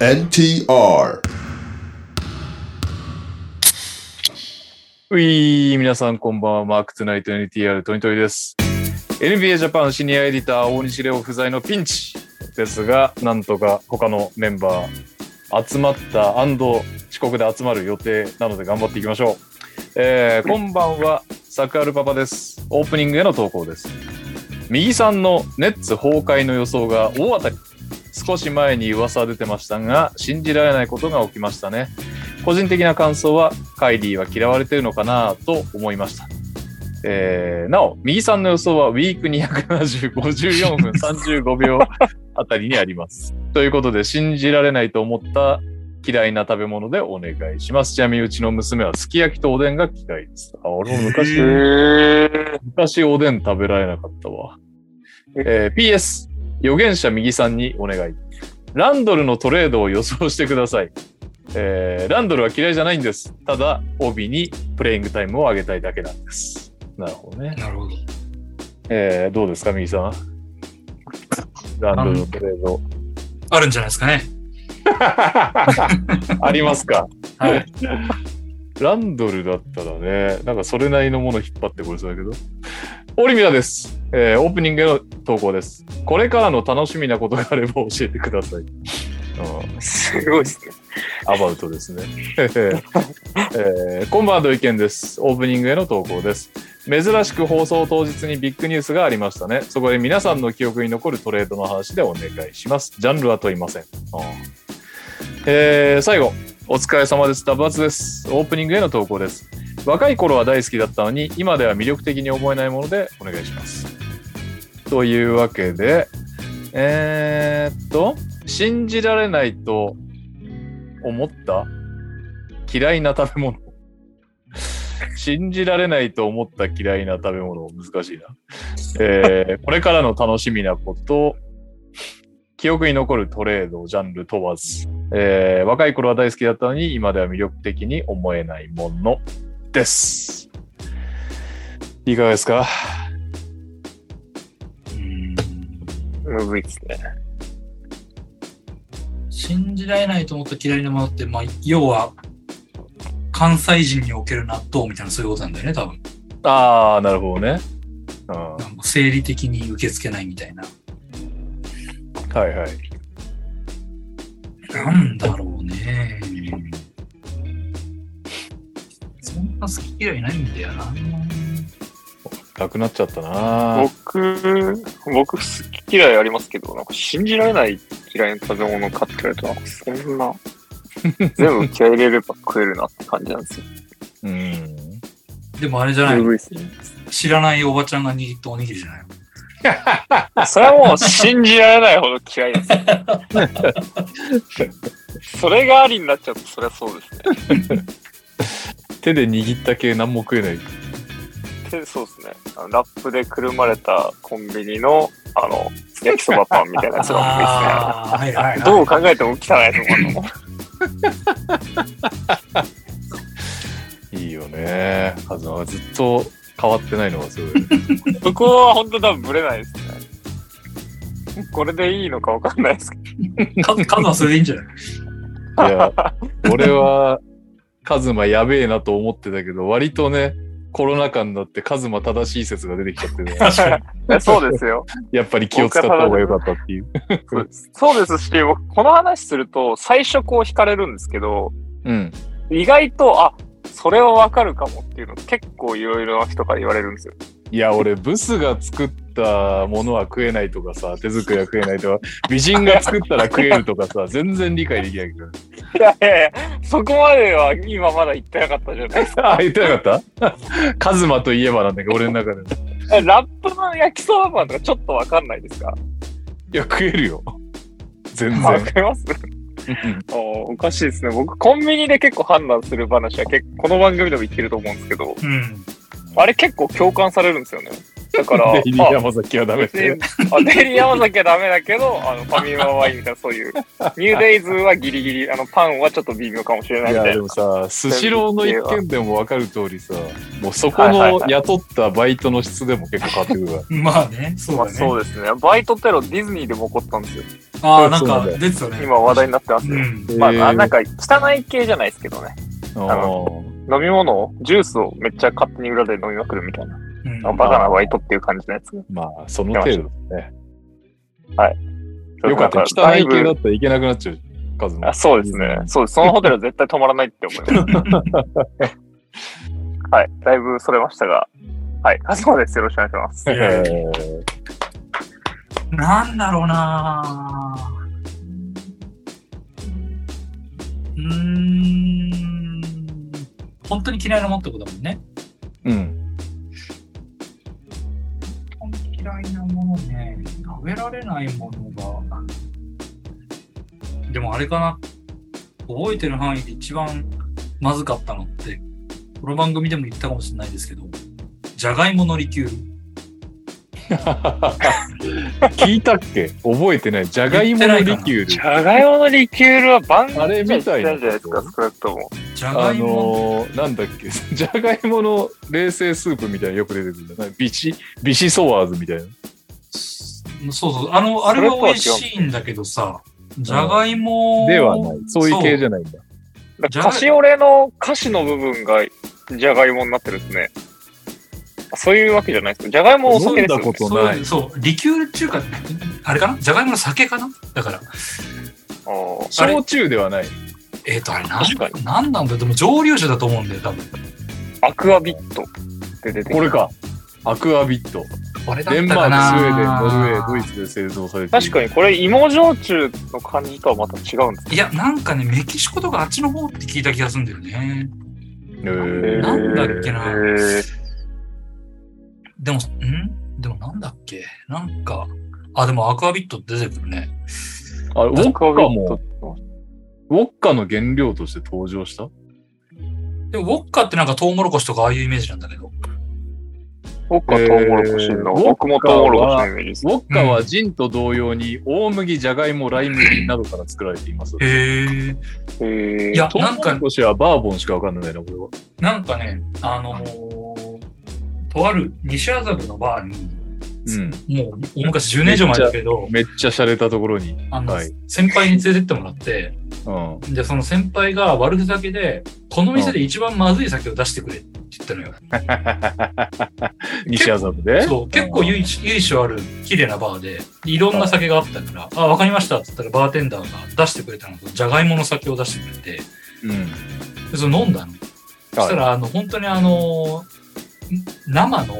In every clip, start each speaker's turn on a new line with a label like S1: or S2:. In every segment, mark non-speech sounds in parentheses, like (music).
S1: NTR
S2: うい皆さんこんばんは、マークツナイト NTR トニトリです。NBA ジャパンシニアエディター大西レオ不在のピンチですが、なんとか他のメンバー集まった遅刻で集まる予定なので頑張っていきましょう。えー、こんばんは、サクアルパパです。オープニングへの投稿です。右さんのネッツ崩壊の予想が大当たり。少し前に噂は出てましたが、信じられないことが起きましたね。個人的な感想はカイリーは嫌われてるのかなと思いました、えーなお右さんの予想はウィーク27054分35秒あたりにありますということで信じられないと思った嫌いな食べ物でお願いしますちなみにうちの娘はすき焼きとおでんが嫌いですあ俺も昔、昔おでん食べられなかったわ、えー PS 予言者右さんにお願いランドルのトレードを予想してくださいえーランドルは嫌いじゃないんです。ただ、帯にプレイングタイムを上げたいだけなんです。なるほどね。
S3: なるほど。
S2: えーどうですか、右さん。ランドルのトレード。
S3: あるんじゃないですかね。
S2: (laughs) ありますか。
S3: はい。
S2: ランドルだったらね、なんかそれなりのもの引っ張ってこれそうだけど。オリミラです、えーオープニングへの投稿です。これからの楽しみなことがあれば教えてください。
S4: (laughs)
S2: うん
S4: すごいですね。
S2: アバウトですね。 (laughs) えー、こんばんは、土井健です。オープニングへの投稿です。珍しく放送当日にビッグニュースがありましたね。そこで皆さんの記憶に残るトレードの話でお願いします。ジャンルは問いません。あーえー最後、お疲れ様です。ダブアツです。オープニングへの投稿です。若い頃は大好きだったのに、今では魅力的に思えないものでお願いします。というわけで、えーっと、信じられないと思った嫌いな食べ物。信じられないと思った嫌いな食べ物。難しいな。えーこれからの楽しみなこと。記憶に残るトレード、ジャンル問わず。えー若い頃は大好きだったのに、今では魅力的に思えないものです。いかがですか
S3: うん
S4: むずいですね。
S3: 信じられないと思った嫌いなものって、まあ、要は、関西人における納豆みたいなそういうことなんだよね、多分。
S2: ああ、なるほどね。うん、は
S3: なんか生理的に受け付けないみたいな。
S2: いはい。
S3: なんだろうね。そんな好き嫌いないんだよな。
S2: なくなっちゃったな。
S4: 僕、僕、好き嫌いありますけど、なんか信じられない嫌いな食べ物買ってくれたら、なんかそ
S3: (laughs)
S4: んな、全部気合い入れれば食えるなって感じなんですよ。
S2: うん。
S3: でもあれじゃない
S4: む。ずいですね。
S3: 知らないおばちゃんが握ったおにぎりじゃない。
S4: それはもう信じられないほど嫌いですね。
S3: (laughs)
S4: それがありになっちゃうと、そりゃそうですね。
S2: 手で握った系何も食えない。
S4: でそうですね。あのラップでくるまれたコンビニの、あの、焼きそばパンみたいなやつが多いですね。
S3: あ (laughs) あ、はいはい
S4: ど
S3: は
S4: う考えても汚いと思うの。
S2: いいよね。カズマはずっと変わってないのがす
S4: (laughs)
S2: ごい。
S4: そこは本当多分ブレないですね。これでいいのかわかんないですけ
S3: い。か数はそれでいいんじゃない
S2: いや、俺は、カズマやべえなと思ってたけど、割とね、コロナ禍になってカズマ正しい説が出てきちゃってね、
S3: 確かに。
S4: ど。そうですよ。
S2: やっぱり気を使った方が良かったっていう。
S4: そうですそうですし、僕この話すると最初こう惹かれるんですけど、
S2: うん。
S4: 意外と、あ、それはわかるかもっていうの結構いろいろな人から言われるんですよ。
S2: いや、俺、ブスが作ったものは食えないとかさ、手作りは食えないとか、美人が作ったら食えるとかさ、全然理解できないけど。
S4: いやいやいや、そこまでは今まだ言ってなかったじゃないですか。
S2: あ、言ってなかったカズマといえばなんだけど、俺の中で。
S4: えラップの焼きそばパンとかちょっとわかんないですか
S2: いや、食えるよ。全然。
S4: わかりますおおかしいですね。僕、コンビニで結構判断する話は結構、この番組でも言ってると思うんですけど、
S3: うん。
S4: あれ結構共感されるんですよね。だから、
S2: (laughs) デイリー山崎はダメ
S4: 別
S2: で
S4: に。あデイリー山崎はダメだけど、あのファミマはいいみたいな、そ
S2: (laughs)
S4: ういう。ニューデイズはギリギリ、あのパンはちょっと微妙かもしれな
S2: い
S4: いみ
S2: や
S4: たい
S2: で
S4: な。
S2: もさスシローの一件でも分かる通りさもうそこ
S4: はいはい
S2: の
S4: はい
S2: 雇ったバイトの質でも結構変わってくるから。
S3: まあね、そう
S4: ま
S3: だ
S4: あ
S3: ね。
S4: そうですね。バイトテロディズニーでも起こったんですよ。
S3: ああ、なん
S2: そうなん
S3: か
S2: だよ
S3: 出てたね。
S4: 今話題になってます
S3: う
S4: よ。
S3: ん。
S4: まあ、あ
S2: えー
S4: なんか汚い系じゃないですけどね。
S2: あー
S4: 飲み物を、ジュースをめっちゃ勝手に裏で飲みまくるみたいな。
S3: うん
S4: あバカなバイトっていう感じのやつ。
S2: まあ、その程度だね。
S4: そう
S2: よかった。汚
S4: なん
S2: い系
S4: だ
S2: だ
S4: いぶ
S2: ったらいけなくなっちゃう。数も
S4: あ。そうですね。そうです。そのホテルは絶対泊まらないって思 (laughs) います。はい。だいぶそれましたが。はい。あそうです。よろしくお願いします。
S3: いやいや
S2: えー
S3: なんだろうなぁうーん。本当に嫌いなもんってことだもんね。
S2: うん。
S3: 本当に嫌いなものね。食べられないものが。でもあれかな。覚えてる範囲で一番まずかったのって、この番組でも言ったかもしれないですけど、じゃがいものりきゅう。
S2: 聞いたっけ覚えてない。じゃがいものリキュー
S4: じ
S2: ル。
S4: ゃがいものリキュールは番組
S2: あれみたい
S4: じ
S2: な
S4: ゃないですか、少なくとも。
S3: じゃが
S2: あ
S3: いも、
S2: のー、なんだっけ。 (laughs) じゃがいもの冷製スープみたいなのよく出てくるんだよね。ビシ、ビシソワーズみたいな。
S3: そうそう、あの、あれは美味しいんだけどさ、じゃがいも、
S2: ではない。そういう系じゃないんだ。
S4: だ
S3: じ
S4: か
S3: ゃが
S4: ら
S3: い
S4: カシオレの歌詞の部分がじゃがいもになってるんですね。そういうわけじゃないですか。じゃがいもお酒ですよ、
S2: 飲んだこ
S4: ね。
S2: と
S3: そう
S2: な
S3: いう
S2: い。
S3: そう、リキュールっていうか、あれかなじゃがいもの酒かなだから、
S4: あー
S2: 焼酎ではない。
S3: えっ、と、あれなん、
S4: 確かに。
S3: なんなんだよ。でも蒸留酒だと思うんだよ、多分。
S4: アクアビットって出てきた
S2: これ。か。アクアビット。
S3: これだっ
S2: デン
S3: た
S2: マーク、
S3: かな
S2: スウェーデン、ノルウェー、ドイツで製造されている。
S4: 確かにこれ芋焼酎の感じとはまた違うんですね
S3: いや、なんかね、メキシコとかあっちの方って聞いた気がするんだよね。
S2: えー
S3: なんだっけな
S4: へー
S3: でも、んでもなんだっけなんか、あ、でもアクアビットって出てくるね。
S2: あれウォッ
S4: アクア
S2: カ
S4: ビッ
S2: も、
S4: ト
S2: ウォッカの原料として登場した
S3: でも、ウォッカってなんかトウモロコシとかああいうイメージなんだけど。
S4: 僕はトウモロコシ
S2: えー
S4: の、僕もトウモロコシのイメージです
S2: ウ。ォッカはジンと同様に、大麦、じゃがいも、ライ麦などから作られています。
S3: へえ。
S4: へー
S3: いや
S2: トウモロコシはバーボンしかわかんないな、これは。
S3: なんかね、あのーとある西麻布のバー
S2: うん。
S3: に、もう大昔10年以上前だけど、
S2: めっちゃ洒落たところに。
S3: あの、
S2: はい
S3: 先輩に連れてってもらって、
S2: うん。
S3: で、その先輩が悪ふざけで、この店で一番まずい酒を出してくれって言ったのよ。
S2: 西麻布で。
S3: そう、結構由緒由緒ある綺麗なバーで、いろんな酒があったから、あ、わかりましたって言ったらバーテンダーが出してくれたのと、じゃがいもの酒を出してくれて、
S2: うん。
S3: でその飲んだの。そしたら、あの、本当にあの、ん生の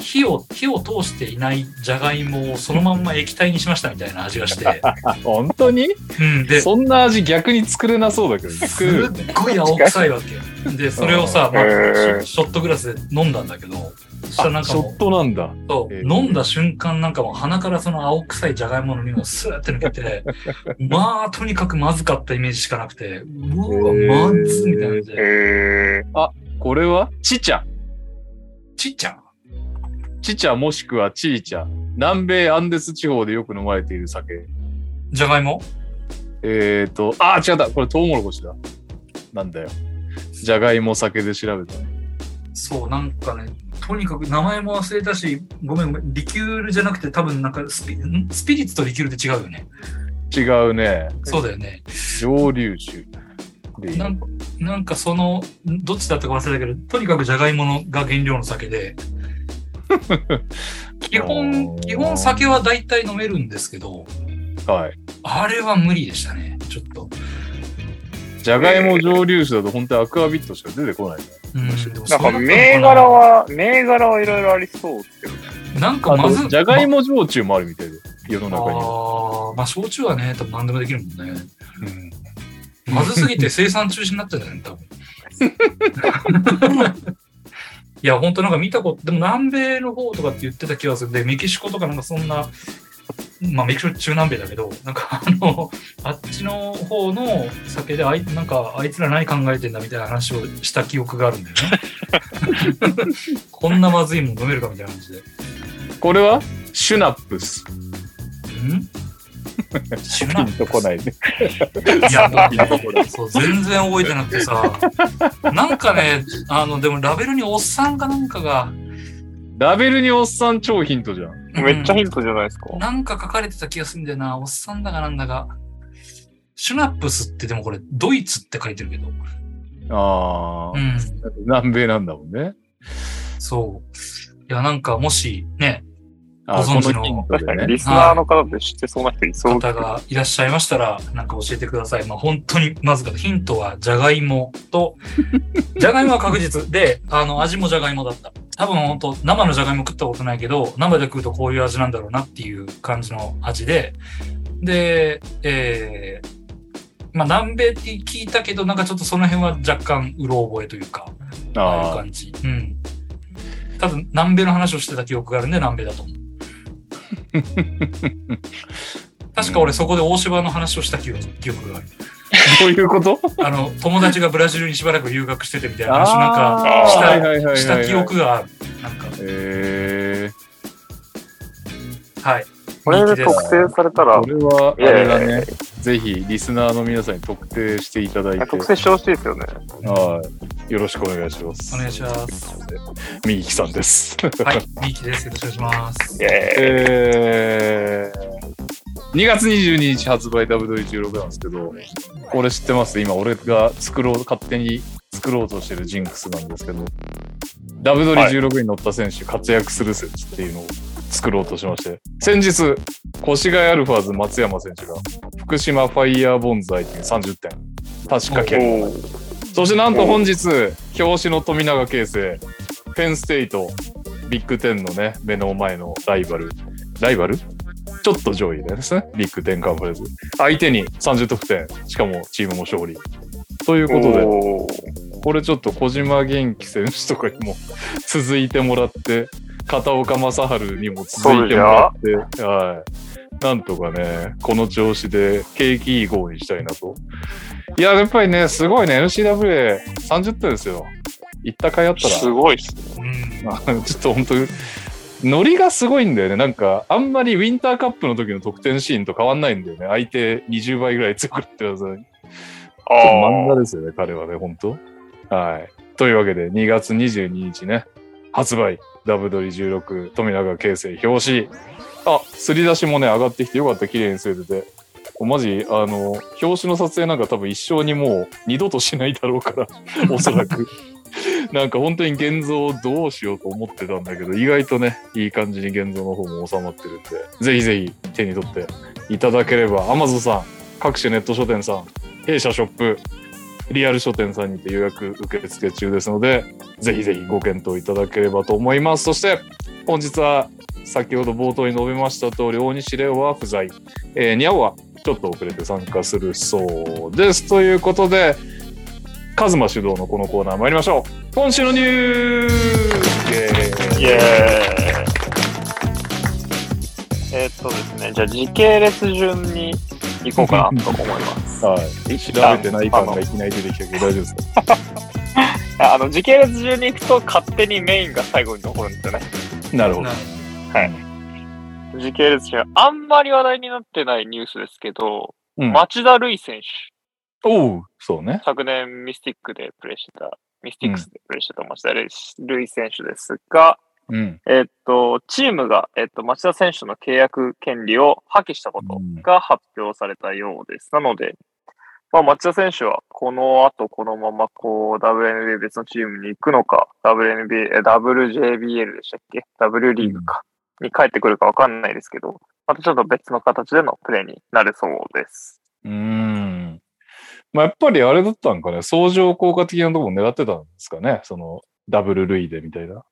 S3: 火を、火を通していないじゃがいもをそのまんま液体にしましたみたいな味
S2: (laughs)
S3: がして、
S2: あ本当に
S3: うん、で、すっ
S2: そんな味逆に作れなそうだけど、作れる。
S3: ごい青臭いわけよ。で、それをさ、まあ
S4: へー
S3: シショットグラスで飲んだんだけど、そしたらな
S2: あ
S3: ん
S2: シ
S3: か
S2: ョ
S3: も
S2: ットなんだ。
S3: う、そう
S2: へー
S3: 飲んだ瞬間なんかもう鼻からその青臭いじゃがいもの匂いがスーって抜
S2: (laughs)
S3: けて、まあ、とにかくまずかったイメージしかなくて、うわ、
S2: へー
S3: まずっみたいな感じで、
S4: へー
S2: これはチチャ。
S3: ちっちゃん。
S2: チチャもしくはチーチャ。南米アンデス地方でよく飲まれている酒。
S3: じゃがいも
S2: えーと、あー、違った。これトウモロコシだ。なんだよ。じゃがいも酒で調べたね。
S3: そう、なんかね、とにかく名前も忘れたし、ごめんごめん、リキュールじゃなくて、多分なんかスピんスピリッツとリキュールって違うよね。
S2: 違うね。
S3: そうだよね。
S2: 蒸留酒でいいの
S3: なんなんかその、んどっちだったか忘れたけど、とにかくじゃがいものが原料の
S2: (laughs)
S3: 酒で、基
S2: あ
S3: 本、
S2: ー
S3: 基本酒は大体飲めるんですけど、
S2: か。はい。
S3: あれは無理でしたね、ちょっと。
S2: じゃがいも蒸留酒だと本当にアクアビットしか出てこないね。
S3: うん、でも
S4: なん
S3: そう
S4: か
S3: だったの
S4: 銘柄は、銘柄はいろいろありそうですけどね。
S3: なんか
S2: あ
S3: まず
S2: と、じゃがい
S3: も
S2: も焼酎もあるみたいで、世の中には。
S3: あーまあ、焼酎はね、多分何でもできるもんね。
S2: うん
S3: まずすぎて生産中止になったんじ
S2: (laughs)
S3: ゃない多分。いや、本当なんか見たこと、でも南米の方とかって言ってた気がする。で、メキシコとかなんかそんな、まあメキシコ中南米だけど、なんかあの、あっちの方の酒であい、なんかあいつら何考えてんだみたいな話をした記憶があるんだよ
S2: (laughs)
S3: ね。こんなまずいもん飲めるかみたいな感じで。
S2: これはシュナップス。
S3: ん知
S2: ピ
S3: らな
S2: ンとこないね。
S3: い。いや、もうねそう、全然覚えてなくてさ。なんかね、あの、でもラベルにおっさんかなんかが、
S2: ラベルにおっさん超ヒントじゃん。
S3: うん
S4: めっちゃヒントじゃないですか。
S3: なんか書かれてた気がするんだよな。おっさんだかなんだか。シュナップスってでもこれ、ドイツって書いてるけど。
S2: あ
S3: う
S2: あ、
S3: ん。
S2: 南米なんだもんね。
S3: そう。いや、なんかもしね、
S2: あー
S3: ご存知の
S2: こヒント
S4: 確か
S2: で
S4: に、
S2: ね。
S4: リスナーの方で知ってそうな人いそう。
S3: 方がいらっしゃいましたら、なんか教えてください。まあ、本当に、まずかヒントは、じゃがいもと、 (laughs) じゃがいもは確実で、あの、味もじゃがいもだった。多分本当、生のじゃがいも食ったことないけど、生で食うとこういう味なんだろうなっていう感じの味で、で、えー、まあ、南米って聞いたけど、なんかちょっとその辺は若干うろ覚えというか、ああいう
S2: あ
S3: 感じ。うん。多分、南米の話をしてた記憶があるんで、南米だと思う。確か俺そこで大芝の話をした記憶記憶がある。
S2: あ、そういうこと
S3: あの、友達がブラジルにしばらく留学しててみたいな話をなんか
S2: あー
S4: した
S2: はいはいはいはい
S3: した記憶がある。なんか、
S2: え
S3: はい。
S4: これ
S3: 人気
S4: で
S3: です
S4: 特定された
S2: ー、
S4: ら
S2: こ、れは、あ
S4: いや
S2: れ
S4: い
S2: だ
S4: やいや
S2: ね。ぜひ、リスナーの皆さんに特定していただいて、
S4: 特定してほしいですよね。
S2: はい。よろしくお願いします。
S3: お願いします。
S2: みゆきさんです。
S3: はい。ミーキです。よろしくお願いします
S4: イ。ェーイ
S2: えー、2月22日発売 W16 なんですけど、これ知ってます今俺が作ろう、勝手に作ろうとしてるジンクスなんですけど、w ドリ16に乗った選手、活躍する説っていうのを作ろうとしまして、先日、越谷アルファーズ松山選手が福島ファイヤーボンズ相手に30点、確か結
S4: おー
S2: そしてなんと本日、表紙の富永啓生、ペンステイト、ビッグ10のね、目の前のライバル、ライバルちょっと上位ですね、ビッグ10カンファレンス。相手に30得点、しかもチームも勝利。ということで、
S4: おー
S2: これちょっと小島元気選手とかにも (laughs) 続いてもらって、片岡正治にも続いてもらって、はい。なんとかね、この調子で景気いい号にしたいなと。いや、やっぱりね、すごいね、NCWA30 点ですよ。行ったかいあったら。
S4: すごいっすね。
S3: うん。
S2: まあ (laughs) ちょっと本当に、ノリがすごいんだよね。なんか、あんまりウィンターカップの時の得点シーンと変わんないんだよね。相手20倍ぐらい強くなってください。
S4: あ
S2: ちょっと漫画
S4: あ。
S2: ですよね、彼はね、本当はい。というわけで、2月22日ね、発売、ダブドリ16、富永啓生表紙。あ、すり出しもね、上がってきてよかった、綺麗にすれてて。もうマジ、あの、表紙の撮影なんか多分一生にもう二度としないだろうから、おそらく。なんか本当に現像をどうしようと思ってたんだけど、意外とね、いい感じに現像の方も収まってるんで、ぜひぜひ手に取っていただければ、アマゾンさん、各種ネット書店さん、弊社ショップ、リアル書店さんにて予約受付中ですので、ぜひぜひご検討いただければと思います。そして、本日は先ほど冒頭に述べました通り、大西レオは不在、えー、ニャオはちょっと遅れて参加するそうです。ということで、カズマ主導のこのコーナー参りましょう。今週のニュースイエーイ
S4: イェーイえーっとですね、じゃあ時系列順に行こうかなと思います。
S2: はい、調べてない感がいきなり出てきたけど大丈夫ですか
S4: あの時系列順に行くと勝手にメインが最後に残るんですよね。
S2: なるほど
S3: な。
S4: 時系列順、あんまり話題になってないニュースですけど、
S2: うん
S4: 町田瑠唯選手、
S2: おう、そうね。
S4: 昨年ミスティックでプレーしてた、ミスティックスでプレーしてた町田瑠唯選手ですが、
S2: うん。
S4: えーっと、チームが、えーっと、町田選手の契約権利を破棄したことが発表されたようです。なので、まあ、町田選手はこの後このままこう WNBA 別のチームに行くのか、WNBA、え WJBL でしたっけ ?W リーグか。に帰ってくるかわかんないですけど、またちょっと別の形でのプレーになるそうです。
S2: うーん。まあ、やっぱりあれだったんかね、相乗効果的なところ狙ってたんですかね、そのダブルルイでみたいな。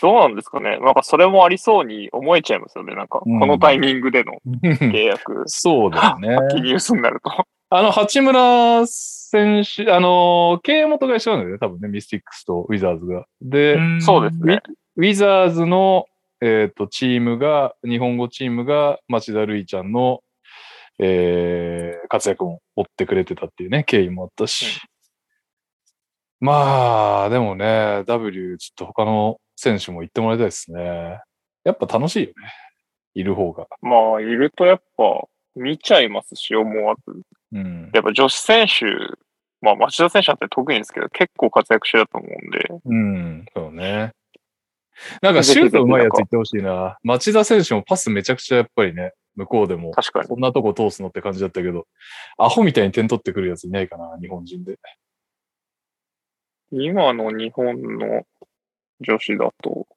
S4: どうなんですかねなんかそれもありそうに思えちゃいますよね。なんかこ
S2: うん
S4: のタイミングでの契約、
S2: (laughs) そうだよね。
S4: 記ニュースになると。
S2: (laughs) あの、八村選手、あの、経営元が一緒なんだよね、多分ね、ミスティックスとウィザーズが。で、
S3: ん
S4: そうですね。
S2: ウィザーズの、えー、とチームが、日本語チームが町田瑠唯ちゃんの、えー活躍も追ってくれてたっていうね、経緯もあったし。まあ、でもね、W、ちょっと他の選手も行ってもらいたいですね。やっぱ楽しいよね。いる方が。
S4: まあ、いるとやっぱ見ちゃいますし、思わず。
S2: うん。
S4: やっぱ女子選手、まあ町田選手だって特にですけど、結構活躍してたと思うんで、
S2: うん、そうね。なんかシュートうまいやつ言ってほしいな。町田選手もパスめちゃくちゃやっぱりね、向こうでも、
S4: 確かに。
S2: こんなとこ通すのって感じだったけど、アホみたいに点取ってくるやついないかな、日本人で。
S4: 今の日本の女子だと、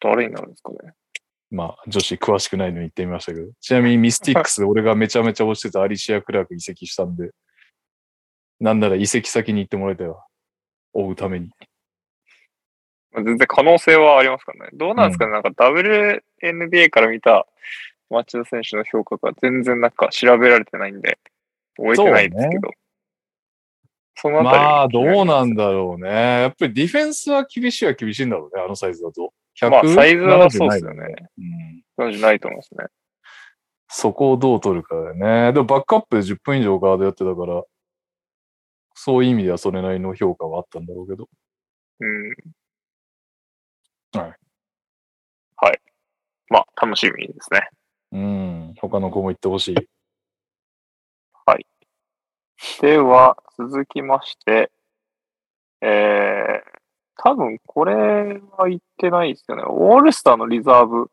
S4: 誰になるんですかね。
S2: まあ、女子詳しくないのに言ってみましたけど。ちなみにミスティックスで俺がめちゃめちゃ推してたアリシア・クラーク移籍したんで、なんなら移籍先に行ってもらいたいわ。追うために。
S4: まあ全然可能性はありますからね。どうなんですかね、なんか WNBA から見た町田選手の評価が全然なんか調べられてないんで、終えてないですけど。そ,、のあたり
S2: まあ、
S4: も気
S2: ど
S4: になり
S2: う
S4: す
S2: なんだろうね。やっぱりディフェンスは厳しいは厳しいんだろうね、あのサイズだと。
S4: まあサイズはそうですよ
S2: 170
S4: ね
S2: ないらうん
S4: 感じないと思いますね。
S2: そこをどう取るかだよね。でもバックアップで10分以上ガードやってたから、そういう意味ではそれなりの評価はあったんだろうけど。
S4: うん。
S2: はい。
S4: はい。まあ、楽しみですね。
S2: うん。他の子も行ってほしい。
S4: では、続きまして、えー、多分これは言ってないですよね。オールスターのリザーブ。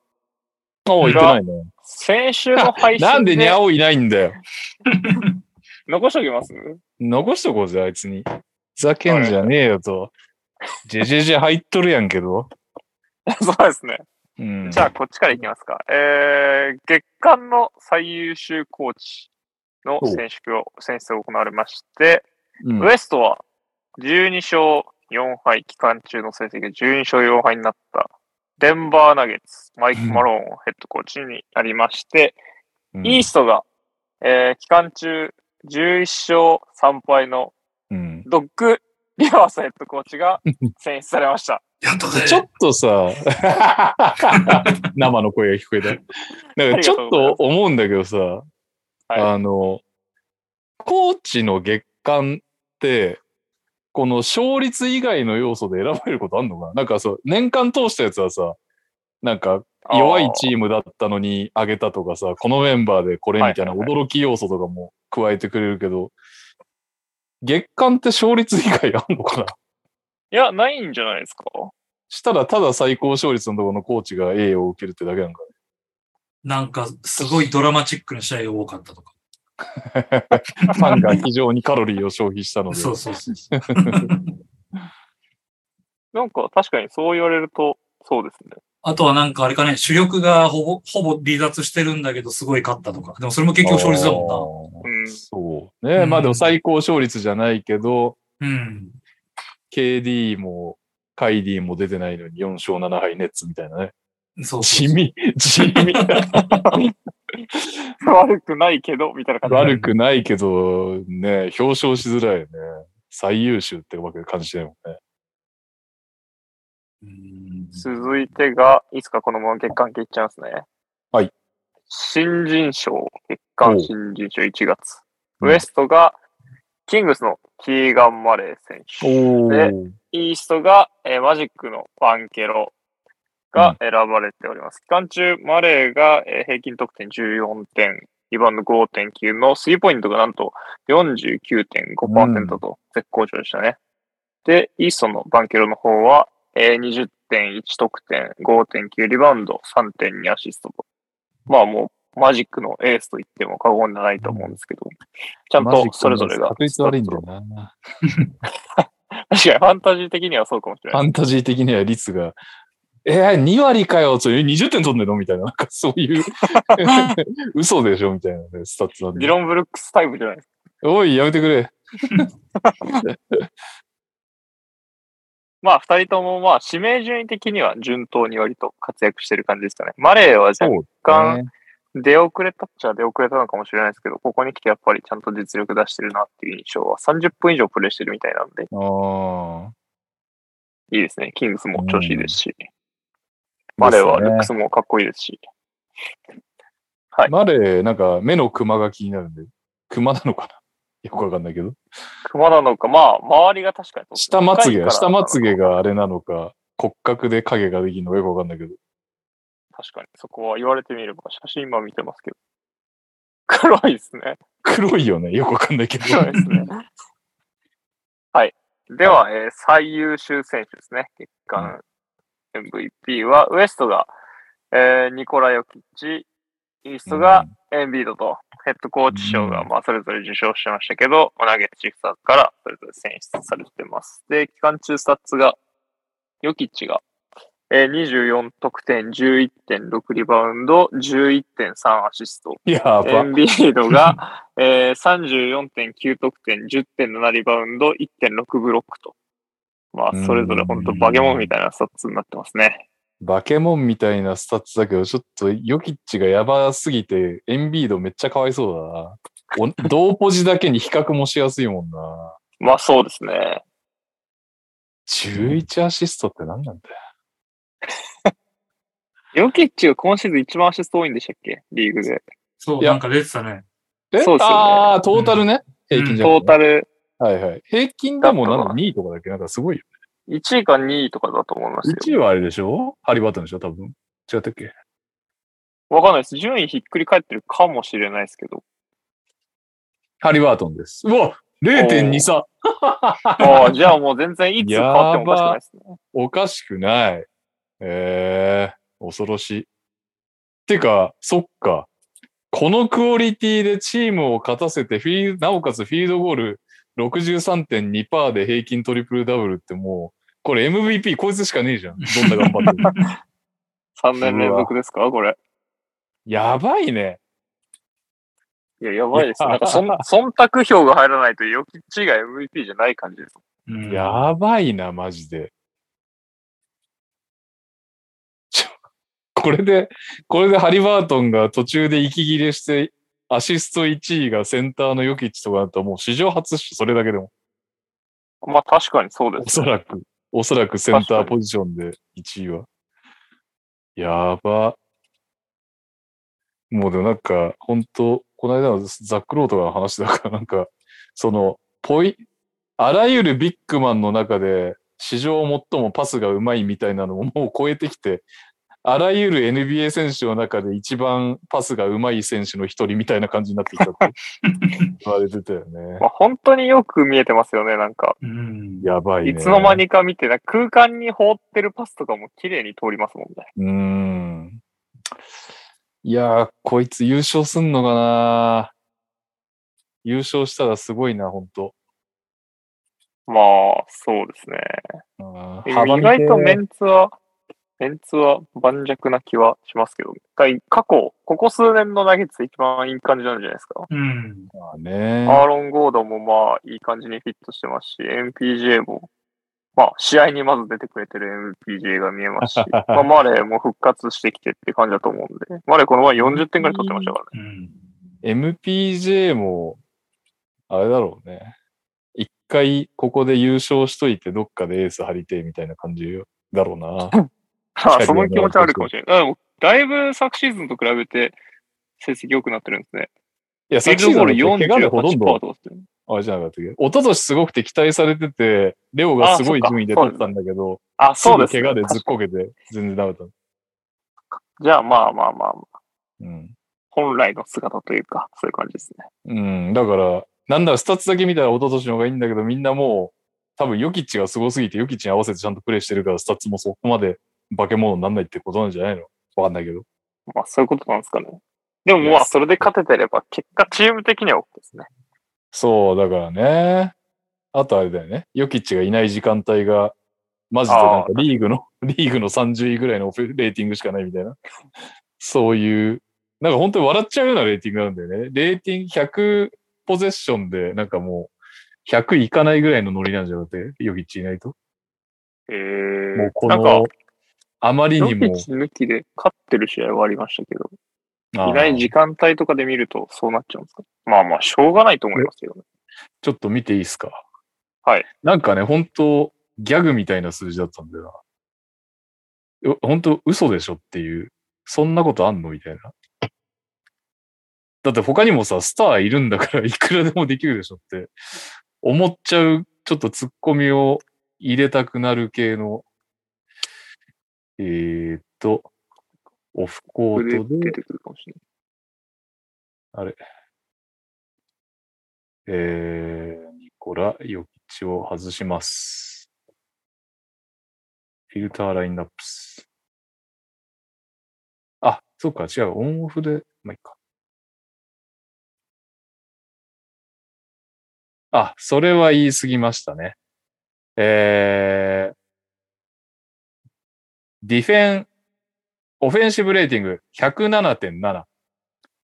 S2: あ、行ってないね。
S4: 先週の配
S2: (laughs)
S4: 信
S2: なんでニャ
S4: オ
S2: オいないんだよ。
S4: 残しておきます (laughs)
S2: 残しとこうぜ、あいつに。ふざけんじゃねえよと。ジェジェジェ入っとるやんけど。
S4: そうですね。
S2: うん。
S4: じゃあ、こっちからいきますか。えー、月間の最優秀コーチの選手を、選出が行われまして、
S2: うん
S4: ウエストは12勝4敗、期間中の成績で12勝4敗になった、デンバーナゲッツ、マイク・マローンヘッドコーチになりまして、
S2: うん
S4: イーストが、えー、期間中11勝3敗の
S2: うん
S4: ドッグ・リバースヘッドコー
S2: (laughs)
S4: チが選出されました。
S3: やったぜ
S2: ちょっと (laughs) さ、生の声が聞こえた。なんかちょっと思うんだけどさ、
S4: はい
S2: あの、コーチの月間って、この勝率以外の要素で選ばれることあんのかななんかそう、年間通したやつはさ、なんか弱いチームだったのに上げたとかさ、このメンバーでこれみたいな
S4: はいはいは
S2: 驚き要素とかも加えてくれるけど、月間って勝率以外あんのかない
S4: や、ないんじゃないですか。
S2: したらただ最高勝率のところのコーチが A を受けるってだけなんか
S3: なんか、すごいドラマチックな試合が多かったとか。
S2: な。ファンが非常にカロリーを消費したので。
S3: そうそうそう。
S4: なんか確かにそう言われると、そうですね。
S3: あとはなんかあれかね、主力がほぼ、ほぼ離脱してるんだけど、すごい勝ったとか。でもそれも結局勝率だも
S2: も
S4: うん
S2: そうね。まあでも最高勝率じゃないけど、
S3: んな。うん。
S2: KD もカイディも出てないのに4勝7敗ネッツみたいなね。
S3: そうそ
S2: 地
S3: う
S2: 味、地 (laughs) 味。
S4: 悪くないけど、みたいな感じ。
S2: 悪くないけど、ね、表彰しづらいよね。最優秀ってわけ感じてないもんね。
S3: うん
S4: 続いてが、いつかこのまま月間切っちゃいますね。
S2: はい。
S4: 新人賞、月間新人賞1月。
S2: うん
S4: ウエストが、キングスのキーガン・マレー選手。
S2: お
S4: ー。イーストが、えーマジックのファンケロが選ばれております。期間中、マレーが、えー平均得点14点、リバウンド5.9のスリーポイントがなんと49.5%と絶好調でしたね。で、イーストのバンケロの方は、えー20.1得点、5.9リバウンド、3.2アシストと。まあもう、マジックのエースと言っても過言じゃないと思うんですけど、ちゃんとそれぞれが。
S2: 確率悪いんだよな。
S4: (laughs) 確かに、ファンタジー的にはそうかもしれ
S2: フ
S4: ない。
S2: ァンタジー的には率が、えー、2割かよ、それ20点取んねんのみたいな、なんかそう (laughs) いう、嘘でしょみたいなね、スタッツなん
S4: ディ
S2: で。
S4: ロン・ブルックスタイプじゃないですか
S2: おい、やめてくれ。
S4: まあ、二人とも、まあ、指名順位的には順当に割と活躍してる感じですかね。マレーは若
S2: う
S4: 干出遅れたっちゃ出遅れたのかもしれないですけど、ここに来てやっぱりちゃんと実力出してるなっていう印象は30分以上プレイしてるみたいなんで、
S2: ああ。
S4: いいですね。キングスも調子いいですし、
S2: ま
S4: マ
S2: で
S4: レーはルックスもかっこいいですし、はい
S2: マレー、なんか目のクマが気になるんで、クマなの (laughs) かなよくわかんないけど。
S4: 熊なのか、まあ、周りが確かにそうですね
S2: 下まつげ、
S4: 深いから
S2: 下まつげがあれなのか、骨格で影ができるのかよくわかんないけど。
S4: 確かに。そこは言われてみれば、写真今見てますけど。黒いですね。
S2: 黒いよね。よくわかんないけど。
S4: 黒いですね。 (laughs) はい。では、えー最優秀選手ですね。月間 MVP は、ウエストが、えーニコラ・ヨキッチ、イーストがエンビードと、ヘッドコーチ賞が、まあ、それぞれ受賞しましたけど、ナゲットシフターズからそれぞれ選出されてます。で、期間中スタッツが、ヨキッチが、えー24得点、11.6リバウンド、11.3アシスト。
S2: うん、やば。
S4: エンビードが、 (laughs) えー、34.9得点、10.7リバウンド、1.6ブロックと。まあ、それぞれ本当バケモンみたいなスタッツになってますね。
S2: バケモンみたいなスタッツだけど、ちょっとヨキッチがやばすぎて、エンビードめっちゃかわいそうだ
S4: (laughs)
S2: な。お同ポジだけに比較もしやすいもんな。
S4: まあ、そうですね。
S2: 11アシストって何なんだよ。
S4: ヨキッチが今シーズン一番アシスト多いんでしたっけリーグで。
S3: そう、
S2: いや
S3: なんか出てたね。
S2: え
S4: そうですよね
S2: ああ、トータルね。平均じ
S4: ト
S2: ゃなく
S4: ー
S2: て
S4: タル
S2: はいはい。平均でも
S4: だった
S2: なん
S4: か
S2: か
S4: な
S2: 2位とかだっけなんかすごいよ。
S4: 1位か2位とかだと思いますよ。
S2: 1位はあれでしょハリバートンでしょ多分。違ったっけ
S4: わかんないです。順位ひっくり返ってるかもしれないですけ
S2: (laughs)
S4: ど。
S2: ハリバートンです。うわ !0.2 差
S4: ああ、じゃあもう全然いつ変わってもおかしくないですね。
S2: おかしくない。えー、恐ろしい。てか、そっか。このクオリティでチームを勝たせてフィールなおかつフィールドゴール63.2%で平均トリプルダブルってもう、これ MVP こいつしかねえじゃん。どんな頑張って (laughs) も。
S4: 3年連続ですかこれ。
S2: やばいね。
S4: いや、やばいですね。
S2: いや
S4: なんかそん、忖度票が入らないと、ヨキッチが MVP じゃない感じです。
S3: うん、
S2: やばいな、マジで。ちょこれで、これでハリバートンが途中で息切れして、アシスト1位がセンターのヨキッチとかだったらもう史上初っしょ、それだけでも。
S4: まあ、確かにそうで
S2: (laughs) お
S4: す
S2: そ
S4: ね。
S2: らく、おそらくセンターポジションで1位は。やば。もうでもなんか、本当この間のザック・ローとかの話だから、なんか、その、ポイ、あらゆるビッグマンの中で、史上最もパスがうまいみたいなのを (laughs) もう超えてきて、あらゆる NBA 選手の中で一番パスがうまい選手の一人みたいな感じになってきたって言われてたよ
S4: (laughs)
S2: ね
S4: ま。あ、本当によく見えてますよね、なんか。
S3: うん。
S2: やばいね。
S4: いつの間にか見て、なんか空間に放ってるパスとかも綺麗に通りますもんね。
S2: うーん。いやー、こいつ優勝すんのかな優勝したらすごいな、ほんと。
S4: まあ、そうですね。
S2: あー
S4: 意
S2: 幅見て
S4: 外とメンツは、メンツは盤石な気はしますけど、過去、ここ数年の投げて一番いい感じなんじゃないですか。
S3: うん。
S2: まあね。
S4: アーロン・ゴードンもまあいい感じにフィットしてますし、MPJ も、まあ試合にまず出てくれてる MPJ が見えます
S2: (laughs)
S4: し、まあマレーも復活してきてって感じだと思うんで、マレーこの前40点ぐらい取ってましたからね。
S3: うん。
S2: MPJ も、あれだろうね。一回ここで優勝しといて、どっかでエース張りてえみたいな感じだろうな。
S4: (laughs) ああその気持ちはあるかもしれない。でもだいぶ昨シーズンと比べて成績良くなってるんですね。
S2: いや、
S4: フィ
S2: 昨
S4: ー
S2: シー
S4: ル
S2: ズ
S4: ド
S2: ンだっ
S4: ゴール
S2: て怪我でほとん
S4: 48%
S2: ど、
S4: とかですね。
S2: あれじゃなかったっけ一昨年すごくて期待されてて、レオがすごい
S4: あそっか
S2: 順位で取ったんだけど、
S4: あ、そうです
S2: す
S4: ね。
S2: ぐ怪我でずっこけて、全然ダメだった。
S4: じゃあまあまあまあ、
S2: うん。
S4: 本来の姿というか、そういう感じですね。
S2: うん、だから、なんだろう、スタッツだけ見たら一昨年の方がいいんだけど、みんなもう、多分ヨキッチがすごすぎて、ヨキッチに合わせてちゃんとプレイしてるから、スタッツもそこまで化け物にならないってことなんじゃないのわかんないけど。
S4: まあそういうことなんですかね。でもまあそれで勝ててれば、結果チーム的には OK ですね。
S2: そう、だからね。あとあれだよね。ヨキッチがいない時間帯が、マジでなんかリーグの、 (laughs) リーグの30位ぐらいのオフレーティングしかないみたいな。そういう、なんか本当に笑っちゃうようなレーティングなんだよね。レーティング100ポゼッションで、なんかもう、100いかないぐらいのノリなんじゃなくて、ヨキッチいないと。
S4: え
S2: もう
S4: ー、
S2: こ
S4: なんか
S2: の、、あまり
S4: ヨ
S2: に
S4: キ
S2: も
S4: ッ、チ抜きで勝ってる試合はありましたけど、
S2: あー
S4: いない時間帯とかで見るとそうなっちゃうんですかまあまあ、しょうがないと思いますけどね。
S2: ちょっと見ていいですか。
S4: はい。
S2: なんかね、本当ギャグみたいな数字だったんだよな。う本当嘘でしょっていう。そんなことあんのみたいな。だって他にもさ、スターいるんだから (laughs) いくらでもできるでしょって思っちゃう、ちょっとツッコミを入れたくなる系の。えーっと、オフコ
S4: これ
S2: ートで、
S4: 出てくるかもしれない。
S2: えー、ニコラ・ヨキチを外します。フィルターラインナップス。あ、そうか、違う。オンオフで、まあ、いいか。あ、それは言い過ぎましたね。えー、ディフェン、オフェンシブレーティング107.7。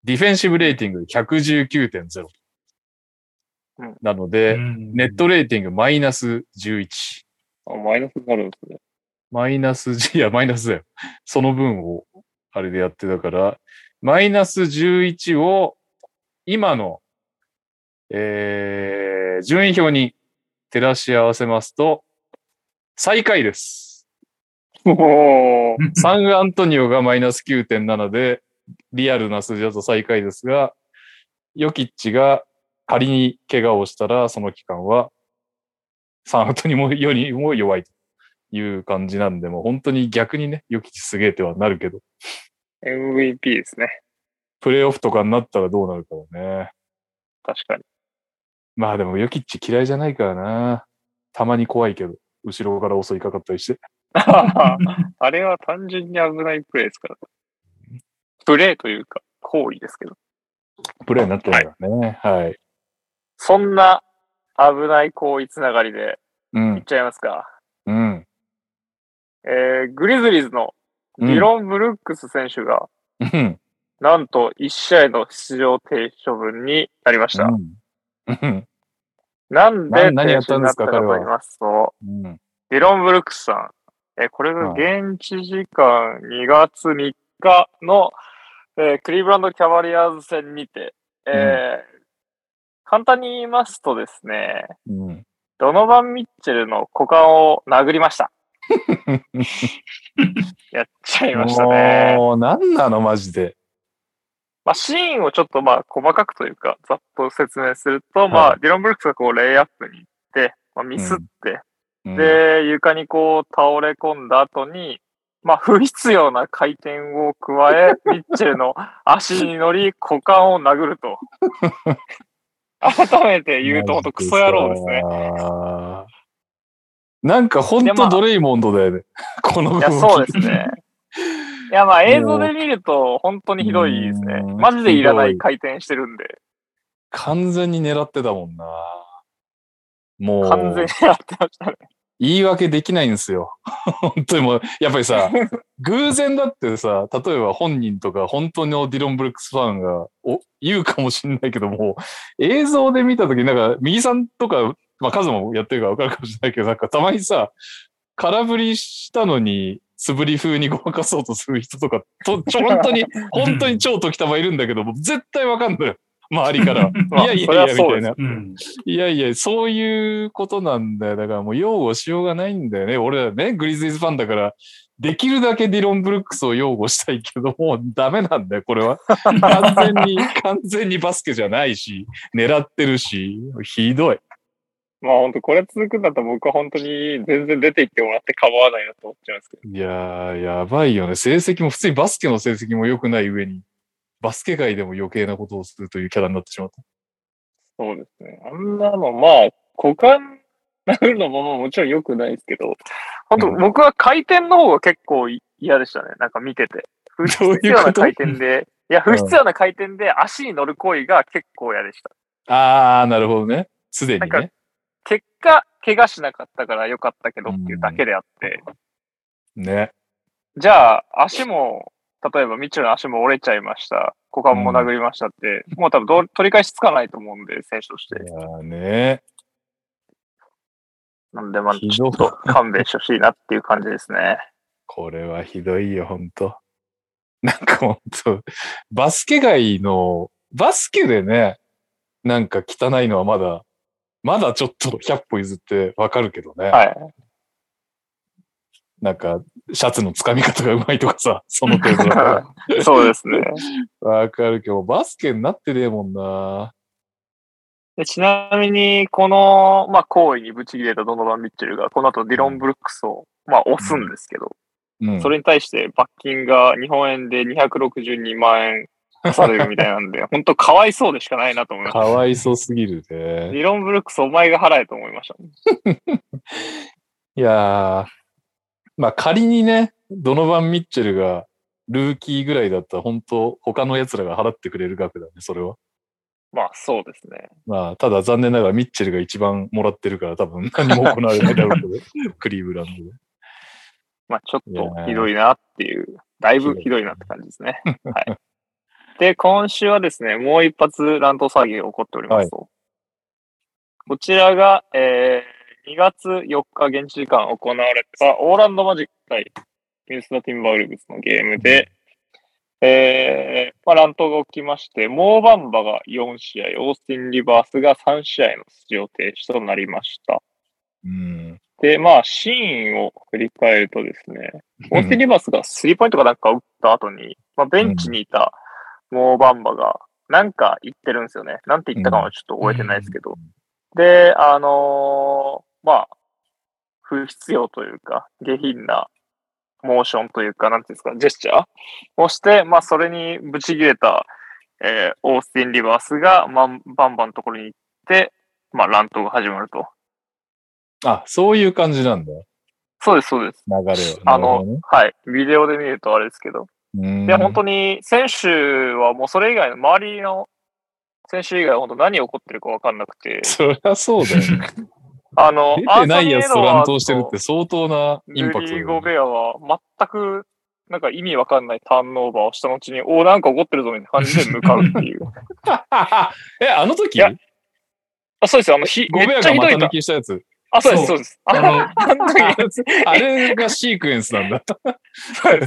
S2: ディフェンシブレーティング119.0
S4: うん。
S2: なので、
S3: うん
S2: ネットレーティングマイナス11。
S4: あ、マイナスになるんですね。
S2: マイナス10、いや、マイナスだよ。その分を、あれでやってたから、マイナス11を、今の、えー、順位表に照らし合わせますと、最下位です。
S4: おー
S2: サンアントニオがマイナス9.7で、リアルな数字だと最下位ですが、ヨキッチが仮に怪我をしたら、その期間は、サンアントニオよりも弱いという感じなんで、もう本当に逆にね、ヨキッチすげえってはなるけど、
S4: MVP ですね。
S2: プレイオフとかになったらどうなるかだね。
S4: 確
S2: (laughs)
S4: かに。
S2: まあでもヨキッチ嫌いじゃないからな。たまに怖いけど、後ろから襲いかかったりして。
S4: あれは単純に危ないプレーですから。プレーというか、行為ですけど。
S2: プレイになってるからね。はい。
S4: そんな危ない行為つながりで
S2: うん
S4: いっ。ちゃいますか。
S2: うん。
S4: えー、グリズリーズのディロン・ブルックス選手が、
S2: うん。
S4: なんと1試合の出場停止処分になりました。
S2: うん。うん。
S4: なんで
S2: な何やったんですか
S4: 停止になったかと言いますと、
S2: うん。
S4: ディロン・ブルックスさん、えーこれが現地時間2月3日の、えークリーブランド・キャバリアーズ戦にて、えー簡単に言いますとですね、
S2: うん。
S4: ドノバン・ミッチェルの股間を殴り
S2: (laughs)
S4: ました。やっちゃいましたね。
S2: もう、なんなの、マジで。
S4: まあ、シーンをちょっとまあ細かくというか、ざっと説明すると、ま
S2: は
S4: あ、ディロン・ブルックスがこうレイアップに行って、まあ、ミスって、
S2: うん、
S4: で、床にこう倒れ込んだ後に、まあ、不必要な回転を加
S2: (laughs)
S4: え、ミッチェルの足に乗り、股間を殴
S2: (laughs)
S4: ると。改めて言うと、ほんとクソ野郎ですね。
S2: ね。なんか本
S4: でま
S2: 当
S4: あ
S2: ドレイモンドだよね。 (laughs) この動
S4: い
S2: き
S4: や、そうですね。いや、まあ、映像で見ると、本当にひどいですね。
S2: うん
S4: マジでいらな
S2: ひど
S4: い
S2: い
S4: 回転してるんで、
S2: 完全に狙ってたもんな。もう、
S4: 完全にやってましたね。
S2: 言い訳できないんですよ。 (laughs) 本当にもう、やっぱり
S4: (laughs)
S2: さ、偶然だってさ、例えば本人とか本当のディロン・ブルックスファンがお言うかもしんないけども、映像で見たとき、なんか、右さんとか、まあ、カズマもやってるからわかるかもしれないけど、なんか、たまにさ、空振りしたのに、素振り風にごまかそうとする人とか、と、ちょ、本
S4: (laughs)
S2: 当に、本当に超時たまいるんだけども、絶対わかんのよ。周り
S4: (laughs)
S2: から。
S4: まあ
S2: いやい
S4: それ
S2: や
S4: はい
S2: や、み
S4: そう
S2: た
S4: で
S2: い
S4: す
S2: な。 (laughs)
S3: うん。
S2: いやいや、そういうことなんだよ。だからもう擁護しようがないんだよね。俺らね、グリズリーズファンだから、できるだけディロン・ブルックスを擁護したいけど、 (laughs) もうダメなんだよ、これは。完全に、完全にバスケじゃないし、狙ってるし、ひどい。
S4: まあ本当これ続くんだったら僕は本当に全然出て行ってもらって構わないなと思っちゃうんですけど。
S2: いやー、やばいよね。成績も、普通にバスケの成績も良くない上に、バスケ界でも余計なことをするというキャラになってしまった。
S4: そうですね。あんなの、まあ、股間殴るのももちろん良くないですけど、本当
S2: うん
S4: 僕は回転の方が結構い嫌でしたね。なんか見てて。不必
S2: どういう
S4: 要
S2: こ
S4: な
S2: と
S4: 回転で、いや、不必要な回転で足に乗る行為が結構嫌でした。
S2: あー、なるほどね。すでに
S4: なん
S2: ね
S4: か。結果、怪我しなかったから良かったけどっていうだけであって、
S2: ね。
S4: じゃあ、足も、例えば、ミッチェルの足も折れちゃいました。股間も殴りましたって、もう多分どう取り返しつかないと思うんで、選手として
S2: い。やーね。
S4: なんで、まあ、
S2: ひ
S4: ち
S2: ど
S4: ょっと勘弁してほしいなっていう感じです (laughs) ね。
S2: これはひどいよ、ほんと。なんかほんと、バスケ街の、バスケでね、なんか汚いのはまだ、まだちょっと100歩譲ってわかるけどね。
S4: はい。
S2: なんか、シャツの掴み方がうまいとかさ、その程度だから。
S4: そうですね。 (laughs)
S2: わかるけど、バスケになってねえもんな。
S4: でちなみに、この、まあ、行為にブチ切れたドノバン・ミッチェルが、この後ディロン・ブルックスを、まあ、押すんですけど、
S2: うん
S4: それに対して罰金が日本円で262万円課されるみたいなん (laughs) で、本当かわいそうでしかないなと思いまし
S2: かわいそうすぎる
S4: た。
S2: ね。
S4: リロン・ブルックスお前が払えと思いました。
S2: いやー、まあ仮にね、ドノバン・ミッチェルがルーキーぐらいだったら、本当他の奴らが払ってくれる額だね、それは。
S4: まあそうですね。
S2: まあ、ただ残念ながらミッチェルが一番もらってるから、多分何も行われないだろうけ
S4: (laughs)
S2: ど、クリーブランドで。
S4: まあちょっとひどいなっていう、だいぶひどいなって感じですね。はい。で、今週はですね、もう一発乱闘騒ぎが起こっておりますと。こちらが、えー、2月4日現地時間行われたオーランドマジック対ミュースのティンバーウルブスのゲームで、えー、まあ乱闘が起きまして、モーバンバが4試合、オースティン・リバースが3試合の出場停止となりました。
S2: うん。
S4: で、まあ、シーンを振り返るとですね、オースティン・リバースがスリーポイントかなんか打った後に、まあ、ベンチにいたモーバンバが、なんか言ってるんですよね。なんて言ったかはちょっと覚えてないですけど。で、あのーまあ、不必要というか、下品なモーションというか、なんていうんですか、ジェスチャーをして、まあ、それにブチ切れた、えーオースティン・リバースが、まあ、バンバンのところに行って、まあ、乱闘が始まると。
S2: あ、そういう感じなんだ。
S4: そうです、そうです。
S2: 流れは。
S4: あの、はい。ビデオで見るとあれですけど。
S2: で
S4: で、本当に選手はもうそれ以外の、周りの選手以外は本当何起こってるか分かんなく (laughs) て、
S2: そりゃそうだよね。
S4: (laughs) あの、
S2: 出てないやつと乱
S4: アンソニーエドワーズ
S2: 闘してるって相当なインパクト
S4: ル
S2: だ
S4: リー・
S2: よ
S4: ゴ
S2: ね。
S4: ベアは全くなんか意味わかんないターンオーバーをした後に、おーなんか起こってるぞみたいな感じで向かうって (laughs) いう。
S2: (laughs) え、あの時
S4: いやあそうですよ、あの、ひ
S2: ゴ
S4: め
S2: ベ
S4: っ
S2: ア
S4: ちゃ
S2: が
S4: ひ
S2: 股
S4: どい
S2: 抜
S4: な。
S2: きしたやつ。
S4: あ、そうで
S3: そ
S4: す、そううです。
S3: あ
S4: あ
S3: の、
S4: あの時
S2: ああれがシークエンスなんだ。
S4: (laughs)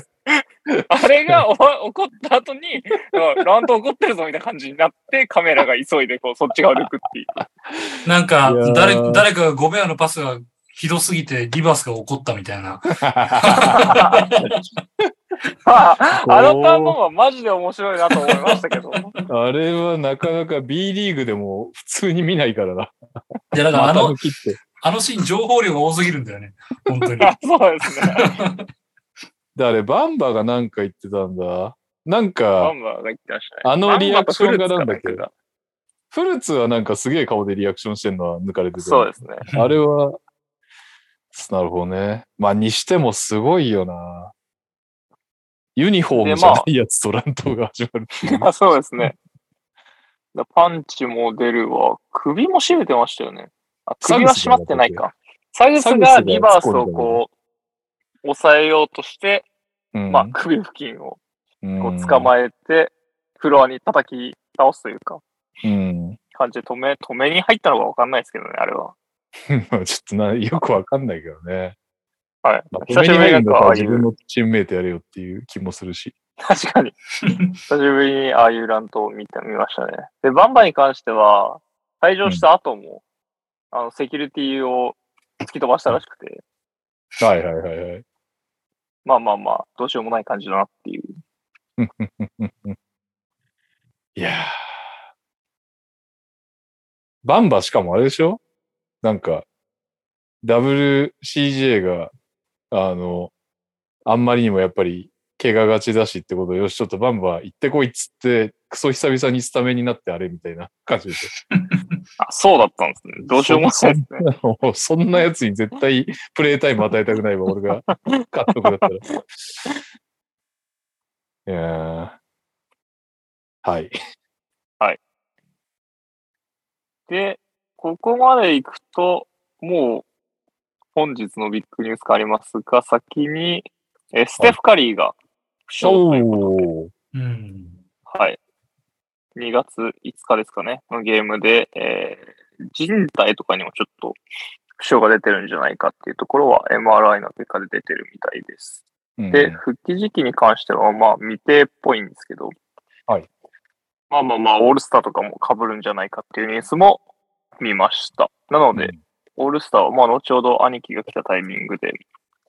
S4: あれがお (laughs) 起こった後に、あ乱闘起こってるぞみたいな感じになって、カメラが急いでこうそっち側を抜く (laughs) っていう。
S3: なんか
S2: いやー、
S3: 誰、誰かがゴベアのパスがひどすぎて、リバースが怒ったみたいな。
S4: まあ、あの単語はマジで面白いなと思いましたけど。
S2: あれはなかなか B リーグでも普通に見ないからな。
S3: いや、だからあ
S2: 股
S3: の
S2: 抜、きって。
S3: あのシーン情報量が多すぎるんだよね。本
S2: (laughs)
S3: 当に。
S4: (laughs) あそうですね。
S2: だあれ、バンバがなんか言ってたんだ。なん
S4: バ
S2: か、
S4: ンバーが言ってましたね。
S2: あのリアクションがなんだっ
S4: バンバーとフルーツ
S2: け
S4: かなんか
S2: フルーツはなんかすげえ顔でリアクションしてるのは抜かれて
S4: が
S2: た。
S4: そうですね。
S2: あれは、なるほどね。まあ、にしてもすごいよな。ユニフォームじゃないやつと乱闘が始まるっていう。
S4: あそうですね。だパンチも出るわ。首も締めてましたよね。あ首は締まってないか。サグスがリバースをこう、抑えようとして、
S2: うん
S4: まあ、首付近をこ
S2: う
S4: うん捕まえて、フロアに叩き倒すというか、
S2: うん。
S4: 感じで止め、止めに入ったのかわかんないですけどね、あれは。
S2: まあちょっとな、よくわかんないけどね。
S4: はい。
S2: まあ、
S4: 久しぶ
S2: 止
S4: り
S2: めに入る
S4: なん
S2: ん
S4: か
S2: だった
S4: あ
S2: ら
S4: あい
S2: 自分
S4: う、
S2: のチームメイトやれよっていう気もするし。
S4: (laughs) 確かに。久しぶりにああいう乱闘を見てみましたね。で、バンバンに関しては、退場した後も、あの、セキュリティを突き飛ばしたらしくて、
S2: はいはいはいはい。
S4: まあまあまあ、どうしようもない感じだなっていう。
S2: いやーバンバしかもあれでしょなんか、WCJ が、あの、あんまりにもやっぱり、怪我がちだしってことで、よし、ちょっとバンバ行ってこいっつって、クソ久々にスタメンになってあれみたいな感じでし
S4: あ、そうだったんですね。どうしようもないですね。
S2: ょ。もうそんなやつに絶対プレイタイム与えたくないわ、俺が監督だったら。いやーはい。
S4: で、ここまで行くと、もう、本日のビッグニュースがありますが、先に、えステフ・カリーが、負傷ということで
S2: おー
S3: うん。
S4: はい。2月5日ですかね、のゲームで、えー、人体とかにもちょっと負傷が出てるんじゃないかっていうところは MRI の結果で出てるみたいです。
S2: うん
S4: で、復帰時期に関しては、まあ未定っぽいんですけど、
S2: はい。
S4: まあまあまあ、オールスターとかも被るんじゃないかっていうニュースも見ました。なので、
S2: うん
S4: オールスターは、まあ後ほど兄貴が来たタイミングで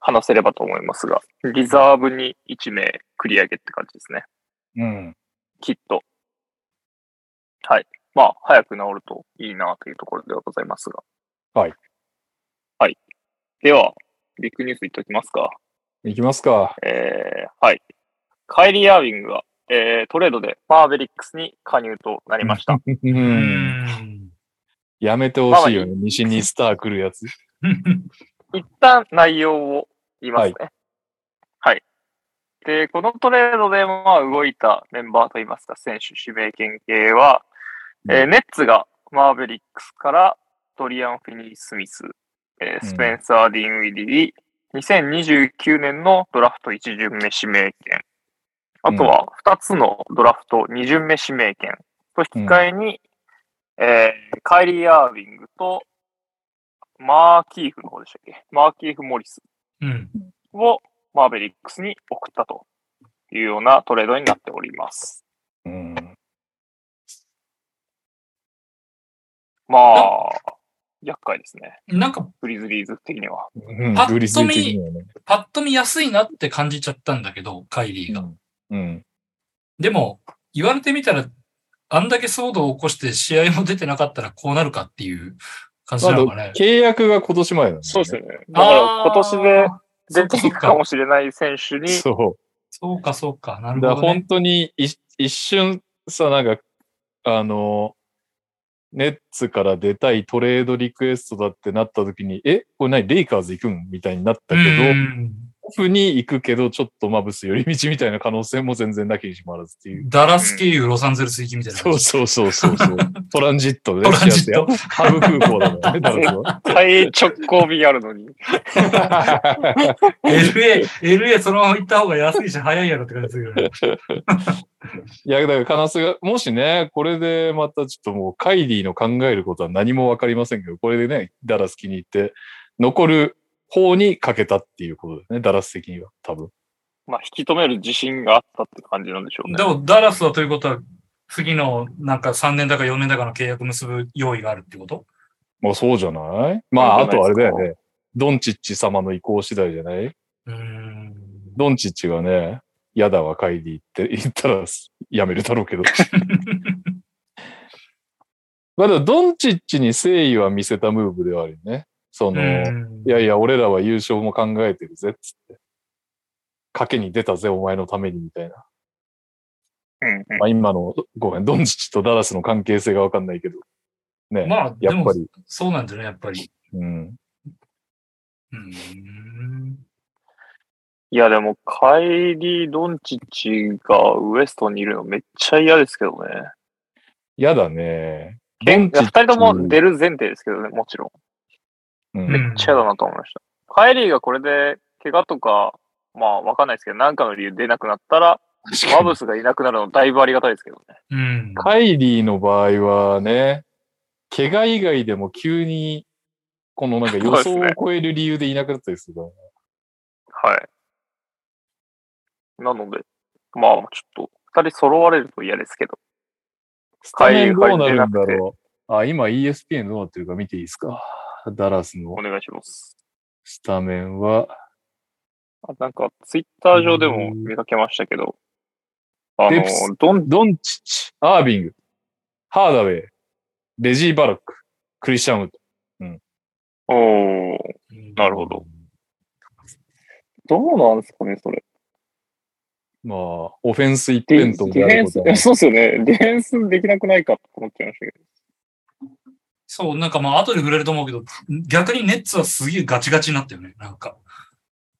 S4: 話せればと思いますが、リザーブに1名繰り上げって感じですね。
S2: うん。
S4: きっと。はい。まあ、早く治るといいなというところではございますが。
S2: はい。
S4: はい。では、ビッグニュースいっときますか。
S2: いきますか。
S4: えーはい。カイリー・アーウィングが、えートレードでマーベリックスに加入となりました。
S2: う。
S3: うんん。
S2: やめてほしいよね。西にスター来るやつ。
S4: 一旦内容を言いますね。はい。で、このトレードで、まあ、動いたメンバーといいますか、選手指名権系は、えーネッツがマーベリックスからドリアン・フィニー・スミス、えースペンサー・ディン・ウィディリー、2029年のドラフト1巡目指名権、あとは2つのドラフト2巡目指名権と引き換えに、えーカイリー・アーウィングとマーキーフの方でしたっけマーキーフ・モリス
S3: うん。
S4: をマーベリックスに送ったというようなトレードになっております。
S2: うん。
S4: まあ、厄介ですね。
S3: なんか、
S4: グリズリーズ的には。
S2: うん
S3: パッと見
S2: グリズリー的にはね。
S3: パッと見安いなって感じちゃったんだけど、カイリーが。
S2: うん。
S3: でも、言われてみたら、あんだけ騒動を起こして試合も出てなかったらこうなるかっていう感じ
S2: まあ
S3: なのかね。
S2: 契約が今年前だね。
S4: ね。だから今年で
S3: あー
S4: 出ていくかもしれない選手に、
S2: そ
S3: そうか、そうか。な
S2: う。
S3: る
S2: だから
S3: ほど、ね
S2: 本。当に一一瞬さ、なんか、あの、ネッツから出たいトレードリクエストだってなった時に、え、これ何レイカーズ行くんみたいになったけど、
S3: うん
S2: オフに行くけど、ちょっとマブス寄り道みたいな可能性も全然なきにしもあらずっていう。
S3: ダラス経由ロサンゼルス行きみたいな
S2: そ
S3: 感
S2: う
S3: じ。
S2: そうそうそうそう。トランジットで、ね。
S3: トランジット。
S2: ハブ空港だもんね、ダラス
S3: (laughs)
S2: は。
S4: 大直行便あるのに。
S3: LA、LA そのまま行った方が安いし早いやろって感じするよね。
S2: いや、だから、カナスが、もしね、これでまたちょっともう、カイリーの考えることは何もわかりませんけど、これでね、ダラス気に入って、残る方にかけたっていうことですね、ダラス的には、多分。
S4: まあ、引き止める自信があったって感じなんでしょうね
S3: で。も、ダラスはということは、次のなんか3年だか4年だかの契約結ぶ用意があるってこと
S2: まあ、そうじゃないまあ、
S4: そ
S2: あとあ
S4: うじゃな
S2: れ
S4: いですか
S2: だよね。ドンチッチ様の意向次第じゃないう
S3: ーん。
S2: ドンチッチがね、やだわ、カイリーって言ったらやめるだろう
S4: (laughs)
S2: けど。まあでも、ドンチッチに誠意は見せたムーブではあるよね。その、
S3: うん
S2: いやいや、俺らは優勝も考えてるぜ、つって。賭けに出たぜ、お前のために、みたいな。
S4: うんうん
S2: まあ今の、ごめん、ドンチッチとダラスの関係性がわかんないけど。ね、
S3: まあ、で
S2: やっぱ
S3: も、
S2: り。
S3: そうなんじゃないやっぱり。
S2: うん。
S3: うーん。
S4: いや、でも、カイリー・ドンチッチがウエストにいるのめっちゃ嫌ですけどね。
S2: やだね。
S4: けん
S2: ドンチッチ
S4: 二人とも出る前提ですけどね、もちろん。
S2: う
S3: め
S2: ん。
S4: めっちゃ嫌だなと思いました。カイリーがこれで、怪我とか、まあ、わかんないですけど、なんかの理由出なくなったら、マブスがいなくなるのだいぶありがたいですけどね。
S3: うん。
S2: カイリーの場合はね、怪我以外でも急に、このなんか予想
S4: そ
S2: を
S4: うですね
S2: 超える理由でいなくなったりするからね
S4: はい。なので、まあ、ちょっと、二人揃われると嫌ですけど。
S2: スタメンど
S4: カイリ
S2: う
S4: ー
S2: なる
S4: が
S2: んだ
S4: 出な
S2: ろう。あ、今 ESPN どうなってるか見ていいですか。ダラスの
S4: お願いします。
S2: スタメンは、
S4: あなんか、ツイッター上でも見かけましたけど、あ
S2: デ
S4: の
S2: プス、
S4: ドン、
S2: ドンチッチ、アービング、ハーダウェイ、レジー・バロック、クリスチャンウッド。
S4: おーなるほど。どうなんですかね、それ。
S2: まあ、オフェンス一辺倒であることは
S4: そうっすよね。ディフェンスできなくないかと思っちゃいましたけど。
S3: そう、なんかまあ、後で触れると思うけど、逆にネッツはすげえガチガチになったよね。なんか。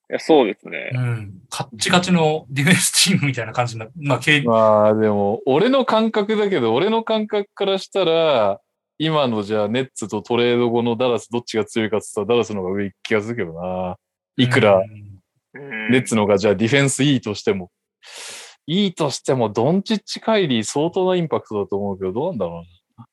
S4: いや、そうですね。
S3: うん。カッチカチのディフェンスチームみたいな感じになまあ、経
S2: (laughs)
S3: 営
S2: まあでも、俺の感覚だけど、俺の感覚からしたら、今のじゃあネッツとトレード後のダラスどっちが強いかって言ったらダラスの方が上行く気がするけどな。いくら、ネッツの方がじゃあディフェンスいいとしても。いいとしても、ドンチッチ・カイリー相当なインパクトだと思うけど、どうなんだろうな。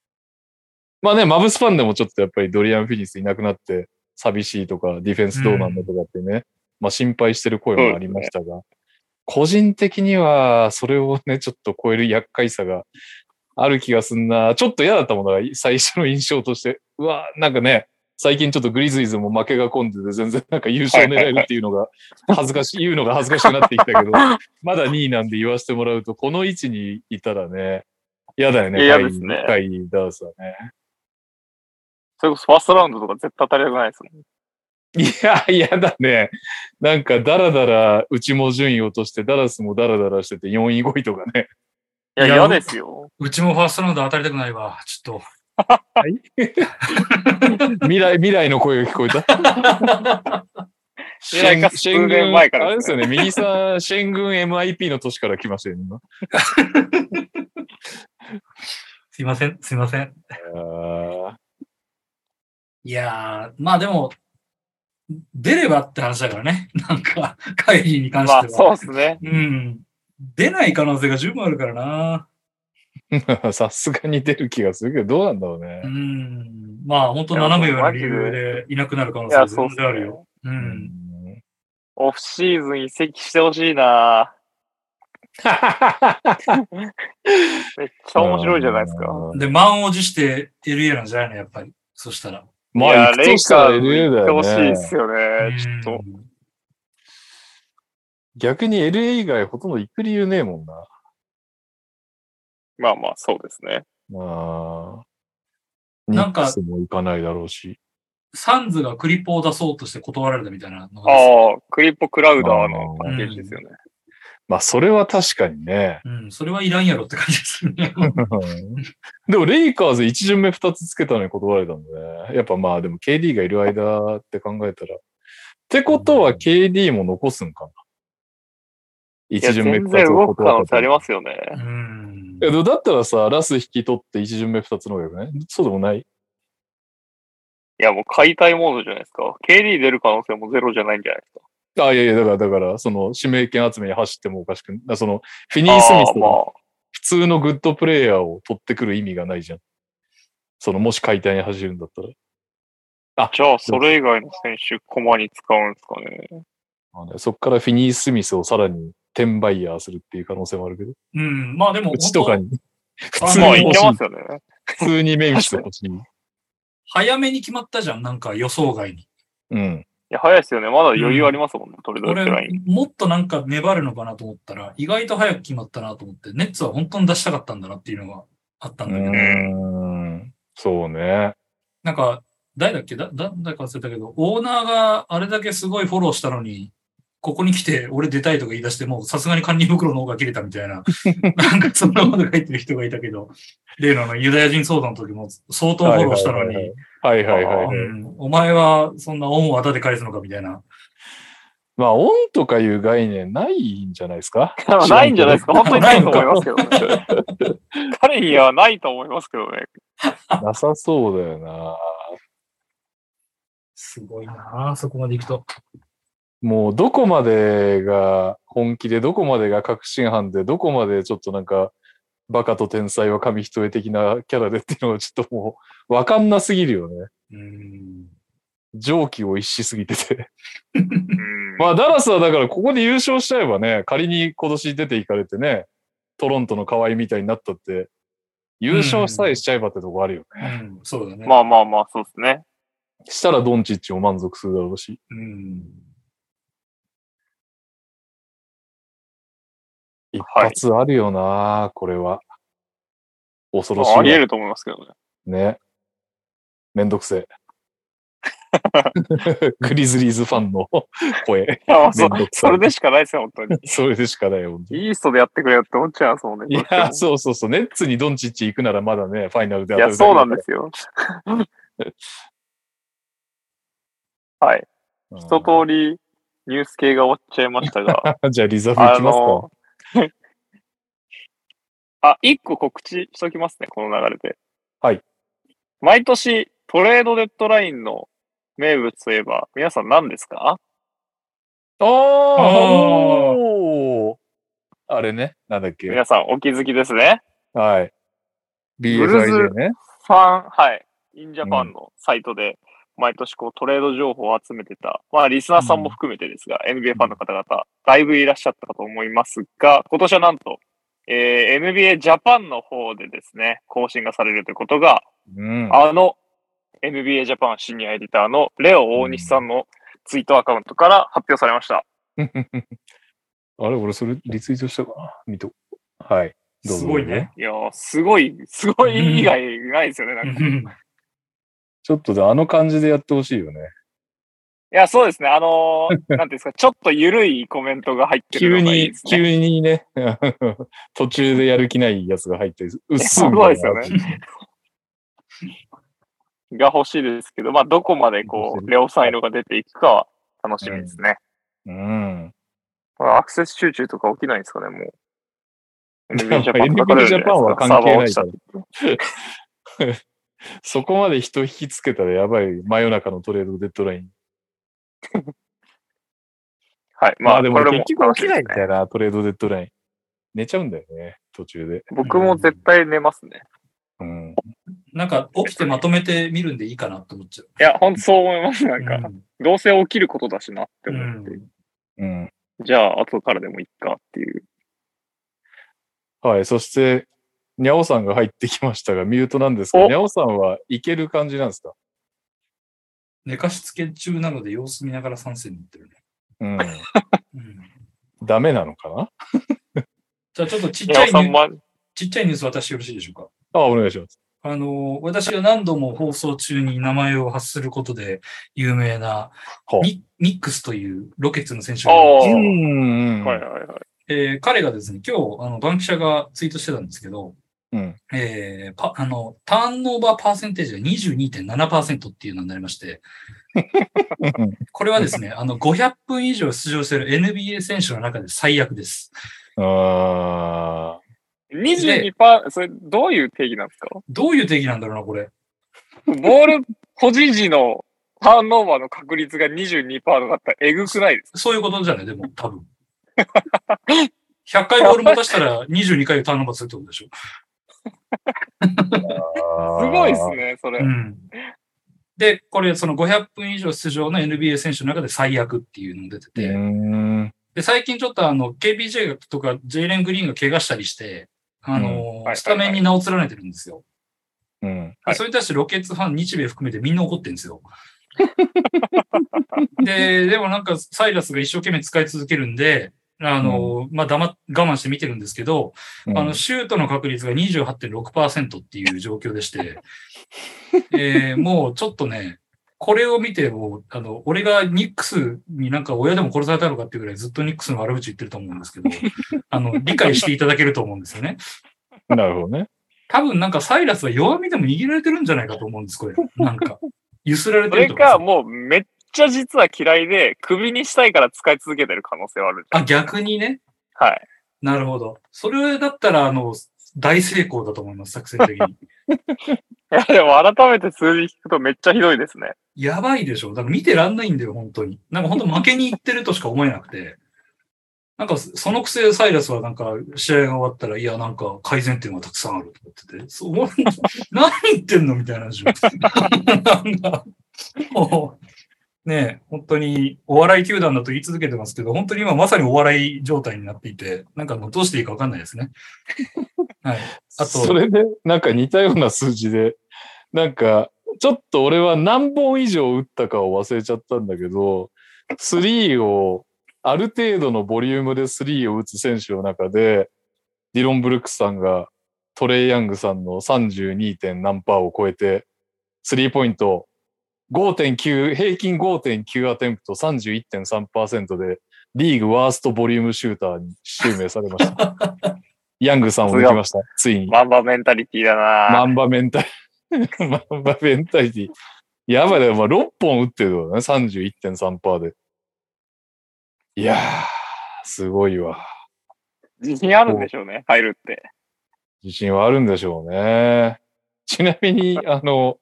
S2: まあね、マブスパンでもちょっとやっぱりドリアン・フィニスいなくなって寂しいとか、ディフェンスどうなんだとかってね、まあ心配してる声もありましたが、個人的にはそれをね、ちょっと超える厄介さがある気がすんな。ちょっと嫌だったもんだ、最初の印象として。うわ、なんかね、最近ちょっとグリズイズも負けが込んでて、全然なんか優勝狙えるっていうのが恥ずかしい、言うのが恥ずかしくなってきたけど、
S4: (laughs)
S2: まだ2位なんで言わせてもらうと、この位置にいたらね、嫌だよね、
S4: 嫌
S2: カイリー
S4: ですね
S2: カイリーダースはね。
S4: それこそファーストラウンドとか絶対当たりたくないですもん。
S2: いや、嫌だね。なんか、だらだら、うちも順位落として、ダラスもだらだらしてて、4位5位とか
S4: (laughs)
S2: ね。
S4: いや、
S3: いや
S4: 嫌ですよ。
S3: うちもファーストラウンド当たりたくないわ。ちょっ
S2: 未来、未来の声が聞こえた。シェン
S4: 未来か
S2: シェン
S4: 数
S2: 軍、
S4: 年前から
S2: あれで
S4: ですす
S2: よね、右さん、シェン軍 MIP の年から来ましたよね、今。
S3: と。すいません、すいません。
S2: あ
S3: いやー、まあでも、出ればって話だからね。なんか、会議に関して
S4: ま
S3: は。
S4: あ、そうですね。
S3: うん。出ない可能性が十分あるからな。
S2: ー (laughs) さすがに出る気がするけど、どうなんだろうね
S3: う。ん。まあ、本当斜め上の理由でいなくなる可能
S4: いや、
S3: 性
S4: そう
S3: 全
S4: です
S3: 然ある
S4: ね。
S3: よ。う。。
S2: うん
S4: オフシーズン移籍してほしいなめっちゃ面白いじゃないですか。
S2: あー。
S3: で、満を持して LA なんじゃないの、やっぱり。そしたら。
S2: ま
S4: い
S2: あ、
S4: や
S2: 行くとしたら
S4: レイカー
S2: LA だ
S4: 行
S2: よ
S4: ってほしいで
S2: ね。
S4: すよね。ちょっと。
S3: うん
S2: 逆に LA 以外ほとんど行く理由ねえもんな。
S4: まあまあ、そうですね。
S2: まあ。
S3: なんか
S2: ニックスも行かないだろうし。
S3: サンズがクリップを出そうとして断られたみたいなのがです
S4: ああ、クリッポ・クラウダーのパッケージですよね。
S2: まあ、それは確かにね。 (laughs)
S3: うん、それはいらんやろって感じでする
S4: (laughs)
S3: ね。
S2: でも、レイカーズ1巡目2つつけたのに断られたんで、ね、やっぱまあ、でも KD がいる間って考えたら。ってことは KD も残すんかな。
S4: いや、
S2: 1巡目
S4: 全
S2: 2つ
S4: 然動
S2: を
S4: く可
S2: 断
S4: 能
S2: っ
S4: 性
S2: たの
S4: あり
S2: に。
S4: ますよね。
S3: うん
S2: いやでもだったらさ、ラス引き取って1巡目2つの方がよくないそうでもない
S4: いや、もう解体モードじゃないですか。KD 出る可能性もゼロじゃないんじゃないですか。
S2: あ、いやいや、だから、だから、その、指名権集めに走ってもおかしくない。その、フィニー・スミス
S4: あ
S2: が
S4: ーま
S2: 普通のグッドプレイヤーを取ってくる意味がないじゃん。その、もし解体に走るんだったら。
S4: あ、じゃあ、それ以外の選手、コマに使うんですかね。
S2: あのそこからフィニー・スミスをさらに転売ヤーするっていう可能性もあるけど、
S3: うん、まあでも、
S2: うちとかに。普通に
S4: まあ、い
S2: 欲
S4: け
S2: し
S4: ま
S2: い。
S4: すよね。
S2: 普通にメンフィス欲しい。
S3: 早めに決まったじゃん、なんか予想外に。
S2: うん。
S4: いや、早いですよね。まだ余裕ありますもんね、トレードデッドライ
S3: 俺
S4: ン。、
S3: もっとなんか粘るのかなと思ったら、意外と早く決まったなと思って、ネッツは本当に出したかったんだなっていうのがあった
S2: うん
S3: だけど、
S2: ーん。そうね。
S3: なんか、誰だっけだ、だ、誰か忘れたけど、オーナーがあれだけすごいフォローしたのに、ここに来て、俺出たいとか言い出して、もうさすがに堪忍袋の方が切れたみたいな、なんかそんなこと書いてる人がいたけど、例のあのユダヤ人相談の時も相当フォローしたのに、
S2: はいはいはいはい。
S3: うんお前はそんな恩をあだで返すのかみたいな。
S2: まあ、オンとかいう概念ないんじゃないですか
S4: ないんじゃないですか。本当に (laughs) ないと思いますけど
S3: ないの
S4: ね。彼にはないと思いますけどね。
S2: なさそうだよな。
S3: すごいなあそこまで行くと。
S2: もうどこまでが本気で、どこまでが確信犯で、どこまでちょっとなんか、バカと天才は紙一重的なキャラでっていうのはちょっともう、わかんなすぎるよね。
S3: うん。
S2: 上気を逸しすぎてて。 (laughs)
S4: うん
S2: まあ、ダラスはだからここで優勝しちゃえばね、仮に今年出ていかれてね、トロントの河合みたいになったって、優勝さえしちゃえばってとこあるよね。
S3: うん、そうだね。
S4: まあまあまあ、そうですね。
S2: したらドンチッチも満足するだろうし。
S3: うん。
S2: 一
S4: い
S2: 発あるよな、これは。恐ろしい
S4: まあ、
S2: わ
S4: あり得ると思いますけどね。
S2: ね。めんどくせえ。グリズリーズファンの声。
S4: いやま (laughs) あそ
S2: 面倒くさい
S4: それでしかない (laughs) ですよ、本当に。
S2: それでしかないよ。本当に
S4: イーストでやってくれよって思っちゃいますもんね。
S2: い
S4: どうしても
S2: や、そうそうそう。ネッツにドンチッチ行くならまだね、ファイナルで。
S4: (laughs) いや、そうなんですすよ。
S2: うん
S4: 一通りニュース系が終わっちゃいましたが、
S2: じゃあリザーブ行
S4: あ
S2: きますか。
S4: の、 (laughs) あ、一個告知しときますね、この流れで。
S2: はい。
S4: 毎年トレードデッドラインの名物といえば、皆さん何ですか
S2: あー
S3: あー
S2: おーあれね、なんだっけ。
S4: 皆さんお気づきですね。
S2: はい。
S4: ブルズ
S2: BFIJ ね。
S4: ファン、はい。インジャパンのサイトで、毎年こうトレード情報を集めてた、まあリスナーさんも含めてですが、NBA ファンの方々、だいぶいらっしゃったかと思いますが、今年はなんと、えー NBA ジャパンの方でですね、更新がされるということが、
S2: うん。 (laughs)
S4: あの NBA ジャパンシニアエディターのレオ大西さんのツイートアカウントから発表されました。
S2: あれ、俺それリツイートしたかな見とこう。はい。どうぞ
S3: すごいね。
S4: いやー、すごい、すごい以外ないですよね、なんか。
S2: ちょっとであの感じでやってほしいよね。
S4: いや、そうですね。あのー (laughs) なんていうんですか、ちょっと緩いコメントが入って
S2: 急
S4: るのがいい
S2: に
S4: で、すね。
S2: 急にね、 (laughs) 途中でやる気ないやつが入って、うっすん
S4: そうですよね。が欲しいですけど、まあ、どこまでこう、レオさん色が出ていくかは楽しみですね。
S2: うん。
S4: これアクセス集中とか起きないんですかね、も
S2: (laughs)
S4: う。NBA
S2: から NBA ジャパンは関係ないから。そこまで人引きつけたらやばい。真夜中のトレードデッドライン。
S4: はい。
S2: ま
S4: まあ、
S2: あで
S4: で
S2: も
S4: も、これ
S2: 結
S4: も
S2: 局
S4: 楽
S2: 起
S4: し
S2: き
S4: み
S2: な
S4: で
S2: い
S4: す
S2: ん
S4: ね。
S2: だよな、トレードデッドライン。寝ちゃうんだよね、途中で。
S4: 僕も絶対寝ますね。
S2: うん。
S3: なんか起きてまとめてみるんでいいかなと思っちゃう。
S4: いや、ほんとそう思います。なんか、
S3: うん
S4: どうせ起きることだしなって思って、
S3: うん
S2: うん。
S4: じゃあ、後からでもいいかっていう。
S2: はい。そして、にゃおさんが入ってきましたが、ミュートなんですが、
S4: お
S2: にゃおさんはいける感じなんですか
S3: 寝かしつけ中なので様子見ながら参戦に行ってるね。
S2: うん。
S3: うん
S2: ダメなのかな
S3: じゃあちょっとちっちゃ
S4: 皆
S3: い
S4: さ
S3: ニ
S4: ん
S3: ュー
S4: も、
S3: ちっちゃいニュース私よろしいでしょうか
S2: あ、お願いします。
S3: あの、私が何度も放送中に名前を発することで有名な
S2: ほう
S3: ニニックスというロケッツの選手が
S4: あ
S2: う
S4: ー
S2: ん。
S4: はいはいはい。
S3: えー彼がですね、今日、あの、バンキシャがツイートしてたんですけど、
S2: うん。
S3: えーパあの、ターンオーバーパーセンテージが22.7%っていうのになりま
S4: (laughs)
S3: して、これはですね、あの、500分以上出場している NBA 選手の中で最悪です。
S2: あ
S4: 22%パー、それどういう定義なんですか
S3: どういう定義なんだろうな、これ。
S4: ボール保持時のターンオーバーの確率が22%だったらえぐくないです
S3: そういうことじゃない、でも、多分。100回ボール持たしたら22回ターンオーバーするってことでしょ。
S2: あ。
S4: かすごいです。ね、それ。
S3: うん。で、これ、その500分以上出場の NBA 選手の中で最悪っていうのが出てて、
S2: うん。
S3: で、最近ちょっとあの、KPJ とかジェイレン・グリーンが怪我したりして、あのー、
S4: うんはい
S3: スタメンに名を連ねてるんですよ。
S2: うん。
S4: はい
S3: それに対してロケッツファン、日米含めてみんな怒ってるん
S4: (laughs)
S3: ですよ。で、でもなんかサイラスが一生懸命使い続けるんで、あのー、まあ、黙っ、我慢して見てるんですけど、あの、シュートの確率が28.6%っていう状況でして、
S4: (laughs)
S3: えーもうちょっとね、これを見ても、あの、俺がニックスになんか親でも殺されたのかっていうぐらいずっとニックスの悪口言ってると思うんですけど、あの、理解していただけると思うんですよね。
S2: なるほどね。
S3: 多分なんかサイラスは弱みでも握られてるんじゃないかと思うんです、こ
S4: (laughs)
S3: れ。なんか。揺すられ
S4: そ
S3: てる
S4: れ
S3: とか
S4: か、。もうめっちゃ実は嫌いで、クビにしたいから使い続けてる可能性はある。
S3: あ、逆にね。
S4: はい。
S3: なるほど。それだったら、あの、大成功だと思います、作戦的に。
S4: いや、でも改めて数字聞くとめっちゃひどいですね。
S3: やばいでしょ。だから見てらんないんだよ、本当に。なんか本当負けにいってるとしか思えなくて。 (laughs) なんか、そのくせサイラスはなんか、試合が終わったら、いや、なんか改善点がたくさんあるとか言ってて、そう、 (laughs) もう何言ってんのみたいな話を。 (laughs) なんか、 (laughs) もう、ねえ、本当にお笑い球団だと言い続けてますけど、本当に今まさにお笑い状態になっていて、なんかもうどうしていいかわかんないです
S4: (laughs)
S3: ね。はい。あと、
S2: それで、なんか似たような数字で、なんか、ちょっと俺は何本以上打ったかを忘れちゃったんだけど、スリーを、ある程度のボリュームでスリーを打つ選手の中で、ディロン・ブルックスさんがトレイ・ヤングさんの 32. 点何パーを超えて、スリーポイント5.9、平均5.9アテンプト31.3%で、リーグワーストボリュームシューターに襲名されま
S3: (laughs)
S2: した。ヤングさんを抜きました、ついに。
S4: マンバメンタリティだな
S2: マンバメンタリマンバメンタリティ。やばいだよ、まあ、6本打ってるからね、31.3%で。いやー、すごいわ。
S4: 自信あるんでしょうね、入るって。
S2: 自信はあるんでしょうね。ちなみに、あの、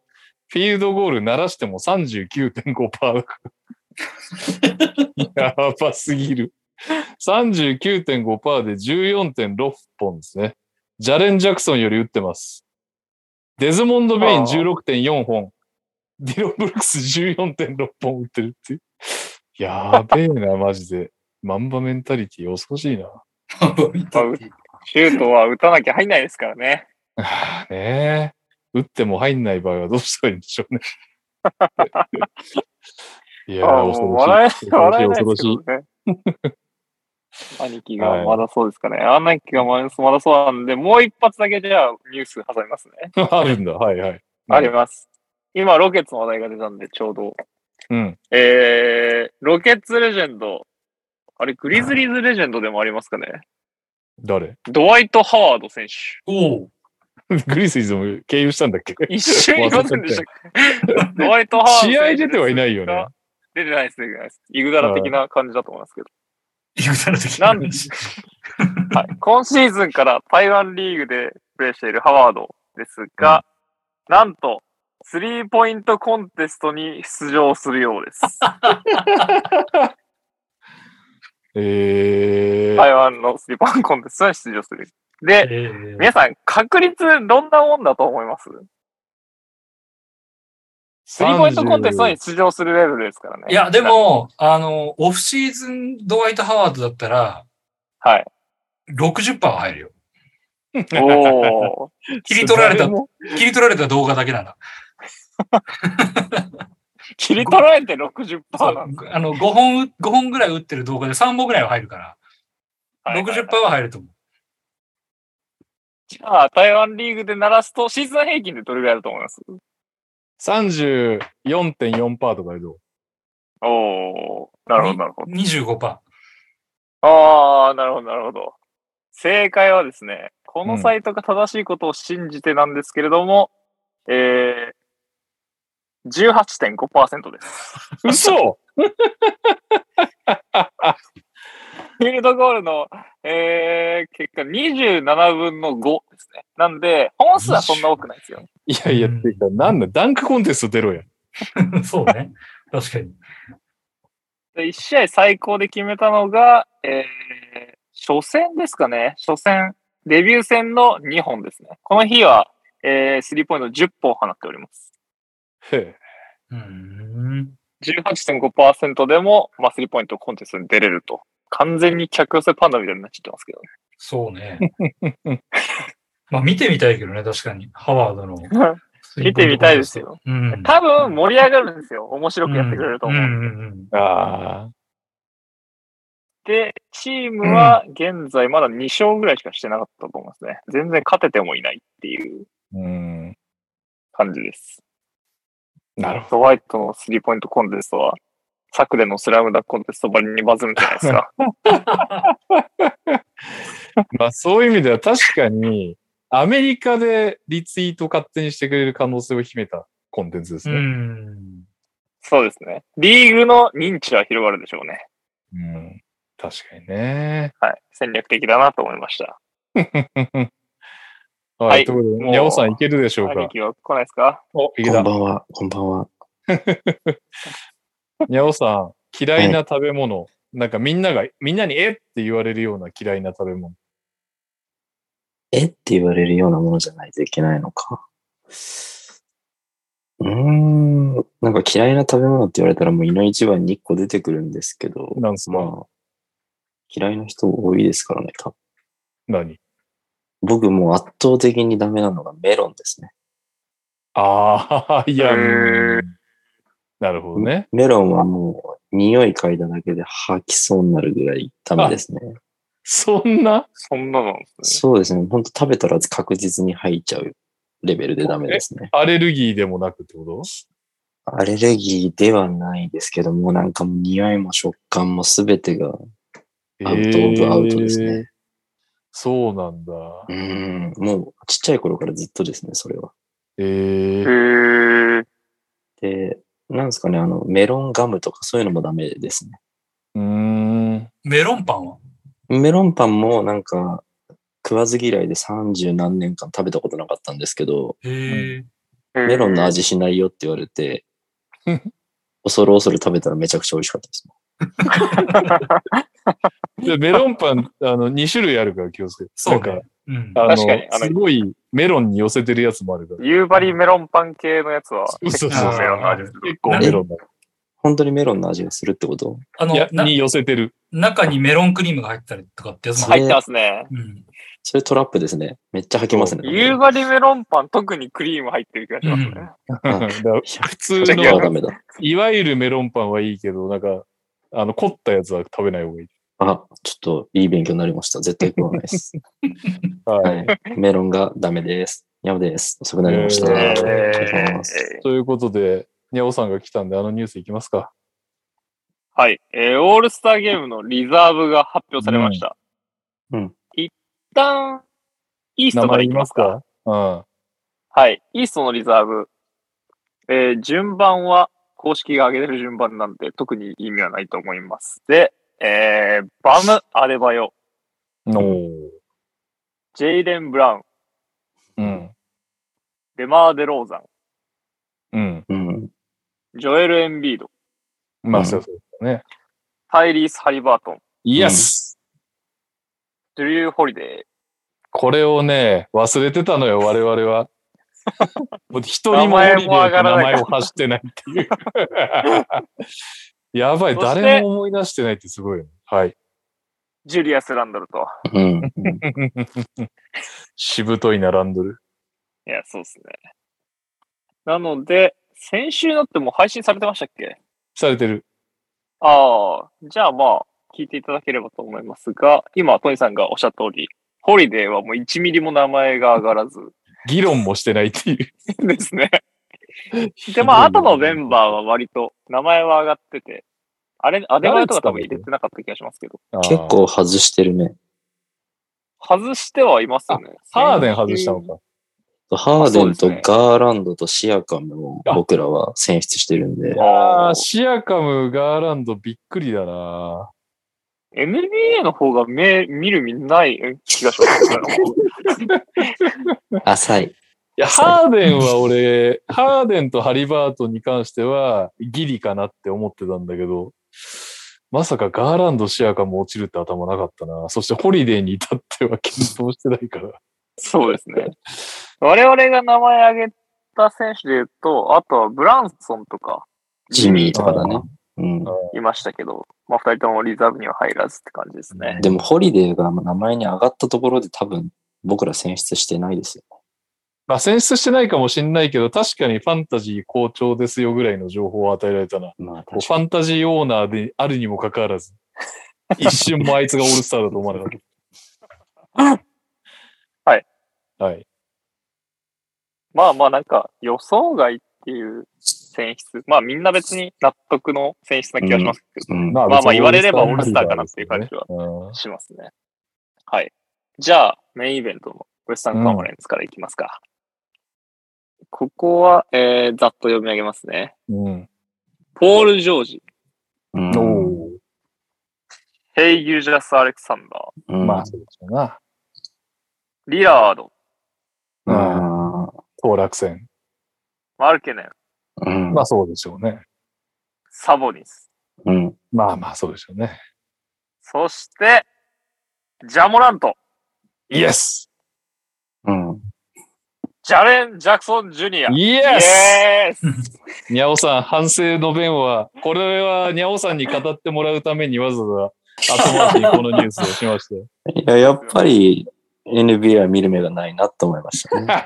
S2: フィールドゴール鳴らしても39.5%だから。やばすぎる。39.5%で14.6本ですね。ジャレン・ジャクソンより打ってます。デズモンド・ベイン
S4: ああ
S2: 16.4本。ディロン・ブルックス14.6本打ってるっていう。やべえな、マジで。マンバメンタリティ恐ろしいな。
S4: シュートは打たなきゃ入んないですからね。
S2: ああね (laughs) え。打っても入んない場合はどうしたらいいんでしょ
S4: (laughs)
S2: うね。いや
S4: あ
S2: ー、
S4: も
S2: 恐
S4: う
S2: ろ
S4: 笑
S2: しい。
S4: え、笑えな
S2: 恐
S4: いで
S2: ろし
S4: すけ
S2: い。
S4: どね。
S2: (laughs)
S4: 兄貴がまだそうですかね。兄貴がまだまだそうなんで、もう一発だけじゃあニュース挟みますね。
S2: (laughs) 恐ろしいあるんだ。はいはい。
S4: あります。今、ロケッツの話題が出たんで、ちょうど。
S2: うん。
S4: えー、ロケッツレジェンド。あれ、グリズリーズレジェンドでもあります
S2: (laughs)
S4: かね。
S2: 誰 (laughs)
S4: ドワイト・ハワード選手。
S3: (laughs) おお。
S2: グリスイズも経由したんだっけ
S4: 一緒にいませんでしたっけドワイト・ハワード選手。
S2: (laughs) 試合出てはいないよね。。
S4: 出てないです、出てないです。イグダラ的な感じだと思いますけど。
S3: イグザル的
S4: なんではい、今シーズンから台湾リーグでプレーしているハワードですが、なんと、スリーポイントコンテストに出場するよ
S3: (laughs)
S4: うです。
S2: えー。
S4: 台湾のスリーポイントコンテストに出場する。で、
S3: えー
S4: 皆さん、確率どんなもんだと思いますスリーポイントコンテストに出場するレベルですからね。
S3: いや、で、も、あの、オフシーズンドワイト・ハワードだったら、
S4: はい。
S3: 60%は入るよ。 (laughs)
S4: おー。
S3: 切り取られた
S2: 誰も
S3: 切り取られた動画だけなら。
S4: 切り取られて60%なん
S3: (laughs)
S4: ですね。
S3: あの、5本う、五本ぐらい打ってる動画で3本ぐらいは入るから、
S4: はいはいはい
S3: 60%は入ると思う。
S4: じゃあ、台湾リーグで鳴らすと、シーズン平均でどれぐらいだと思います
S2: 34.4%とか
S4: (laughs)
S2: でどう
S4: おー。なるほど、なるほど。
S3: 25%。
S4: ああ、なるほど、なるほど。正解はですね、こ
S2: う
S4: の
S2: ん
S4: サイトが正しいことを信じてなんですけれども、えー、18.5%です。
S2: (laughs) 嘘
S4: フィールドゴールの、えー、結果27分の5ですね。なんで、本数はそんな多くないですよ。
S2: いやいや、
S3: うん
S2: てか、なんだ、ダンクコンテスト出ろや。
S3: (laughs) そうね。確かに。
S4: で、1試合最高で決めたのが、えー、初戦ですかね。初戦、デビュー戦の2本ですね。この日は、えー、スリーポイント10本放っております。
S2: へ
S3: うーん。
S4: 18.5%でも、まあ、スリーポイントコンテストに出れると。完全に客寄せパンダみたいになっちゃってますけどね。
S3: そう
S4: (laughs)
S3: ね。まあ見てみたいけどね、確かに。ハワードの。
S4: (laughs) 見てみたいですよ。
S3: うん。
S4: 多分盛り上がるんですよ。面白くやってくれると思う。
S3: うんうんうん
S2: え。ああ。
S4: で、チームは現在まだ2勝ぐらいしかしてなかったと思いますね。全然勝ててもいないっていう
S2: うん。
S4: 感じです。
S2: なるほ
S4: ドワイトのスリーポイントコンテストは、昨年のスラムダックコンテストばりにバズるんじゃないですか。
S2: ど。まあ、そういう意味では確かに、アメリカでリツイートを勝手にしてくれる可能性を秘めたコンテンツです
S3: う
S2: ね。
S3: ん。
S4: そうですね。リーグの認知は広がるでしょうね。
S2: うん。確かにね。 (laughs)
S4: はい。戦略的だなと思いました。
S2: はい、
S4: はい
S2: ということで、
S4: もう
S2: にゃおさんいけるでしょう
S4: 兄
S2: か。
S4: 貴は来ないですか
S2: お、いけ
S1: こ
S2: た
S1: んば。んは、こんばんは。
S2: にゃおさん、嫌いな食べ物。なんかみんなが、みんなにえって言われるような嫌いな食べ物。
S1: えって言われるようなものじゃないといけないのか。うーん、なんか嫌いな食べ物って言われたらもう胃の一番に1個出てくるんですけど、
S2: なんすか
S1: まあ、嫌いな人多いですからね、多分
S2: 何
S1: 僕もう圧倒的にダメなのがメロンですね。
S2: ああ、いや、
S4: へ
S2: う
S4: ー
S2: んなるほどね。
S1: メロンはもう匂い嗅いだだけで吐きそうになるぐらいダメですね。
S2: そんな
S4: そんなのなんですね。
S1: そうですね、ほんと食べたら確実に吐いちゃうレベルでダメですね。
S2: アレルギーでもなくってこと
S1: アレルギーではないですけども、なんかもう匂いも食感もすべてがアウトオブアウトです
S2: え
S1: ね
S2: ー。そうなんだ。
S1: うん、もうちっちゃい頃からずっとですね、それは。
S2: え
S4: へ
S2: ー、
S4: ー。
S1: で、なんですかね、あの、メロンガムとかそういうのもダメですね。
S2: うーん。
S3: メロンパンは
S1: メロンパンもなんか、食わず嫌いで三十何年間食べたことなかったんですけど、
S3: へえ。
S1: メロンの
S4: 味
S1: 味しないよって言われ
S2: (laughs)
S1: て
S2: うん、
S1: 恐る恐る食べたらめちゃくちゃ美味しかったです
S2: で
S1: ね。
S2: メロンパン、あの、2種類あるから気をつけて。
S3: そうね
S2: なんか
S3: うん。
S2: あの
S4: 確かにあの
S2: すごいメロンに寄せてるやつもあるから。
S4: 夕張メロンパン系のやつは
S2: そうそうそう
S3: あー
S4: メロンの味する
S2: 結構メロンだ。
S1: 本当にメロンの味がするってこと
S3: あ
S2: いや
S3: の、、な
S2: に寄せてる。
S3: 中にメロンクリームが入ったりとかってやつも入っ
S4: 入ってますね。
S3: うん。
S1: それトラップですね。めっちゃ吐きますね。
S4: 夕張メロンパン特にクリーム入ってる気がしますね。
S2: だから普通
S1: それはダ
S2: の、
S1: メだ。
S2: いわゆるメロンパンはいいけど、なんか、あの、凝ったやつは食べない方がいい。
S1: あ、ちょっといい勉強になりました。絶対食わないです。
S2: はい。
S1: はい。メロンがダメです。やめです。遅くなりました。
S2: えー
S1: ありがとうございます
S4: え
S2: ということで、にゃおさんが来たんで、あのニュースいきますか。
S4: はい。えーオールスターゲームのリザーブが発表されました。
S1: うんうん
S4: 一旦、イース
S2: 名
S4: トから
S2: 前
S4: い
S2: 言い
S4: きま
S2: ますす
S4: か。
S2: かうん。
S4: はい。イーストのリザーブ。えー順番は、公式が挙げてる順番なんで、特に意味はないと思います。で、えーバム・アデバヨ、
S2: の
S4: ジェイレン・ブラウン、
S2: うん。
S4: デマー・デ・ローザ
S2: うん。
S1: うん。
S4: ン、ジョエル・エンビード、
S2: ま
S1: う
S2: あ、
S1: ん
S2: そうそうだね。
S4: タイリース・ハリバートン、
S2: イエス
S4: ドリュー・ホリデ
S2: これをね、忘れてたの
S4: (laughs)
S2: よ、我々は。もう一人
S4: 名
S2: も
S4: 前
S2: 名
S4: も
S2: 前
S4: 上がらない
S2: 名前を発してないっていう。 (laughs) やばい、
S4: そして
S2: 誰も思い出してないってすごいよね。はい。
S4: ー、ジュリアス・ランドルと。
S1: うん。
S2: しぶといな、ランドル。
S4: いや、そうですね。なので、先週だってもう配信されてましたっけ
S2: されてる。
S4: ああ、じゃあまあ、聞いていただければと思いますが、今、トニーさんがおっしゃった通り、ホリデーはもう1ミリも名前が上がらず
S2: 議論もしてないっていう。
S4: で
S2: (laughs)
S4: すね。で、まあ、後のメンバーは割と名前は上がってて、あれ、アデバイとか多分入れてなかった気がしますけど、
S2: あー
S1: 結構外してるね。
S4: 外してはいますよね。
S2: ハーデン外したの
S4: 先週。
S2: か。
S1: ハーデン
S4: そ
S1: と
S4: うですね
S1: ガーランドとシアカムを僕らは選出してるんで。
S2: あ
S4: あ
S2: あ、シアカム、ガーランド、びっくりだな。
S4: NBA の方が目、見る見ない気がします。
S1: 浅い。
S2: いや、ハーデンは俺、ハーデンとハリバートンに関しては、ギリかなって思ってたんだけど、まさかガーランド、シアカム落ちるって頭なかったな。そしてホリデーに至っては検討してないから。
S4: そうですね。我々が名前挙げた選手で言うと、あとはブランソンとか、
S1: ジミーとかだね。うん。
S4: いましたけど、まあ、二人ともリザーブには入らずって感じですね。
S1: でも、ホリデーが名前に上がったところで多分僕ら選出してないですよ。
S2: まあ、選出してないかもしんないけど、確かにファンタジー好調ですよぐらいの情報を与えられたな。
S1: まあ、
S2: こう
S1: 確
S2: フ
S1: か
S2: ァンタジーオーナーであるにもかかわら
S4: (laughs)
S2: ず、一瞬もあいつがオールスターだと思わなかった。
S4: はい。
S2: はい。
S4: まあまあなんか予想外っていう選出、まあみんな別に納得の選出な気がしますけ
S1: に。うん。
S2: ま
S4: まあまあ言われればオールスターかなっていう感じは
S2: うん
S4: ど、しますね。はい。じゃあメインイベントのウエスタンカンファレンスからいきますか。ここは、えー、ざっと読み上げますね。
S2: うん。
S4: ポール・ジョージ、
S1: うん
S2: お
S4: ヘイ・ユージャス・アレクサンダー、
S1: うん
S2: お。まあ、そうですよな。
S4: リラード、
S1: あ
S2: 当落選。
S4: マルケネン、
S1: ー。うん
S2: まあ、そうでしょうね。
S4: サボニス、
S1: うん。
S2: まあまあ、そうでしょうね。
S4: そして、ジャモラント、
S2: イエス
S1: うん。
S4: ジャレン・ジャクソン・ジュニア。
S2: イ
S4: イ (laughs)
S2: エス
S4: エーイ
S2: にゃおさん、反省の弁は、これはにゃおさんに語ってもらうためにわざわざ後回しにこのニュースをしましたよ。
S1: いや、やっぱり NBA は見る目がないなと思いましたね。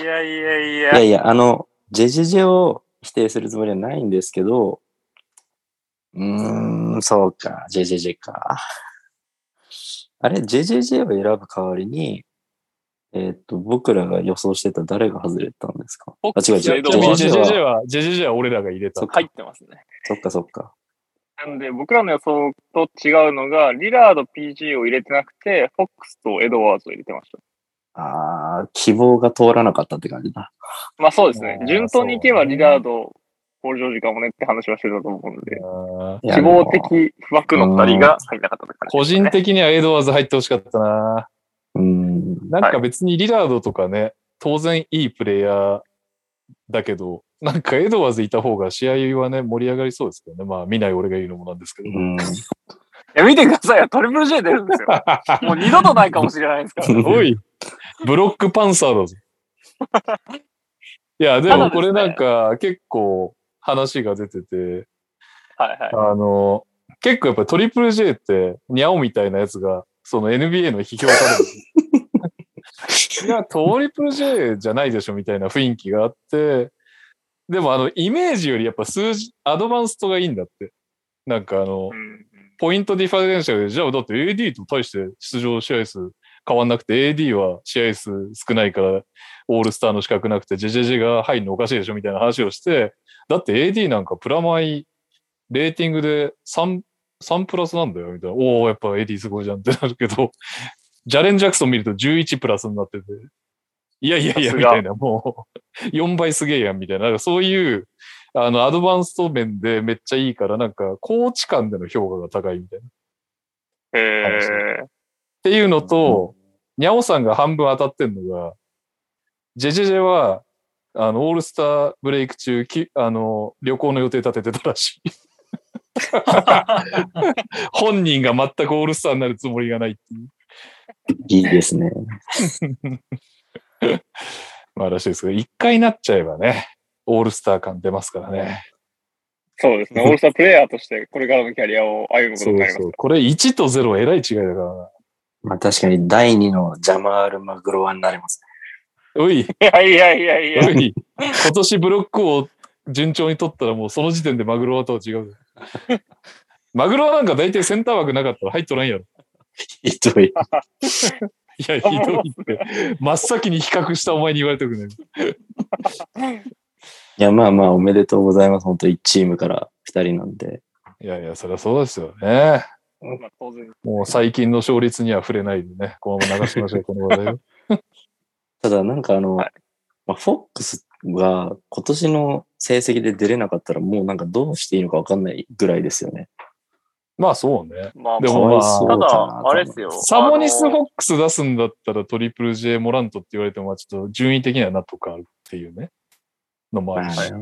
S4: いやいやいやい
S1: いや
S4: や。
S1: いや、あの、ジェジェジェを否定するつもりはないんですけど、うーん、そうか、ジェジェジェか。あれ、ジェジェジェを選ぶ代わりに、えーっと、僕らが予想してた誰が外れたんですかあ、違う (laughs) 違う。ジェ
S2: ちなみにジ
S1: ジ
S2: ェ
S1: ェ
S2: ジェジ
S1: ジェ
S2: ェ
S1: は、
S2: は、ジェジェジェは俺らが入れた
S1: そ。
S4: 入ってますね。
S1: そっかそっか。
S4: なんで、僕らの予想と違うのが、リラード PG を入れてなくて、フォックスとエドワーズを入れてました。
S1: あー、希望が通らなかったって感じだ。
S4: まあそうですね
S2: あ。ー
S4: 順当にいけば
S2: そうね
S4: リラード、ポール・ジョージかもねって話はしてたと思うんで、
S2: あー
S1: いや
S4: 希望的枠の二人が入んなかったって感
S2: 個
S4: じですね、
S2: 人的にはエドワーズ入ってほしかったな。
S1: うーん。
S2: なんか別にリラードとかね、当然いいプレイヤーだけど、なんかエドワーズいた方が試合はね、盛り上がりそうですけどね。まあ見ない俺が言うのもなんですけど。
S1: うん。
S4: いや、見てくださいよ。トリプル J 出るんです (laughs) よ。もう二度とないかもしれないですから。
S2: おい、ブロックパンサー
S4: (laughs)
S2: だぞ。いや、で
S4: ただです
S2: も
S4: ね
S2: これなんか結構話が出てて、
S4: はいはい。
S2: あの、結構やっぱトリプル J って、ニャオみたいなやつが、その NBA の批評家
S4: (laughs)
S2: でいや、トリプル J じゃないでしょみたいな雰囲気があって、でもあの、イメージよりやっぱ数字、アドバンストがいいんだって。なんかあの
S4: う、ん
S2: ポイントディファレンシャルで、じゃあだって AD と対して出場試合数変わんなくて、AD は試合数少ないから、オールスターの資格なくて、JJJ が入るのおかしいでしょみたいな話をして、だって AD なんかプラマイ、レーティングで3、3プラスなんだよ、みたいな。おお、やっぱ AD すごいじゃんってなるけど、ジャレン・ジャクソン見ると11プラスになってて、いやいやいや、
S4: さす
S2: み
S4: が
S2: たいな、もう、4倍すげえやん、みたいな。なんかそういう、あの、アドバンスト面でめっちゃいいから、なんか、コーチ間での評価が高いみたいな。っ
S4: へ
S2: は
S4: え。
S2: ていうのと、ニャオさんが半分当たってんのが、ジェジェジェは、あの、オールスターブレイク中、きあの、旅行の予定立ててたらし (laughs) い。本人が全くオールスターになるつもりがないっていう。
S1: (laughs) いいですね。
S2: まあ、らしいですけど、一回なっちゃえばね、オールスター感出ますからね。
S4: そうですね。オールスタープレイヤーとして、これからのキャリアを歩むこと
S2: そ
S4: にな
S2: う
S4: ります
S2: そう。これ1と0、えらい違いだからな。
S1: まあ確かに第2のジャマール・マグロワになりますね。
S2: おい、
S4: いやいやいやいや。
S2: (laughs) おい今年ブロックを順調に取ったらもうその時点でマグロワとは違うぜ。マグロワなんか大体センター枠なかったら入っとらんやろ。
S1: (laughs) ひどい。
S2: いや、ひどい (laughs) って。真っ先に比較したお前に言われたくない。
S1: いや、まあまあ、おめでとうございます。本当1チームから2人なんで。
S2: いやいや、そりゃそうですよね。
S4: まあ当然。
S2: もう最近の勝率には触れないでね、このまま流しましょう、この話題を。 (laughs)
S1: ただ、なんかあの、
S4: はい
S1: まあ、フォックスが今年の成績で出れなかったら、もうなんかどうしていいのかわかんないぐらいですよね。
S2: まあそうね。
S4: まあ
S2: で
S4: ま
S2: もまあ
S4: あ、
S1: かわいそう
S4: た
S1: だなと
S4: だ
S1: 思、
S4: あれですよ。
S2: サボニス・
S4: あの
S2: フォックス出すんだったらトリプル J モラントって言われても、まあちょっと順位的には納得あるっていうね、のもある
S1: まあ
S2: し。
S1: ね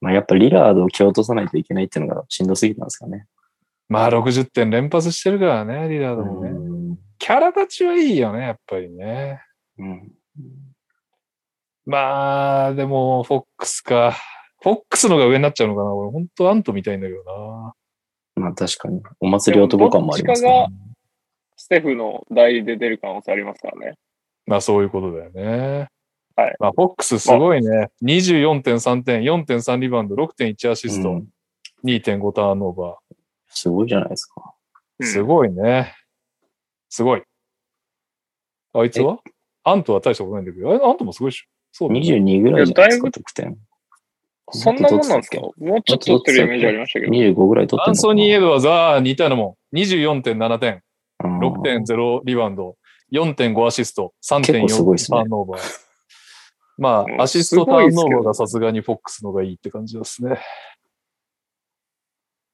S1: まあ、やっぱリラードを蹴落とさないといけないっていうのがしんどすぎたんですかね。
S2: まあ60点連発してるからね、リラードもね。
S1: うん
S2: キャラ立ちはいいよね、やっぱりね。
S1: うん
S2: まあ、でも、フォックスか。フォックスのが上になっちゃうのかな。俺、本当アントみたいんだけどな。
S1: まあ確かに、お祭り男感もあります
S4: でも
S1: ね
S4: どっ。ステフの代理で出る可能性ありますからね。
S2: まあ、そういうことだよね。
S4: はい。
S2: まあ、フォックスすごいね。24.3点、4.3リバウンド、6.1アシスト、
S1: うん
S2: 2.5ターンオーバ
S1: すごいじゃないですか。
S4: う
S2: ー。
S4: ん
S2: すごいね。すごい。あいつはアントは大したことないんだけど、あれアントもすごいでしょ。そうだね
S1: 22ぐらいじゃないですか、得点。
S4: そんなもんなんですかもうちょっと取ってるイメージありましたけど。
S1: 25ぐらい取って
S2: アンソニー・エ
S1: ー
S2: ドワーズは似たようなもん。24.7点。
S1: 点。
S2: 6.0リバウンド、4.5アシスト、
S1: 結構すごいっ
S2: 3.4
S1: す
S2: タ
S1: ね
S2: ーンオーバー。ま
S4: うん
S2: あ、アシスト
S4: す
S2: タ
S4: ご
S2: ー
S4: いっ
S2: ン
S4: す
S2: オ
S4: けど
S2: ーバーがさすがにフォックスのがいいって感じですね。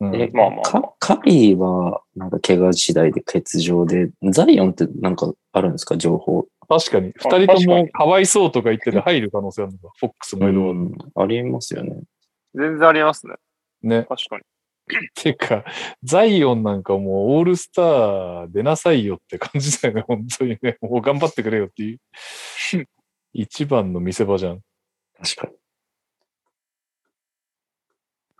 S2: うん
S1: え
S4: まあまあ
S1: かカリーは、なんか怪我次第で欠場で、ザイオンってなんかあるんですか、情報。
S2: 確かに、
S4: あ
S2: 二人と
S4: 確か
S2: も
S4: に
S2: かわいそうとか言ってて入る可能性あるのか、フォックスもエドワー
S1: うんありますよね。
S4: 全然ありますね。
S2: ドね。 (laughs)
S4: 確かに。
S2: てか、ザイオンなんかもうオールスター出なさいよって感じだよね、本当にね。もう頑張ってくれよっていう。一番の見せ場じゃん。
S1: 確かに。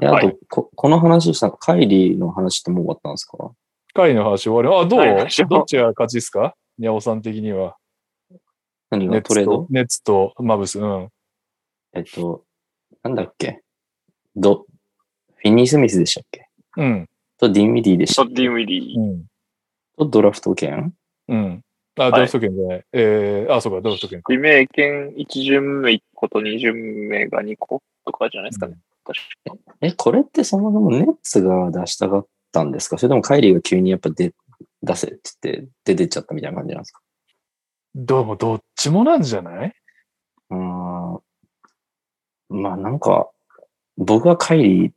S1: えあ
S4: は
S1: と、
S4: い
S1: こ、この話した、カイリーの話ってもう終わったんですか
S2: 回の話終わり。あ、ど
S4: はいう話を
S2: どっちが勝ちですかニャオさん的には。
S1: 何
S2: ネ
S1: が
S2: ッ
S1: ト
S2: ツ
S1: レー
S2: と
S1: ド、
S2: ネッツとマブス。うん。
S1: えっと、なんだっけど、フィニー・スミスでしたっけ
S2: うん。
S1: と、ディン・ミディでし
S4: シ
S1: た
S4: ョ
S1: っ
S4: ッ
S1: け
S4: ティンウィリー。
S2: うん。
S1: と、ドラフト権
S2: うん。あ、
S4: い
S2: ドラフト権じゃない。えー、あ、そうか、ドラフト権か
S4: リ。名権1巡目1個と2巡目が2個とかじゃないですかね。確かに。
S1: え、これってそもそもネッツが出したかったんですかそれともカイリーが急にやっぱ出、出せって言って出てっちゃったみたいな感じなんですか
S2: どうも、どっちもなんじゃないう
S1: ーん。まあなんか、僕はカイリー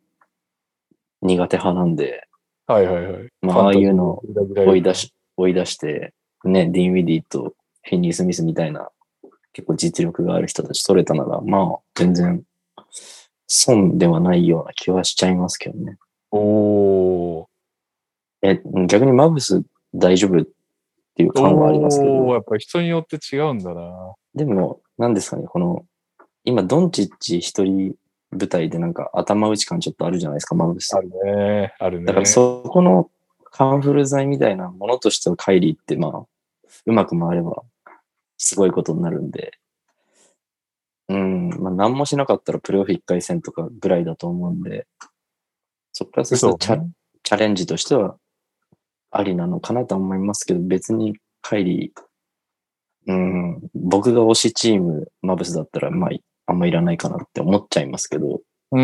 S1: 苦手派なんで、
S2: はいはいはい。
S1: まあああいうの
S2: ファンタジー
S1: 追い出。し、追い出して、ね、ディン・ウィディとヘンリー・スミスみたいな、結構実力がある人たち取れたなら、まあ、全然、損ではないような気はしちゃいますけどね。
S2: おー。
S1: え、逆にマブス大丈夫っていう感はありますけ
S2: おー、
S1: ど、
S2: やっぱ人によって違うんだな。
S1: でも、何ですかね、この、今、ドンチッチ一人舞台でなんか頭打ち感ちょっとあるじゃないですか、マブス
S2: あ。るね。あるね。
S1: だからそこのカンフル剤みたいなものとしてはカイリーってまあ、うまく回ればすごいことになるんで、うん、まあ何もしなかったらプレーオフ1回戦とかぐらいだと思うんで、そこからする
S2: そう
S1: とチャ,、チャレンジとしてはありなのかなとは思いますけど、別にカイリーうん、僕が推しチーム、マブスだったら、まあ、あんまいらないかなって思っちゃいますけど、
S2: うー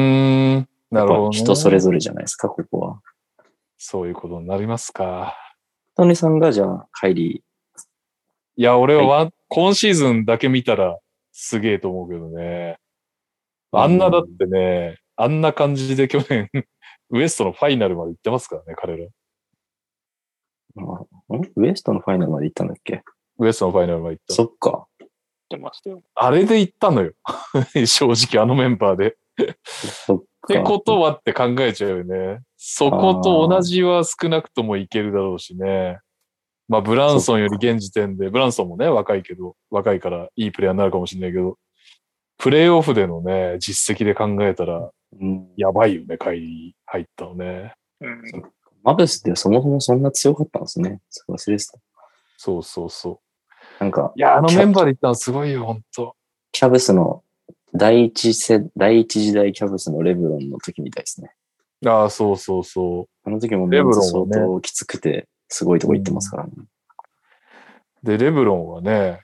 S2: ん。なる
S1: やっ
S2: ほど、
S1: ぱ
S2: ね。
S1: 人それぞれじゃないですか、ここは。
S2: そういうことになりますか。
S1: トニさんが、じゃあ、帰り、
S2: いや、俺は、
S1: は
S2: 今シーズンだけ見たらすげえと思うけどね。あんなだってね、あんな感じで去年、 (laughs) ウエストのファイナルまで行ってますからね、彼ら。
S1: まあんウエストのファイナルまで行ったんだっけ
S2: ウエストのファイナルまで行った。
S1: そっか。
S4: てましたよ。
S2: あれで行ったのよ。 (laughs) 正直、あのメンバーで。
S1: そっ
S2: っ
S1: か。
S2: てことはって考えちゃうよね。そこと同じは少なくともいけるだろうしね。まあ、ブランソンより現時点で、ブランソンもね、若いけど、若いからいいプレイヤーになるかもしれないけど、プレイオフでのね、実績で考えたら、
S1: うん
S2: やばいよね、会議入ったのね。
S4: うん。
S1: マブスってそもそもそんな強かったんですね。それ忘れてた。
S2: そうそうそ
S1: なんか
S2: う。、いや、あのメンバーで行ったのすごいよ、ほんと。
S1: キャブスの第一世、第一時代キャブスのレブロンの時みたいですね。
S2: ああ、そうそうそう。
S1: あの時も
S2: レブロンはね
S1: 相当きつくて、すごいとこ行ってますからね。
S2: で、レブロンはね、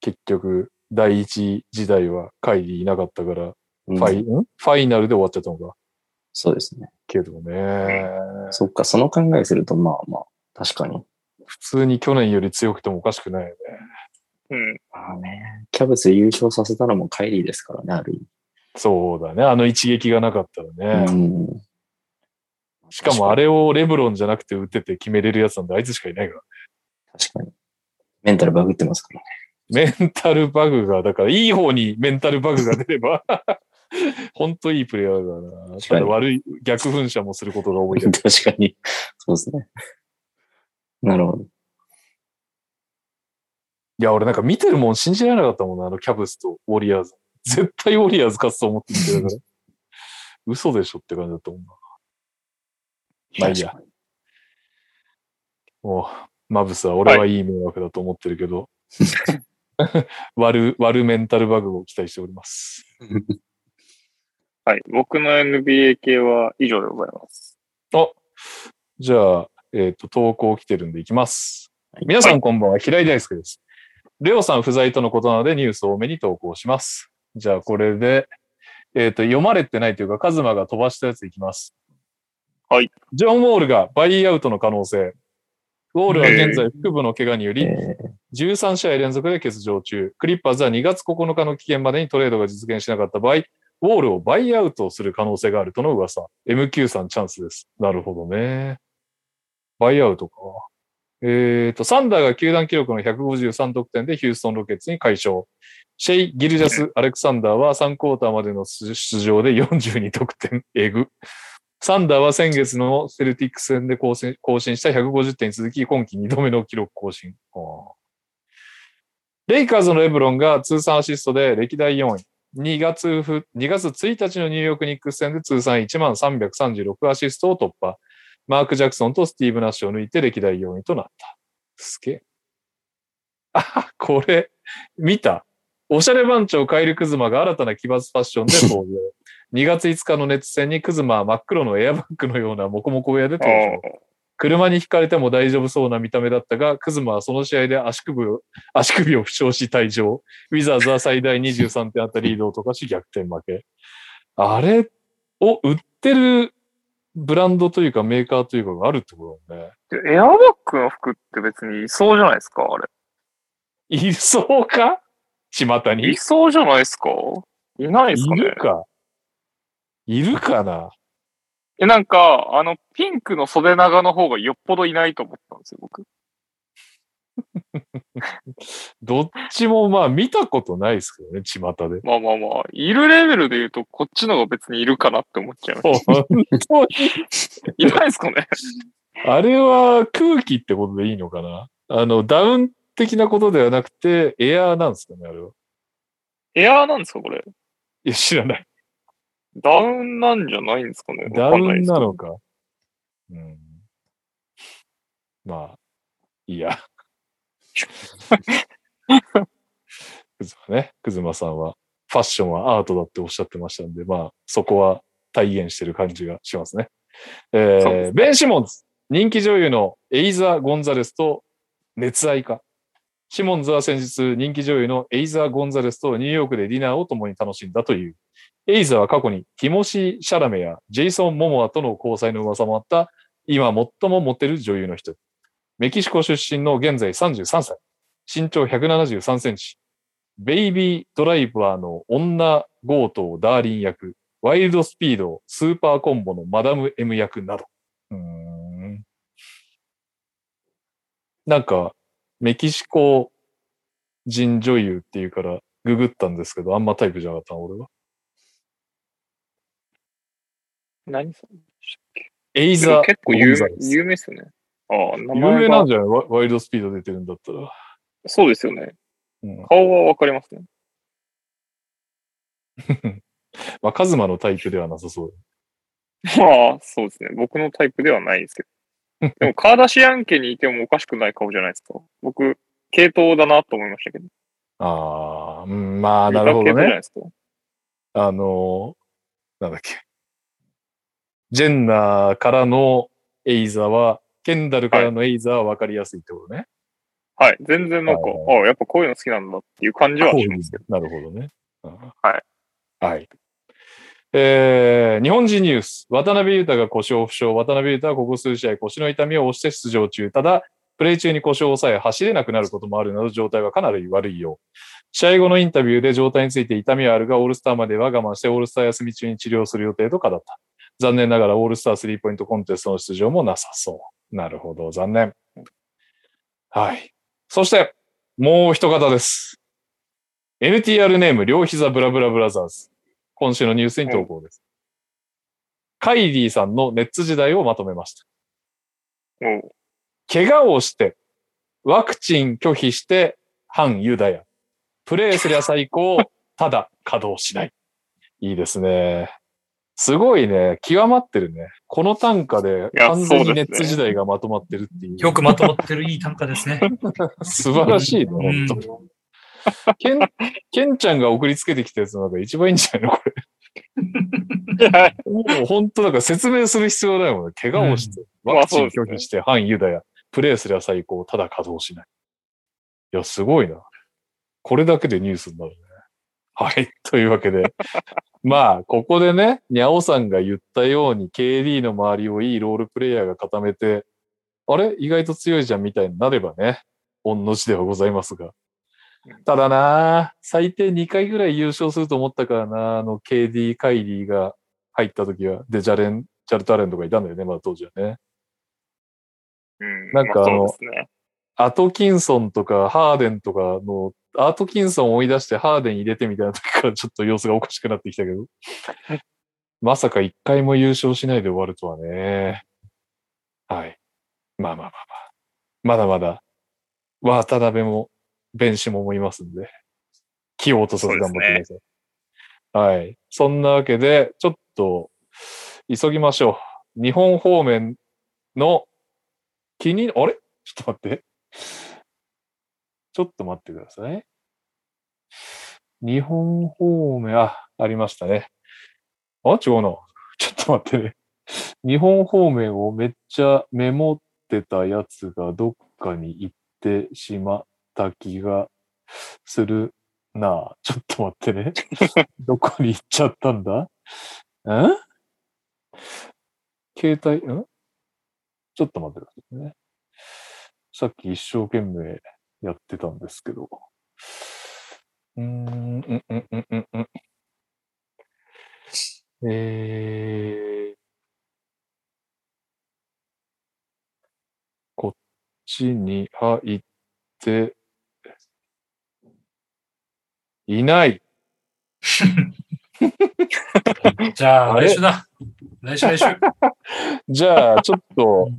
S2: 結局、第一時代は会議いなかったから、
S1: うん
S2: ファイ、んファイナルで終わっちゃったのか。
S1: そうですね。
S2: けどね、
S1: そっか、その考えすると、まあまあ、確かに。
S2: 普通に去年より強くてもおかしくないよね。
S4: うん。
S1: まあね、キャブス優勝させたのもカイリーですからね、ある意
S2: そうだね。あの一撃がなかったら
S1: 味。
S2: ね。
S1: うん
S2: しかもあれをレブロンじゃなくて打てて決めれるやつなんであいつしかいないから。
S1: 確かに。メンタルバグってますからね。
S2: メンタルバグが、だからいい方にメンタルバグが出れば、 (laughs) ほんといいプレイヤーだな。
S1: 確か
S2: ただ
S1: に
S2: 悪い逆噴射もすることが多いけど。
S1: 確かに。そうですね。なるほど。
S2: いや、俺なんか見てるもん信じられなかったもんな、あのキャブスとウォリアーズ。 (laughs) 絶対ウォリアーズ勝つと思って見てたから。 (laughs) 嘘でしょって感じだったもんな。まあいいや
S1: 確かに。
S2: もう、マブスは俺はいい迷惑だと思ってるけ
S1: (laughs)
S2: ど、 (laughs) 悪、悪メンタルバグを期待しております。
S4: はい。僕の NBA 系は以上でございます。
S2: あ、じゃあ、えっ、と、投稿来てるんでいきます。
S1: はい
S2: 皆さんこんばんは、平井大輔です。レオさん不在とのことなのでニュースを多めに投稿します。じゃあ、これで、えっ、と、読まれてないというか、カズマが飛ばしたやついきます。
S4: はい。
S2: ジョン・ウォールがバイアウトの可能性。ウォールは現在腹部の怪我により、
S1: えー
S2: 13試合連続で欠場中。クリッパーズは2月9日の期限までにトレードが実現しなかった場合、ウォールをバイアウトする可能性があるとの噂。MQ さんチャンスです。なるほどね。バイアウトか。えっ、と、サンダーが球団記録の153得点でヒューストンロケッツに快勝。シェイ・ギルジャス・アレクサンダーは3クォーターまでの出出場で42得点。えぐ。サンダーは先月のセルティックス戦で更新更新した150点に続き、今季2度目の記録更新。あーレイカーズのレブロンが通算アシストで歴代4位。2月ふ2月1日のニューヨークニックス戦で通算1万336アシストを突破。マーク・ジャクソンとスティーブ・ナッシュを抜いて歴代4位となった。すげえ。あ、これ、見た。おしゃれ番長カイル・クズマが新たな奇抜ファッションで登場。2月5日の熱戦にクズマは真っ黒のエアバッグのようなモコモコウェアで
S4: あ
S2: 登場。車にひかれても大丈夫そうな見た目だったが、クズマはその試合で足首を足首を負傷し退場。ウィザーズは最大23点あったリードを溶かし逆転負け。あれを売ってるブランドというかメーカーというかがあるってことだもんね。
S4: あ。エアバッグの服って別にいそうじゃないですか、あれ。
S2: いそうか巷に。
S4: いそうじゃないですかいないですか
S2: い
S4: ね
S2: るかいるかな
S4: え、なんか、あの、ピンクの袖長の方がよっぽどいないと思ったんですよ、僕。
S2: どっちもまあ見たことないですけどね、巷で。
S4: まあまあまあ、いるレベルで言うと、こっちの方が別にいるかなって思っちゃいまし
S2: 本当に
S4: た。いないですかね
S2: あれは空気ってことでいいのかなあの、ダウン的なことではなくて、エアーなんですかね、あれは。
S4: (laughs) エアーなんですか、これ。
S2: いや、知らない。
S4: ダウンなんじゃないんですかね
S2: ダ
S4: わ
S2: ウ
S4: かんい
S2: ン
S4: です
S2: なのか。うん。まあ、いいや。クズマね、クズマさんは、ファッションはアートだっておっしゃってましたんで、まあ、そこは体現してる感じがしますね。え
S4: そう
S2: ー
S4: です
S2: ベン・シモンズ、人気女優のエイザ・ゴンザレスと熱愛か。シモンズは先日、人気女優のエイザー・ゴンザレスとニューヨークでディナーを共に楽しんだという。エイザーは過去にティモシー・シャラメやジェイソン・モモアとの交際の噂もあった、今最もモテる女優の一人。メキシコ出身の現在33歳。身長173センチ。ベイビードライバーの女強盗ダーリン役、ワイルドスピードスーパーコンボのマダム M 役など。うーんなんか、メキシコ人女優っていうからググったんですけど、あんまタイプじゃなかったな、俺は。
S4: 何そ
S2: エイザ
S4: れ
S2: ー・
S4: 結構
S2: ゴン
S4: 有
S2: ザ
S4: 名
S2: レス
S4: 有名ですよね。ああ、名
S2: 有名
S4: 前
S2: な
S4: が
S2: ん。じゃないワワイルドスピード出てるんだったら。
S4: そうですよね。
S2: うん
S4: 顔はわかりますね。 (laughs)
S2: まあ、カズマのタイプではなさそう。
S4: まあ、そうですね。僕のタイプではないですけ
S2: (laughs)
S4: ど。でも、カーダシアン家にいてもおかしくない顔じゃないですか。僕、系統だなと思いましたけど。
S2: ああ、うん、まあ、
S4: 似た
S2: なるほ
S4: 系
S2: ど
S4: 統じゃ
S2: ね
S4: ない。ですか。
S2: あのーなんだっけ。ジェンナーからのエイザーは、ケンダルからのエイザーは分かりやすいってことね。
S4: はい。全然なんか、
S2: はい
S4: ああ、やっぱこういうの好きなんだっていう感じはしますけど。
S2: なるほどね。。
S4: はい
S2: はい。えー、日本人ニュース。渡辺裕太が故障負傷。渡辺裕太はここ数試合腰の痛みを負して出場中。ただ、プレー中に故障を抑え走れなくなることもあるなど状態はかなり悪いよう。試合後のインタビューで状態について痛みはあるが、オールスターまでは我慢してオールスター休み中に治療する予定とかだった。残念ながらオールスタースリーポイントコンテストの出場もなさそう。なるほど、残念。はい。そして、もう一方です。NTR ネーム、両膝ブラブラブラザーズ。今週のニュースに投稿です。カイリーさんのネッツ時代をまとめました。
S4: おう
S2: 怪我をして、ワクチン拒否して、反ユダヤ。プレイすりゃ最高、ただ稼働しない。いいですね。すごいね。極まってるね。この単価で
S4: や
S2: 完全
S4: そ
S2: に
S4: う
S2: ネ
S4: ですね
S2: ッツ時代がまとまってるっていう。
S3: よくまとまってるいい単価ですね。
S2: 素晴らしいね、
S3: う
S2: 本
S3: ん
S2: 当に。ケン、ケンちゃんが送りつけてきたやつの中で一番いいんじゃないのこれ。も
S3: (laughs)
S2: う本当だから説明する必要ないもんね。怪我をして、ワクチン拒否して、反ユダヤ、プレイすりゃ最高、ただ稼働しない。いや、すごいな。これだけでニュースになるね。はい。というわけで。 (laughs) まあ、ここでね、にゃおさんが言ったように、KD の周りをいいロールプレイヤーが固めて、あれ意外と強いじゃんみたいになればね、御の字ではございますが。ただなあ、最低2回ぐらい優勝すると思ったからな、あの KD、カイリーが入った時は、で、ジャレン、ジャルタレンとかいたんだよね、まだ当時はね。
S4: (laughs) うん。
S2: なんか
S4: まあ
S2: あの
S4: そうですね。
S2: アトキンソンとかハーデンとかの、アトキンソンを追い出してハーデン入れてみたいな時からちょっと様子がおかしくなってきたけど。まさか一回も優勝しないで終わるとはね。はい。まあまあまあまあ。まだまだ、渡辺も、ベンシモもいますんで、気を落とさず頑張ってください。はい。そんなわけで、ちょっと、急ぎましょう。日本方面の気に、あれちょっと待って。ちょっと待ってください。日本方面、あ、ありましたね。あ、違うな。 (laughs) ちょっと待ってね。日本方面をめっちゃメモってたやつがどっかに行ってしまった気がするなあ。ちょっと待ってね。どこに行っちゃったんだん携帯、んちょっと待ってくださいね。さっき一生懸命やってたんですけど。うーん、うん、うん、うん、うんうん。えー、こっちに入って、いない。
S3: じゃあ、
S2: あれ
S3: 来週だ。来週来週。
S2: じゃあ、ちょっと、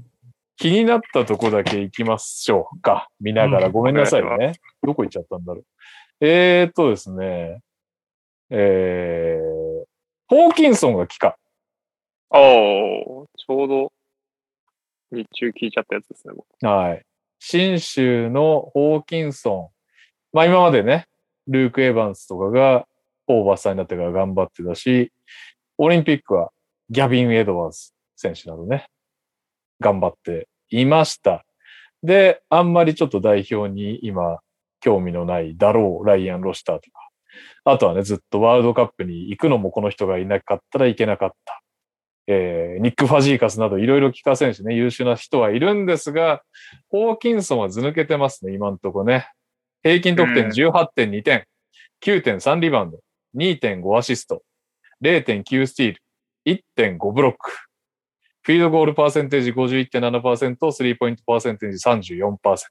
S2: 気になったとこだけ行きましょうか。見ながら。
S3: うん
S2: ごめんなさい
S4: お
S2: ね。どこ行っちゃったんだろう。えーっとですね。えー、ホーキンソンが来か。
S4: ああ、ちょうど、日中聞いちゃったやつですね。僕
S2: はい。新州のホーキンソン。まあ今までね、ルーク・エヴァンスとかがオーバースターになってから頑張ってたし、オリンピックはギャビン・エドワーズ選手などね、頑張っていました。で、あんまりちょっと代表に今興味のないだろう、ライアン・ロシターとか。あとはね、ずっとワールドカップに行くのもこの人がいなかったらいけなかった。えーニック・ファジーカスなどいろいろ聞かせんしね、優秀な人はいるんですが、ホーキンソンはず抜けてますね、今んとこね。平均得
S4: う
S2: 点
S4: ん
S2: 18.2点、9.3リバウンド、2.5アシスト、0.9スティール、1.5ブロック。フィールドゴールパーセンテージ51.7%、スリーポイントパーセンテージ34%。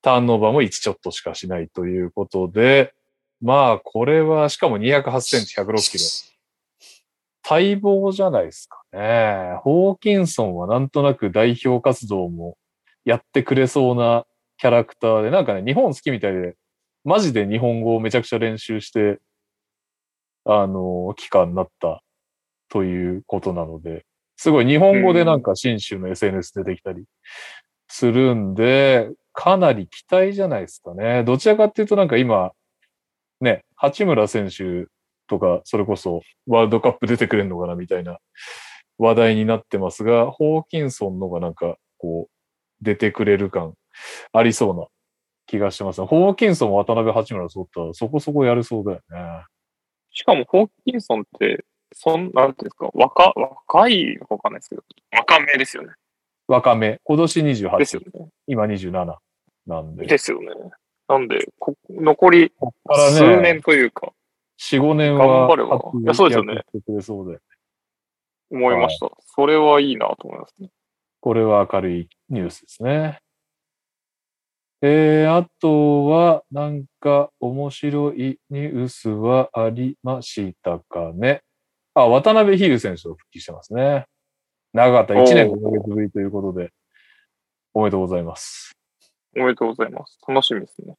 S2: ターンオーバーも1ちょっとしかしないということで、まあ、これは、しかも208センチ、106キロ。待望じゃないですかね。ホーキンソンはなんとなく代表活動もやってくれそうなキャラクターで、なんかね、日本好きみたいで、マジで日本語をめちゃくちゃ練習して、あの、期間になったということなので、すごい日本語でなんか新州の SNS 出てきたりするんで、かなり期待じゃないですかね。どちらかっていうとなんか今、ね、八村選手とか、それこそワールドカップ出てくれるのかなみたいな話題になってますが、ホーキンソンのがなんかこう、出てくれる感ありそうな気がしてますね。ホーキンソン、渡辺、八村、そうったらそこそこやるそうだよね。
S4: しかも、ホーキンソンって、そん、なんていうんですか、若、若いのかわかんないですけど、若めですよね。
S2: 若め、今年
S4: ですよ
S2: 28、
S4: ね。
S2: 今27なんで、
S4: ですよね。なんで、こ残り
S2: こっからね、
S4: 数年というか、
S2: 4、5年
S4: 頑
S2: は
S4: 張ればいやそうですよね
S2: 活躍してくれそうで、
S4: 思いました。それはいいなと思いますね。
S2: これは明るいニュースですね。えー、あとは、なんか面白いニュースはありましたかね。あ、渡辺比喩選手と復帰してますね。長かった、1年5ヶ月ぶりということで、おめでとうございます。
S4: おめでとうございます。楽しみですね。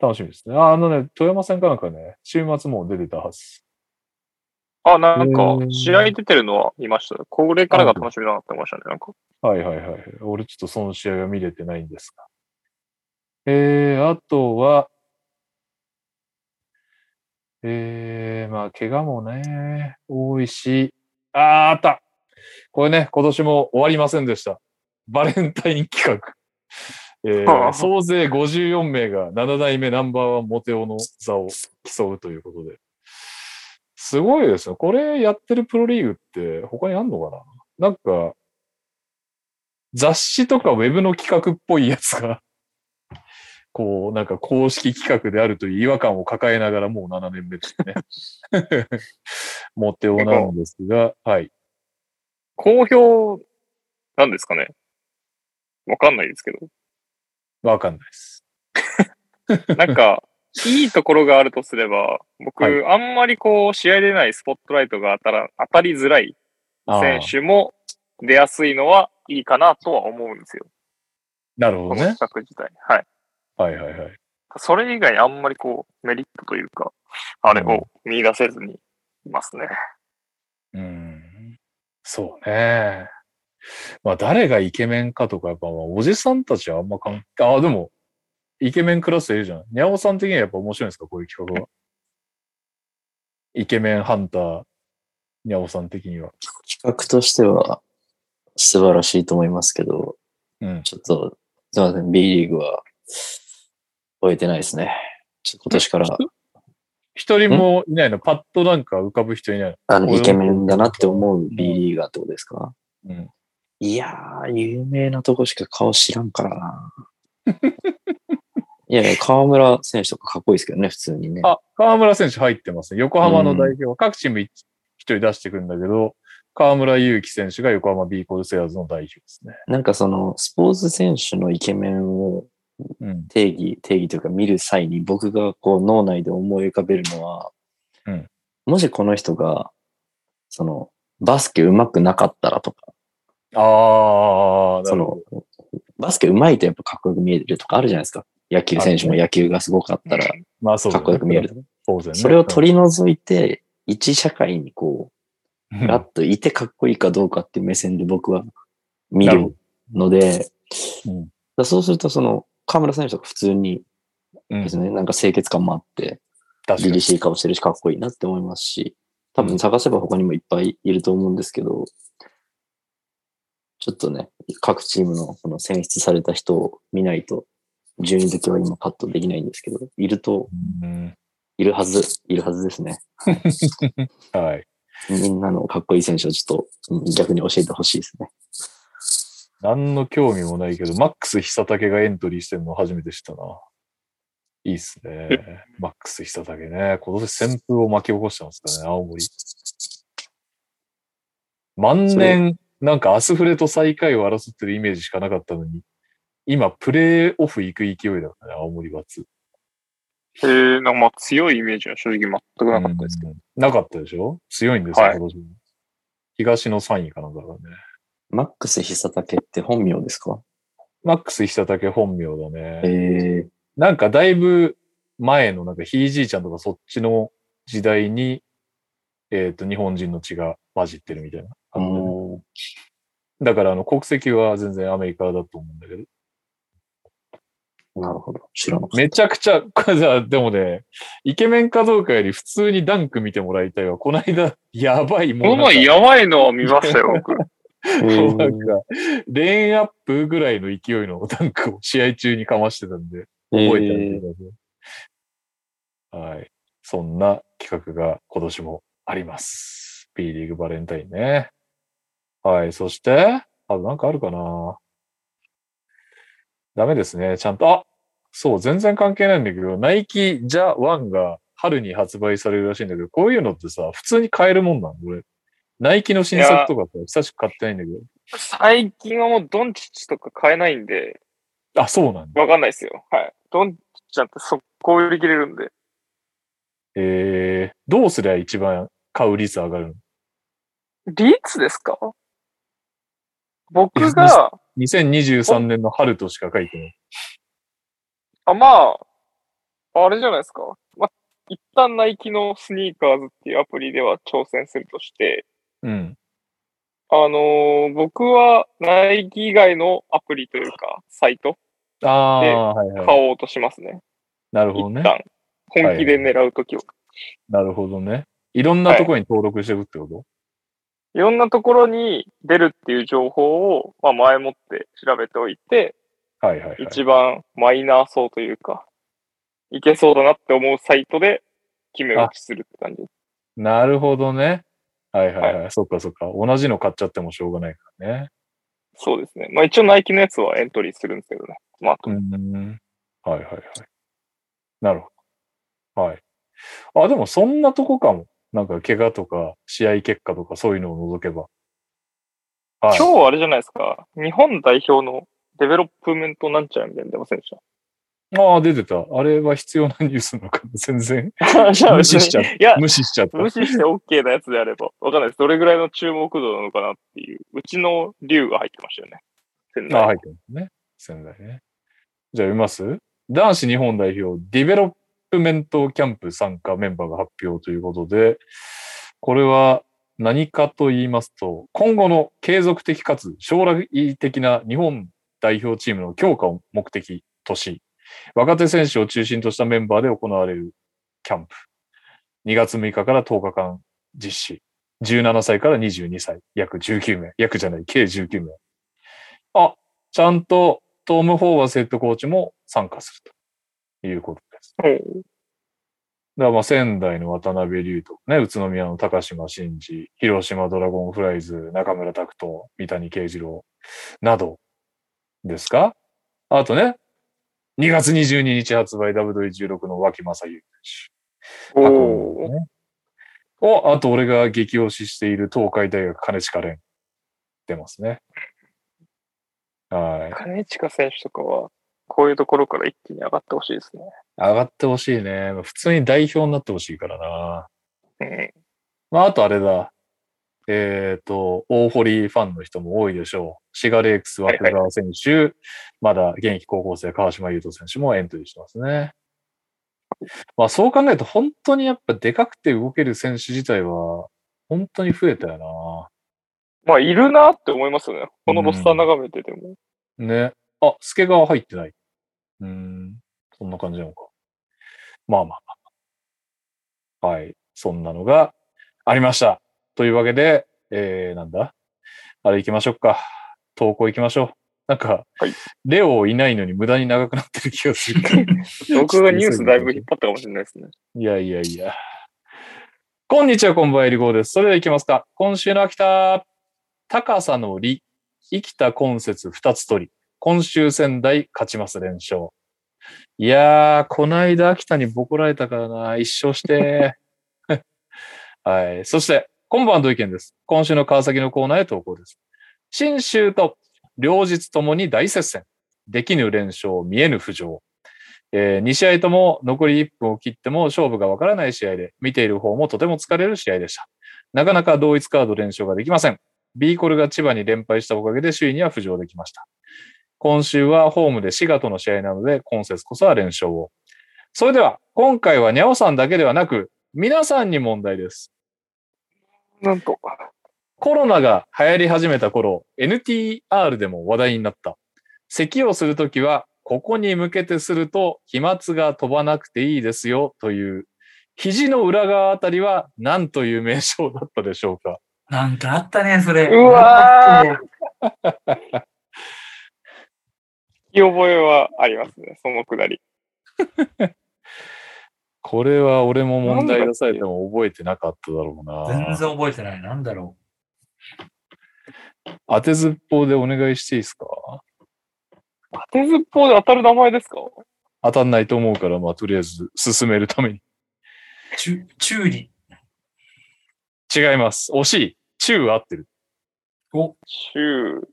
S2: 楽しみですね。ああのね、富山戦かなんかね、週末もう出てたはず。
S4: あ、なんか
S2: う、ん
S4: 試合出てるのは見ました。これからが楽しみだなって思いましたね。なんか、
S2: はいはいはい。俺ちょっとその試合は見れてないんですが。えー、あとは、えー、まあ、怪我もね、多いし、あー、あったこれね、今年も終わりませんでした。バレンタイン企画。え
S4: は
S2: ー、
S4: あ
S2: 総勢54名が7代目ナンバーワンモテオの座を競うということで。すごいですね。これやってるプロリーグって他にあんのかななんか、雑誌とかウェブの企画っぽいやつが、 (laughs) こう、なんか公式企画であるという違和感を抱えながらもう7年目ですね。 (laughs) モテオなんですが、はい。
S4: 好評なんですかね。わかんないですけど。
S2: わかんないです。
S4: なんか、いいところがあるとすれば、僕、
S2: はい
S4: あんまりこう、試合でないスポットライトが当たら当たりづらい
S2: あー
S4: 選手も出やすいのはいいかなとは思うんですよ。
S2: なるほ
S4: こ
S2: ど
S4: の
S2: ね
S4: 企。画自体。はい。
S2: はいはいはい。
S4: それ以外あんまりこう、メリットというか、あれを見出せずにいますね。
S2: うん。そうね。まあ、誰がイケメンかとか、やっぱ、まあおじさんたちはあんま関係、ああ、でも、イケメンクラスいるじゃん。にゃおさん的にはやっぱ面白いんですかこういう企画は。イケメンハンター、にゃおさん的には。
S1: 企画としては素晴らしいと思いますけど、
S2: うん。
S1: ちょっと、すいません、B リーグは終えてないですね。ちょっと今年から、
S2: 一人もいないの。パッとなんか浮かぶ人いないの。
S1: あの、
S2: 俺も
S1: イケメンだなって思う B リーガーってことですか
S2: うん。
S1: いやー、有名なとこしか顔知らんから
S2: (laughs)
S1: な。いやいや、河村選手とかかっこいいですけどね、普通にね。
S2: あ、河村選手入ってますね。横浜の代表、各チーム一一人出してくるんだけど、河村勇輝選手が横浜 B コルセアーズの代表ですね。
S1: なんかその、スポーツ選手のイケメンを
S2: うん。
S1: 定義、定義というか見る際に僕がこう脳内で思い浮かべるのは、
S2: うん
S1: もしこの人が、その、バスケ上手くなかったらとか、
S2: ああ、な
S1: そ
S2: るほ
S1: の、バスケ上手いとやっぱかっこよく見えるとかあるじゃないですか。野球選手も野球がすごかったらか
S2: ど。まあそうだ
S1: っこよく見えるとか。
S2: 当然ね。
S1: それを取り除いて、一社会にこ
S2: り
S1: う、ガッといてかっこいいかどうかっていう目線で僕は見るので、
S2: うん
S1: だからそうするとその、河村選手とか普通に
S2: うん
S1: ですね。なんか清潔感もあって、
S2: 確か
S1: 凛
S2: に
S1: 々しい顔してるし、かっこいいなって思いますし、多分探せば他にもいっぱいいると思うんですけど、ちょっとね、各チームのこの選出された人を見ないと、順位付けは今パッとできないんですけど、いると、
S2: うん
S1: いるはず、いるはずですね。
S2: はい。
S1: みんなのかっこいい選手をちょっとうん逆に教えてほしいですね。
S2: 何の興味もないけど、マックス久武がエントリーしてるの初めて知ったな。いいっすね。マックス久武ね。今年旋風を巻き起こしてますからね、青森。万年、なんかアスフレと最下位を争ってるイメージしかなかったのに、今、プレーオフ行く勢いだからね、青森松。
S4: えー、なんかまあ強いイメージは正直全くなかったですけど。
S2: なかったでしょ強いんですよ、
S4: はい
S2: 今年も東の3位かなんかがね。
S1: マックス久武って本名ですか
S2: マックス久武本名だね。
S1: ええ
S2: なんかだいぶ前のなんかひいじいちゃんとかそっちの時代に、えっ、と、日本人の血が混じってるみたいな
S1: ー。
S2: 感じだね、だからあの国籍は全然アメリカだと思うんだけど。
S1: なるほど。知らなかっ
S2: めちゃくちゃ、 (laughs) これさ、でもね、イケメンかどうかより普通にダンク見てもらいたいわ。この間、 (laughs) やばいもん。
S4: この前やばいのを見ましたよ、僕。 (laughs)
S1: た。
S2: な
S1: え
S2: んか
S1: ー、
S2: レーンアップぐらいの勢いのダンクを試合中にかましてたんで。覚えてあげてください。はい。そんな企画が今年もあります。B リーグバレンタインね。はい。そして、あとなんかあるかなダメですね。ちゃんと、あそう、全然関係ないんだけど、ナイキジャワンが春に発売されるらしいんだけど、こういうのってさ、普通に買えるもんなの俺。ナイキの新作とかさ、久しく買ってないんだけど。
S4: 最近はもうドンチッチとか買えないんで、
S2: あ、そうなんだ。
S4: わかんないですよ。はい。ドンチッチなんて速攻売り切れるんで。
S2: えー、どうすりゃ一番買う率上がるの
S4: リーツですか
S2: いや
S4: 僕が、
S2: 2023年の春としか書いてない。
S4: あ、まあ、あれじゃないですか。まあ、一旦ナイキのスニーカーズっていうアプリでは挑戦するとして、
S2: うん。
S4: あのー僕はナイキ以外のアプリというか、サイト
S2: ああ、はい
S4: 買
S2: はい。
S4: おうとしますね。
S2: なるほど
S4: 一
S2: ね。
S4: 旦。本気で狙うときを。
S2: なるほどね。いろんなところに登録していくってこと、
S4: いろんなところに出るっていう情報を、まあ、前もって調べておいて、
S2: はい、はいはいはい
S4: 一番マイナー層というか、いけそうだなって思うサイトで決め打ちするって感じ。
S2: なるほどね。はいはいはい。そっかそっか。同じの買っちゃってもしょうがないからね。
S4: そうですね。まあ一応ナイキのやつはエントリーするんですけどね。まあ、
S2: うーん。はいはいはい。なるほど。はい。あ、でもそんなとこかも。なんか怪我とか試合結果とかそういうのを除けば。はい。
S4: 今日あれじゃないですか。日本代表のデベロップメントなんちゃらみたいなの出ませんでし
S2: ああ、出てた。あれは必要なニュースなのかな全然
S4: たじゃあ
S2: (laughs) 無
S4: 別
S2: 視しちゃ
S4: に
S2: っ
S4: いや
S2: た。、無視しちゃった。
S4: 無視して OK なやつであれば、わかんないです。どれぐらいの注目度なのかなっていう。うちの竜が入ってましたよね。仙
S2: あ、
S4: 台
S2: 入ってますね。仙台ね。じゃあ読みます男子日本代表ディベロップメントキャンプ参加メンバーが発表ということで、これは何かと言いますと、今後の継続的かつ将来的な日本代表チームの強化を目的とし、若手選手を中心としたメンバーで行われるキャンプ。2月6日から10日間実施。17歳から22歳、約19名、約じゃない、計19名。あ、ちゃんとトム・ホーバスヘッドコーチも参加するということです。
S4: はい
S2: だからまあ仙台の渡辺龍とね、宇都宮の高島真司、広島ドラゴンフライズ、中村拓人、三谷慶次郎などですかあとね、2月22日発売 W16 の脇正優
S4: お
S2: 選手。
S4: おー。
S2: ねお、あと俺が激推ししている東海大学金近蓮。出ますね。はい。
S4: 金近選手とかは、こういうところから一気に上がってほしいですね。
S2: 上がってほしいね。普通に代表になってほしいからな。
S4: うん。
S2: まあ、あとあれだ。えっ、と、大堀ファンの人も多いでしょう。シガレークス、
S4: はい
S2: 枠
S4: はい
S2: 川選手、まだ現役高校生、川島優斗選手もエントリーしてますね。まあ、そう考えると、本当にやっぱでかくて動ける選手自体は、本当に増えたよ
S4: まあ、いるなって思いますよね。このロスター眺めてても。
S2: な。ね。あ、助川入ってない。うーん、そんな感じなのか。まあまあまあまあ。はい。そんなのがありました。というわけで、えー、なんだあれ行きましょうか。投稿行きましょなんか、
S4: はい
S2: レオいないのに無駄に長くなってる気がする。
S4: (laughs) 僕がニュースだいぶ引っ張ったかもしれないですね。
S2: いやいやいや。こんにちは、こんばんは、りごうです。それでは行きますか。今週の秋田、高さの利、生きた今節二つ取り。今週仙台勝ちます、連勝。いやー、こないだ秋田にボコられたからな、一勝して。 (laughs) はい。そして、今晩の意見です。今週の川崎のコーナーへ投稿です。新州と両日ともに大接戦。できぬ連勝、見えぬ浮上。え2試合とも残り1分を切っても勝負がわからない試合で、見ている方もとても疲れる試合でした。なかなか同一カード連勝ができません。ビーコルが千葉に連敗したおかげで首位には浮上できました。今週はホームで滋賀との試合なので、今節こそは連勝を。それでは、今回はニャオさんだけではなく、皆さんに問題です。
S4: なんと。
S2: コロナが流行り始めた頃、NTR でも話題になった。咳をするときは、ここに向けてすると飛沫が飛ばなくていいですよという、肘の裏側あたりは何という名称だったでしょうか
S3: なんかあったね、それ。
S4: うわー (laughs) 聞き覚えはありますね、そのくだり。
S2: これは俺も問題出されても覚えてなかっただろう
S3: 全然
S2: な。
S3: 覚えてない。なんだろ
S2: 当てずっぽうでお願いしていいですか
S4: 当てずっぽうで当たる名前ですか
S2: 当たんないと思うから、まあとりあえず進めるために。
S3: う。チュチューリ。
S2: 違います。惜しい。中合ってる。
S3: お、
S4: 中。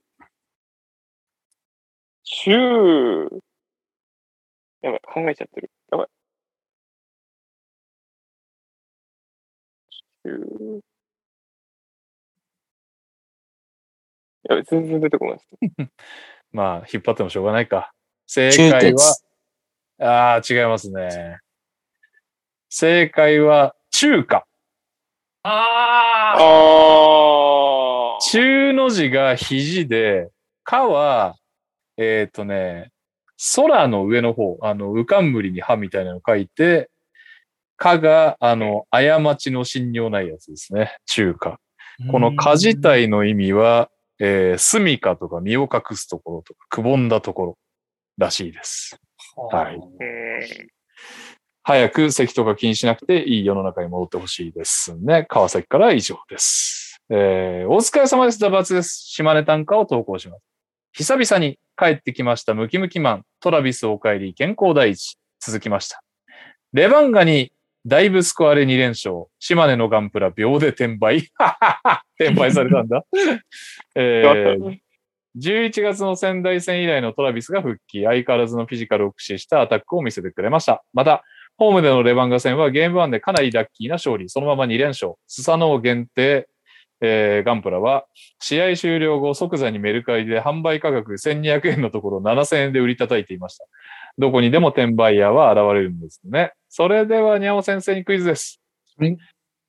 S4: 中。やばい、考えちゃってる。やばい。中。やばい、全然出てこないです。
S2: まあ引っ張ってもしょうがないか。正解
S1: 中
S2: は
S1: 鉄。、
S2: ああ、違いますね。正解は、中華。
S3: あ
S4: あー。
S2: 中の字が肘で、かは、えっ、とね、空の上の方、あの、うかんむりに歯みたいなの書いて、かが、あの、過ちの信用ないやつですね。中華。
S3: ー
S2: この家自。体の意味は、えー、住処とか身を隠すところとか、くぼんだところらしいです。はい
S4: うん
S2: 早く咳とか気にしなくていい世の中に戻ってほしいですね。川崎からは以上です。えー、お疲れ様です。ダバツです。島根短歌を投稿します。久々に帰ってきましたムキムキマン、トラビスお帰り、健康第一、続きました。レバンガにだいぶスコアで2連勝、島根のガンプラ秒で転売。 (laughs) 転売されたんだ。え
S4: よか
S2: ー
S4: っ、た
S2: 11月の仙台戦以来のトラビスが復帰、相変わらずのフィジカルを駆使したアタックを見せてくれました。また、ホームでのレバンガ戦はゲーム1でかなりラッキーな勝利、そのまま2連勝。スサノオ限定、えーガンプラは、試合終了後即座にメルカリで販売価格1200円のところ7000円で売り叩いていました。どこにでも転売屋は現れるんですね。それでは、にゃお先生にクイズです
S3: はい。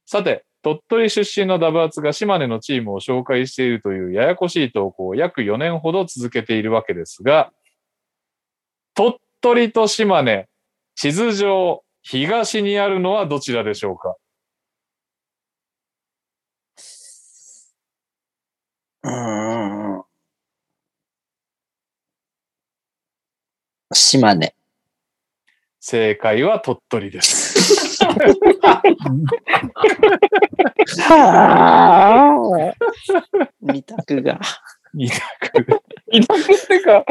S2: さて、鳥取出身のダブアツが島根のチームを紹介しているというややこしい投稿を約4年ほど続けているわけですが、鳥取と島根、地図上、東にあるのはどちらでしょうか
S1: うんうん。島根。
S2: 正解は鳥取です。
S1: はあ。二択が。
S2: 二択
S4: 委託ってか、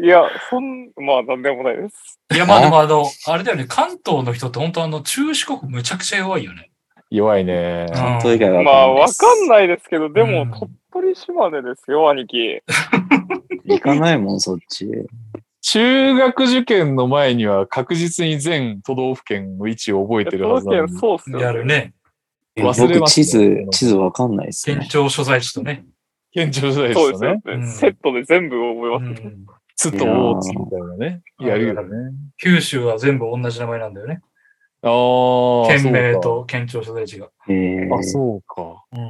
S4: いや、そん、まあ、なんでもないです。
S3: いや、まあでもあの、あれだよね、関東の人って本当あの、中四国むちゃくちゃ弱いよね。
S2: 弱いね。
S3: うん
S1: それ以外
S4: ま
S1: は
S4: あ、わかん
S1: な
S4: ないですけど、で
S3: うん
S4: も、鳥取島根ですよ、兄貴。
S1: い。行かないもん、そっち。
S2: 中学受験の前には確実に全都道府県の位置を覚えてるはずなの
S4: 県、
S2: に
S4: そうっすよ、ね。
S3: やるね。
S2: 忘れますね
S1: 僕、地図、地図わかんないです
S3: 県
S1: ね。
S3: 庁所在地とね。
S2: 県庁所在地
S4: そうで
S2: と
S4: すよ
S2: ね
S4: ね。。
S3: うん
S4: セットで全部覚え
S3: う
S4: ます。
S3: ん
S2: 津と大津みたいなね。
S3: いや
S2: や
S3: ー
S2: るよね。
S3: 九州は全部同じ名前なんだよね。
S2: ああ。
S3: 県名
S2: そう
S3: と県庁所在地が。
S1: ええ
S2: か。あ、そうか。
S3: うん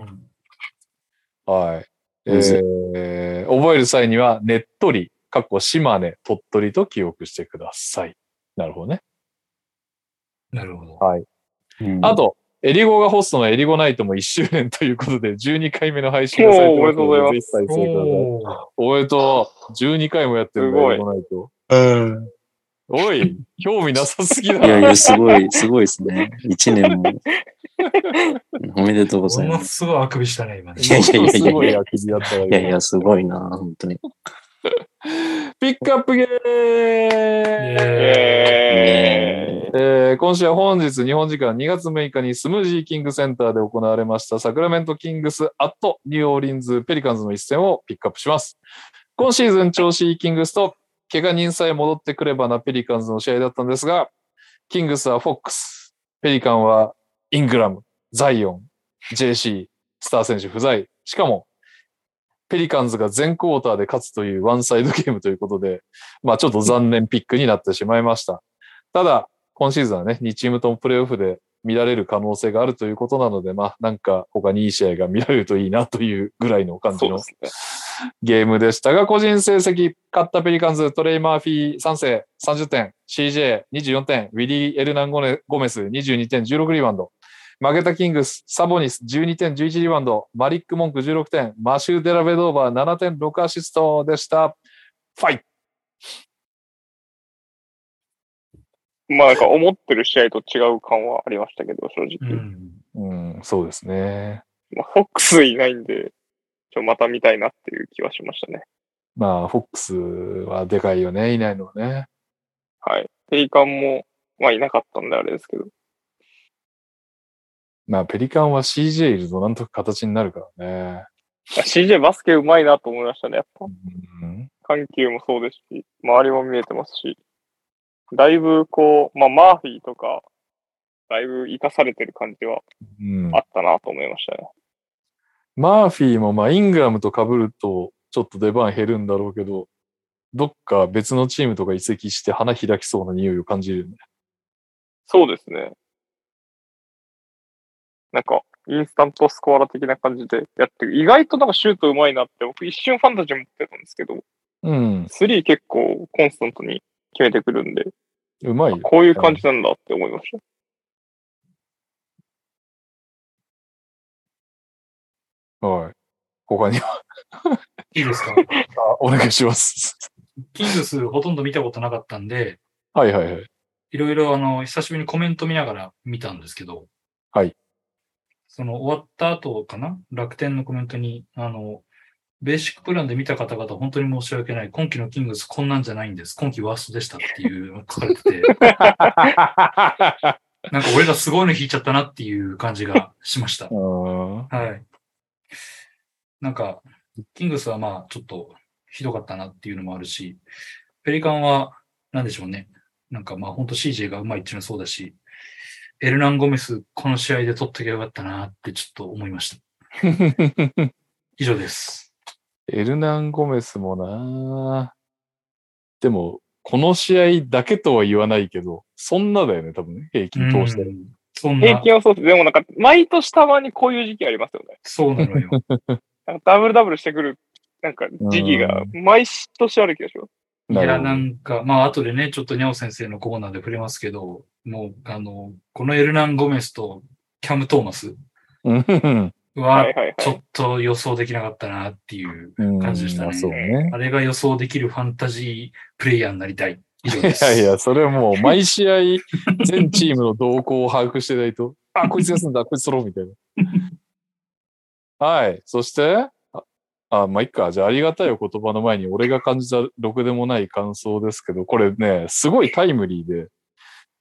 S2: はい。
S1: むずい
S2: えー覚える際には、ねっとり、かっこ島根、鳥取と記憶してください。なるほどね。
S3: なるほど。
S2: はい。
S1: うん
S2: あと、エリゴがホストのエリゴナイトも1周年ということで、12回目の配信がされてます
S4: おーおめでとうござい
S2: の
S4: ます
S2: で、ぜひ再生ください。
S3: おー
S2: おめでとう。12回もやってるんだ
S4: すごい
S2: エリゴナイト。
S3: うん。
S2: お
S1: (laughs)
S2: い、興味なさすぎだ
S1: いやい
S2: な。
S1: や、すごい、すごいですね。一年も。 (laughs) おめでとうご
S3: も
S1: ざいま
S3: の
S1: す。
S3: すごいあくびしたね、今ね。
S1: いやいやいや
S2: すご (laughs) い悪事だったわ
S1: いやいや、すごいな、本当に。
S2: ピックアップゲーム
S3: え
S4: え
S2: えー今週は本日日本時間2月6日にスムージーキングセンターで行われましたサクラメントキングスアットニューオーリンズペリカンズの一戦をピックアップします。今シーズン調子いいキングスと怪我人さえ戻ってくればなペリカンズの試合だったんですが、キングスはフォックス、ペリカンはイングラム、ザイオン、JC、スター選手不在。しかも、ペリカンズが全クォーターで勝つというワンサイドゲームということで、まあちょっと残念ピックになってしまいました。ただ、今シーズンはね、2チームともプレーオフで見られる可能性があるということなので、まあなんか他にいい試合が見られるといいなというぐらいの感
S4: ー、そ
S2: じ
S4: う
S2: の
S4: で
S2: ゲームでしたが、個人成績、勝ったペリカンズ、トレイ・マーフィー3世30点、CJ24 点、ウィリー・エルナンゴネ・ゴメス22点、16リバウンド、負けたキングス、サボニス12点、11リバウンド、マリック・モンク16点、マシュー・デラ・ベドーバー7点、6アシストでした。ファイト
S4: すね。まあなんか思ってる試合と違う感はありましたけど、正直。
S3: うん。
S2: うん、そうですね。
S4: まあ、フォックスいないんで、ちょまた見たいなっていう気はしましたね。
S2: まあ、フォックスはでかいよね、いないのはね。
S4: はい。ペリカンも、まあいなかったんであれですけど。
S2: まあ、ペリカンは CJ いるとなんとか形になるからね。
S4: あ CJ バスケうまいなと思いましたね、やっぱ。
S2: うん
S4: 緩急もそうですし、周りも見えてますし、だいぶこう、まあマーフィーとか、だいぶ生かされてる感じは
S2: うん
S4: あったなと思いましたね。
S2: マーフィーもまあイングラムと被るとちょっと出番減るんだろうけど、どっか別のチームとか移籍して花開きそうな匂いを感じるよね。
S4: そうですね。なんか、インスタントスコアラ的な感じでやってる。意外となんかシュートうまいなって、僕一瞬ファンタジー持ってたんですけど、
S2: うん、
S4: スリー結構コンスタントに決めてくるんで、
S2: うまいよ。
S4: こういう感じなんだって思いました。
S2: はい。他には
S3: いいですか
S2: お願いします。 (laughs)
S3: キングスほとんど見たことなかったんで、
S2: はいはいはい。
S3: いろいろあの、久しぶりにコメント見ながら見たんですけど、
S2: はい。
S3: その終わった後かな楽天のコメントに、あの、ベーシックプランで見た方々、本当に申し訳ない。今季のキングスこんなんじゃないんです。今季ワーストでしたっていうのが書かれ
S2: (laughs)
S3: てて、なんか俺らすごいの引いちゃったなっていう感じがしました
S2: う。ーん
S3: はい。なんか、キングスはまあ、ちょっとひどかったなっていうのもあるし、ペリカンは、なんでしょうね。なんかまあ、ほんと CJ がうまいっていうのもそうだし、エルナン・ゴメス、この試合で取っときゃよかったなってちょっと思いました。以上です。
S2: エルナン・ゴメスもなでも、この試合だけとは言わないけど、そんなだよね、多分ね、平均通して。
S3: うんそん
S4: 平
S3: な、
S4: 均はそうです。でもなんか、毎年たまにこういう時期ありますよね。
S3: そうなのよ。
S4: なんかダブルダブルしてくる、なんか時期が毎年ある気がします。
S3: い
S2: なる
S3: や、
S2: ほど
S3: なんか、まあ、後でね、ちょっとニャオ先生のコーナーで触れますけど、もう、あの、このエルナン・ゴメスとキャム・トーマス
S2: うん
S4: は、
S3: はい
S4: はいはい
S3: ちょっと予想できなかったなっていう、
S2: うん
S3: 感じでしたね
S2: まあそうね。
S3: あれが予想できるファンタジープレイヤーになりたい。以上で
S2: い
S3: す。
S2: やいや、それはもう毎試合、全チームの動向を把握してない
S3: (laughs)
S2: と、あ、こいつ休んだ、こいつ取ろう、みたいな。はい。そして、あ、あまあ、いっか。じゃあ、ありがたいお言葉の前に、俺が感じたろくでもない感想ですけど、これね、すごいタイムリーで、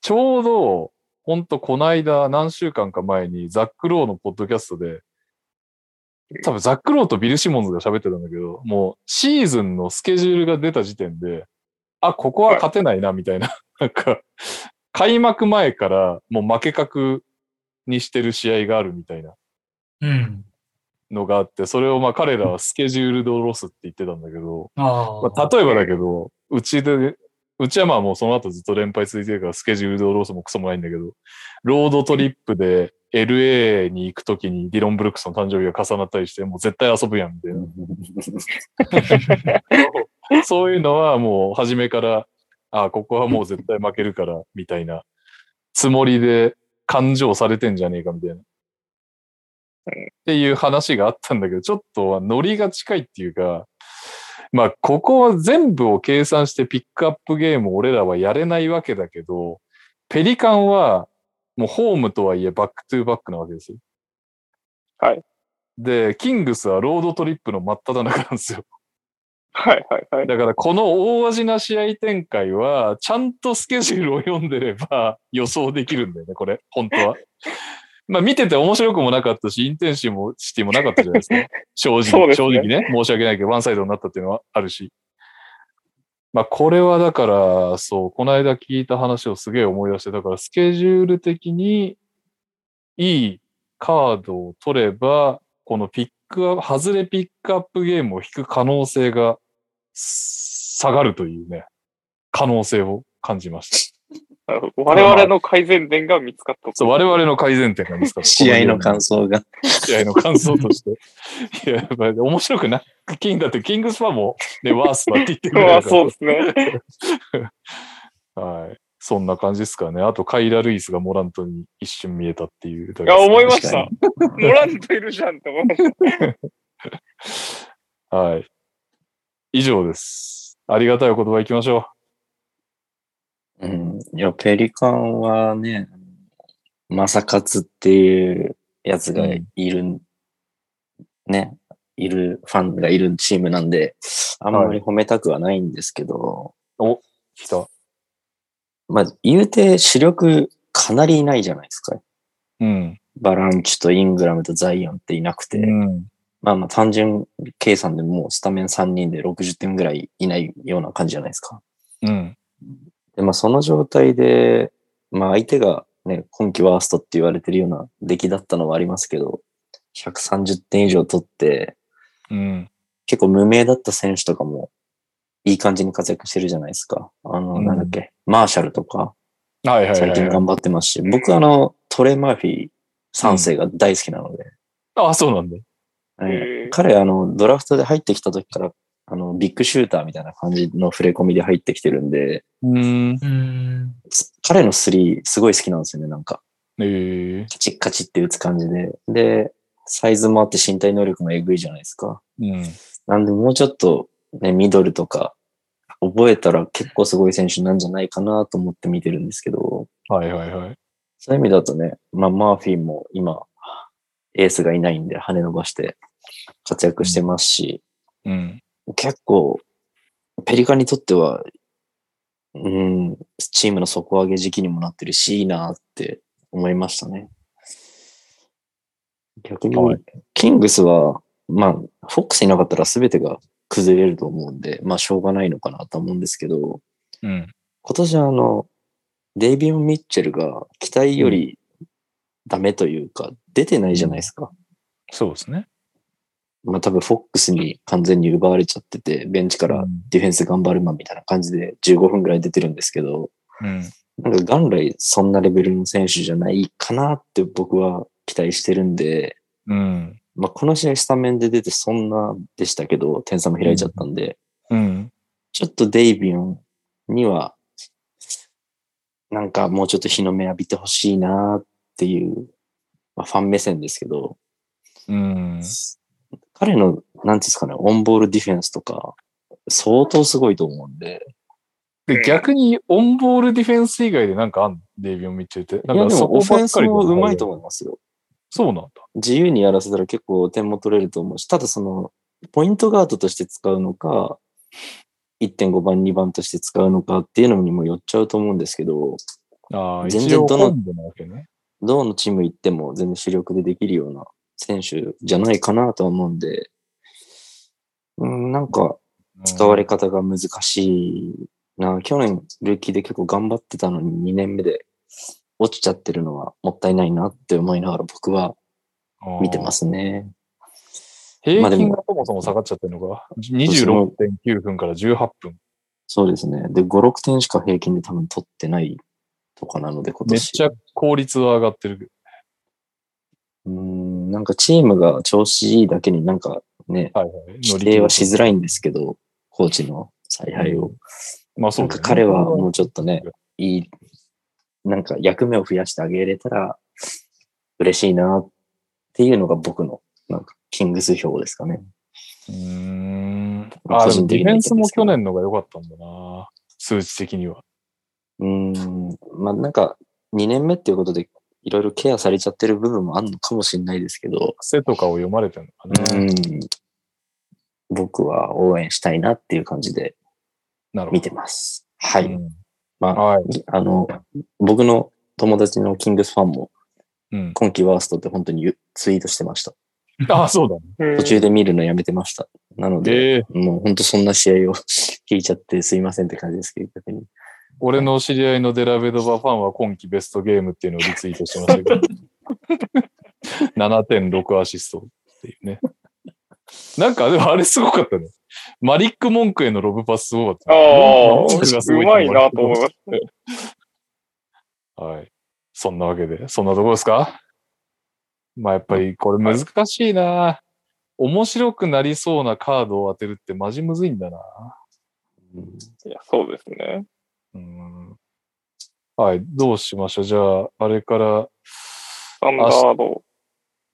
S2: ちょうど、ほんと、この間、何週間か前に、ザック・ローのポッドキャストで、多分、ザック・ローとビル・シモンズが喋ってたんだけど、もう、シーズンのスケジュールが出た時点で、あ、ここは勝てないな、みたいな。 (laughs) なんか、開幕前からもう負け格にしてる試合があるみたいな
S3: うん。
S2: のがあって、それをまあ彼らはスケジュールドロスって言ってたんだけど、
S3: あ
S2: まあ、例えばだけど、うちで、うちはまあもうその後ずっと連敗続いてるからスケジュールドロースもクソもないんだけど、ロードトリップで LA に行くときにディロン・ブルックスの誕生日が重なったりして、もう絶対遊ぶやんみたいな。そういうのはもう初めから、あここはもう絶対負けるから、みたいなつもりで勘定されてんじゃねえかみたいな。っていう話があったんだけど、ちょっとノリが近いっていうか、まあ、ここは全部を計算してピックアップゲームを俺らはやれないわけだけど、ペリカンはもうホームとはいえバックトゥーバックなわけですよ。
S4: はい。
S2: で、キングスはロードトリップの真っ只中なんですよ。
S4: はいはいはい。
S2: だからこの大味な試合展開は、ちゃんとスケジュールを読んでれば予想できるんだよね、これ、本当は。まあ見てて面白くもなかったし、インテンシもシティもなかったじゃないで
S4: (laughs)
S2: すか。正
S4: そう
S2: 直、
S4: です
S2: 正
S4: ね
S2: 直ね、申し訳ないけど、ワンサイドになったっていうのはあるし。まあこれはだから、そう、この間聞いた話をすげえ思い出して、だからスケジュール的にいいカードを取れば、このピックアップ、外れピックアップゲームを引く可能性が下がるというね、可能性を感じました。
S4: なるほど我々の改善点が見つかったと。
S2: そう、我々
S4: (laughs)
S2: の改善点が見つかった。
S1: (laughs) 試合の
S2: 感
S1: 感想が。
S2: 試合の感想として。 (laughs) いや、やっぱり面白くなく、キングだって、キングスファンも、ね、ワースだって言ってく
S4: う
S2: れ
S4: わ
S2: る
S4: そうですね。
S2: はい。そんな感じですかね。あと、カイラ・ルイスがモラントに一瞬見えたっていうだけ
S4: い
S2: ですね、
S4: や、思いまし
S1: 確か
S4: た。モラントいるじゃんって思いました。
S2: はい。以上です。ありがたいお言葉いきましょ
S1: うん。いや、ペリカンはね、マサカツっていうやつがいる、ね、いる、ファンがいるチームなんで、あんまり褒めたくはないんですけど、
S2: う。来た。
S1: まあ、言うて主力かなりいないじゃないですか。
S2: うん。
S1: バランチュとイングラムとザイオンっていなくて、
S2: うん。
S1: まあまあ単純計算でもうスタメン3人で60点ぐらいいないような感じじゃないですか。
S2: うん。
S1: で、まあその状態で、まあ相手がね、今季ワーストって言われてるような出来だったのはありますけど、130点以上取って、
S2: うん。
S1: 結構無名だった選手とかもいい感じに活躍してるじゃないですか。あの、
S2: うん
S1: なんだっけ、マーシャルとか
S2: はいはいはい、
S1: 最近
S2: はい。
S1: 頑張ってますし、僕あの、トレイ・マーフィー3世が大好きなので、
S2: あ、そうなんだ。
S1: はい
S4: えー
S1: 彼、あの、ドラフトで入ってきた時から、あの、ビッグシューターみたいな感じの触れ込みで入ってきてるんで、
S2: うん。
S3: うん。
S1: つ彼のスリーすごい好きなんですよね、なんか。
S2: ええ
S1: カチッカチって打つ感じで。で、サイズもあって身体能力もえぐいじゃないですか。
S2: うん。
S1: なんで、もうちょっと、ね、ミドルとか、覚えたら結構すごい選手なんじゃないかなと思って見てるんですけど、
S2: はいはいはい。
S1: そういう意味だとね、まあ、マーフィーも今、エースがいないんで跳ね伸ばして活躍してますし、
S2: うん。
S1: 結構、ペリカンにとっては、うん、チームの底上げ時期にもなってるし、いいなって思いましたね。逆に、
S2: はい
S1: キングスは、まあ、フォックスいなかったら全てが崩れると思うんで、まあ、しょうがないのかなと思うんですけど、
S2: うん。
S1: 今年はあの、デイビオン・ミッチェルが期待よりダメというか、出てないじゃないですか。
S2: そうですね。
S1: まあ、多分フォックスに完全に奪われちゃってて、ベンチから
S2: うん
S1: ディフェンス頑張るマンみたいな感じで15分ぐらい出てるんですけど、
S2: うん。
S1: なんか元来そんなレベルの選手じゃないかなって僕は期待してるんで、
S2: うん。
S1: まあ、この試合スタメンで出てそんなでしたけど、点差も開いちゃったんで、
S2: うん。
S1: ちょっとデイビオンには、なんかもうちょっと日の目浴びてほしいなっていう、まあ、ファン目線ですけど、
S2: うん。
S1: 彼の、なんていうんですかね、オンボールディフェンスとか、相当すごいと思うんで、
S2: で、逆にオンボールディフェンス以外でなんかあんのデイビオン・ミッチェルって。
S1: い
S2: な
S1: や
S2: んか
S1: で
S2: そ
S1: も
S2: こ
S1: オフェ
S2: ばっ
S1: ンス
S2: かり
S1: もうまいと
S2: と
S1: 思いますよ。
S2: そうなんだ。
S1: 自由にやらせたら結構点も取れると思うし、ただその、ポイントガードとして使うのか、1.5番、2番として使うのかっていうのにもよっちゃうと思うんですけど、
S2: ああ、
S1: 全然
S2: 一応
S1: どの
S2: 本部なわけね。
S1: どのチーム行っても全然主力でできるような選手じゃないかなとは思うんで、うん、なんか
S2: うん。
S1: 使われ方が難しいな。去年、ルーキーで結構頑張ってたのに2年目で落ちちゃってるのはもったいないなって思いながら僕は見てますすね。ま
S2: 平
S1: あでも
S2: 均がそもそも下がっちゃってるのか。26.9分から18分。
S1: そうですね。で、5、6点しか平均で多分取ってないとかなので、今
S2: めっ
S1: 年。
S2: ちゃ効率は上がってる。
S1: うーん、なんかチームが調子いいだけになんかね、
S2: はいはい。
S1: 否定はしづらいんですけど、コーチの采配を。
S2: まあそう
S1: な
S2: んだ
S1: か
S2: ね
S1: 彼はもうちょっとね、いいなんか役目を増やしてあげれたら嬉しいなっていうのが僕の、なんか、キングス表ですかね。
S2: うん。
S1: まあ
S2: あ、
S1: 個
S2: でも
S1: 人
S2: ディ
S1: 的に
S2: フェンスも去年のが良かったんだな。数値的には。
S1: うーん。まあ、なんか、2年目っていうことで、いろいろケアされちゃってる部分もあるのかもしれないですけど、
S2: 背とかを読まれてるのか
S1: う
S2: な。
S1: ん。僕は応援したいなっていう感じで
S2: なるほ
S1: 見
S2: ど
S1: てます。はい。
S2: うん
S1: まあ
S2: はい。
S1: あの、僕の友達のキングスファンも、
S2: うん。
S1: 今季ワーストって本当にツイートしてました。
S2: あ、そうだね。
S1: 途中で見るのやめてました。なので、
S2: で、
S1: もう本当そんな試合を (laughs) 聞いちゃってすいませんって感じですけど、逆に。
S2: 俺の知り合いのデラベドバファンは今季ベストゲームっていうのをリツイートしてましたけど。7.6アシストっていうね。なんか、でもあれすごかったね。マリック・モンクへのロブパスすごかった
S4: あ
S2: ね、
S4: あ、
S2: マリックがすご
S4: うまいなと思いま
S2: う
S4: す。
S2: はい。そんなわけで、そんなところですかまあやっぱりこれ難しいな。面白くなりそうなカードを当てるってマジむずいんだな。
S1: うん
S4: いや、そうですね。
S2: うん。はい、どうしましょう。じゃあ、あれから、
S4: スタンダード、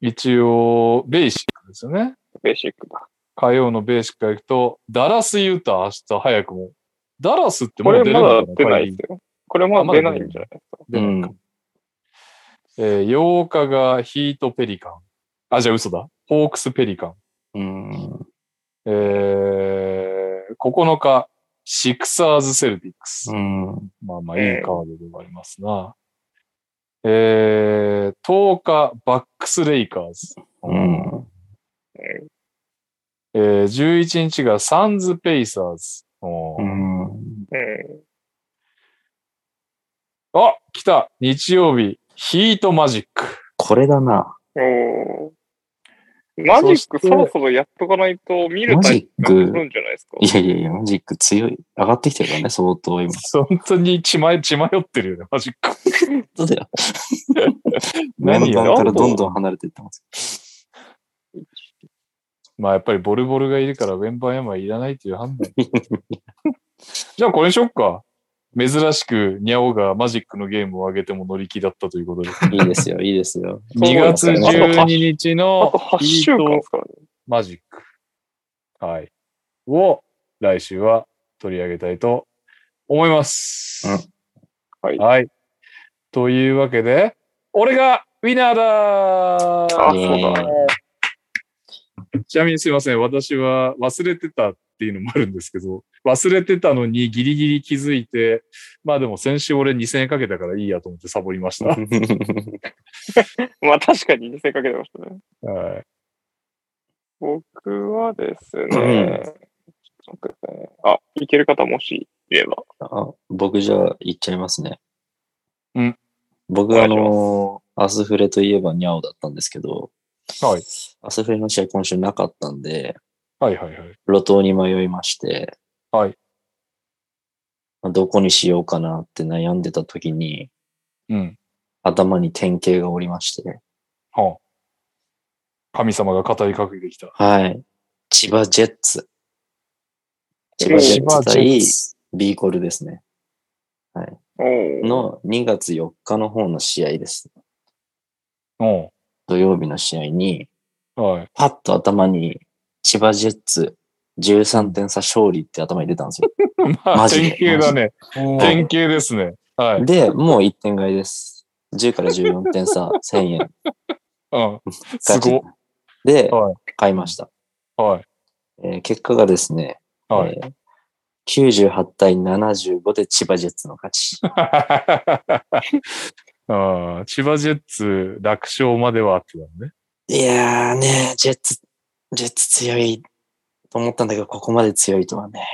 S2: 一応、ベーシックですよね。
S4: ベーシックだ。
S2: 火曜のベーシックから行くと、ダラス・ユータ、明日早くも。ダラスっても
S4: こ
S2: う
S4: れ
S2: 出る
S4: ま
S2: の
S4: だ
S2: か
S4: 出ない
S2: 会議
S4: ですよ。これまだ出ないんじゃないですか。
S2: 出ないかえー8日がヒート・ペリカン。あ、じゃあ嘘だ。ホークス・ペリカン。
S1: うん。
S2: えー9日、シクサーズ・セルティックス
S1: う。ん。
S2: まあまあ、いいカードではありますな。えー、10日、バックス・レイカーズ。
S1: うん。
S2: えー、11日がサンズ・ペイサーズ。おー
S1: うん。
S4: うん。
S2: あ、来た日曜日、ヒート・マジック。
S1: これだな。
S4: おーマジッ
S2: そ
S4: ク
S2: して
S4: そろそろやっとかないと見るタイプが来るんじゃないですか。
S1: いやいやいや、マジック強い。上がってきてるからね、相当今。
S2: 本当に血迷血迷ってるよね、マジック。 (laughs)
S1: そう (laughs) だよ。前の
S2: 何や
S1: 段からどんどん離れていってます。
S2: まあやっぱりボルボルがいるから、ウェンバーヤマはいらないっていう判断。 (laughs) じゃあこれにしよっか。珍しく、ニャオがマジックのゲームを上げても乗り気だったということで。
S1: いいですよ、いいですよ。
S4: そう
S2: 2月
S1: です
S4: ね
S2: 12日
S4: あ
S2: の
S4: と8
S2: ヒ
S4: 週
S2: ー
S4: 間で
S2: ト
S4: すからね。
S2: マジック。はい。を来週は取り上げたいと思います。
S4: うんはい
S2: はい。というわけで、俺がウィナーだー
S4: あ、そうだ。
S2: ちなみにすいません。私は忘れてたっていうのもあるんですけど、忘れてたのにギリギリ気づいて、まあでも先週俺2000円かけたからいいやと思ってサボりました。はい。
S4: まあ確かに偽かけてましたね。僕はですね、
S1: うん
S4: ちょっと待ってくださいねあ、いける方もしいれば。
S1: (laughs) あ僕じゃあ言っちゃいますね。
S2: うん。
S1: 僕は
S4: お
S1: あ
S4: 願いし
S1: の、アスフレといえばニャオだったんですけど、
S2: はい。
S1: アスフレの試合今週なかったんで、
S2: はいはいはい。
S1: 路頭に迷いまして、
S2: はい。
S1: まあどこにしようかなって悩んでた時に、
S2: うん。
S1: 頭に典型がおりまして、
S2: はあ、神様が語りかけてきた。
S1: はい。千葉ジェッツ。千
S4: 千葉
S1: 葉ジ
S2: ジ
S1: ェッツ
S2: ェ
S1: 対
S2: ッツ
S1: ビーコルですね。
S4: おー
S1: の2月4日の方の試合です。
S2: うん。
S1: 土曜日の試合に、
S2: はい。
S1: パッと頭に、千葉ジェッツ13点差勝利って頭に出たんですよ。
S2: (laughs) ま
S1: マ
S2: あ、
S1: ジで
S2: 典型だね。
S3: お
S2: 典型ですね。はい。
S1: で、もう1点買いです。10から14点
S2: (laughs)
S1: 差、1000円。
S2: うん。すごっ。
S1: で
S2: は、
S1: 買いました。
S2: はい。
S1: えー結果がですね、
S2: はい。
S1: えー98対75で千葉ジェッツの勝ち。
S2: (laughs) ああ千葉ジェッツ楽勝まではあってたのね。
S1: いやーね、ジェッツ、ジェッツ強いと思ったんだけど、ここまで強いとはね。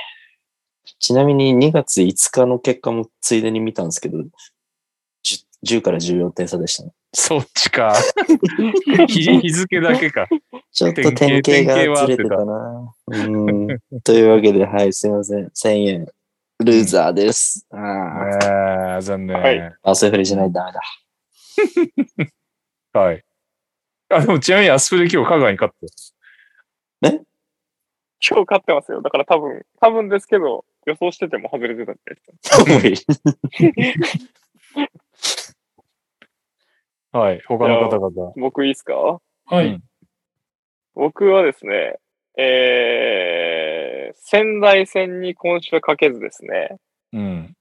S1: ちなみに2月5日の結果もついでに見たんですけど、10, 10から14点差でしたね。
S2: そっちか。日日付だけか。
S1: ちょっと典型がずれてたな。うんというわけで、はい、すいません。1000円、ルーザーです。あー
S2: ええ残念。は
S4: はいい。
S1: 汗振りしないとダメだ。
S2: あ、でもちなみにアスプレ今日香川に勝って
S4: 今日勝ってますよ。だから多分、多分ですけど、予想してても外れてたんですか。
S1: おい
S2: はい。他の方々。
S4: 僕いいですか
S3: はい。
S2: うん
S4: 僕はですね、えー、仙台戦に今週はかけずですね、
S2: うん。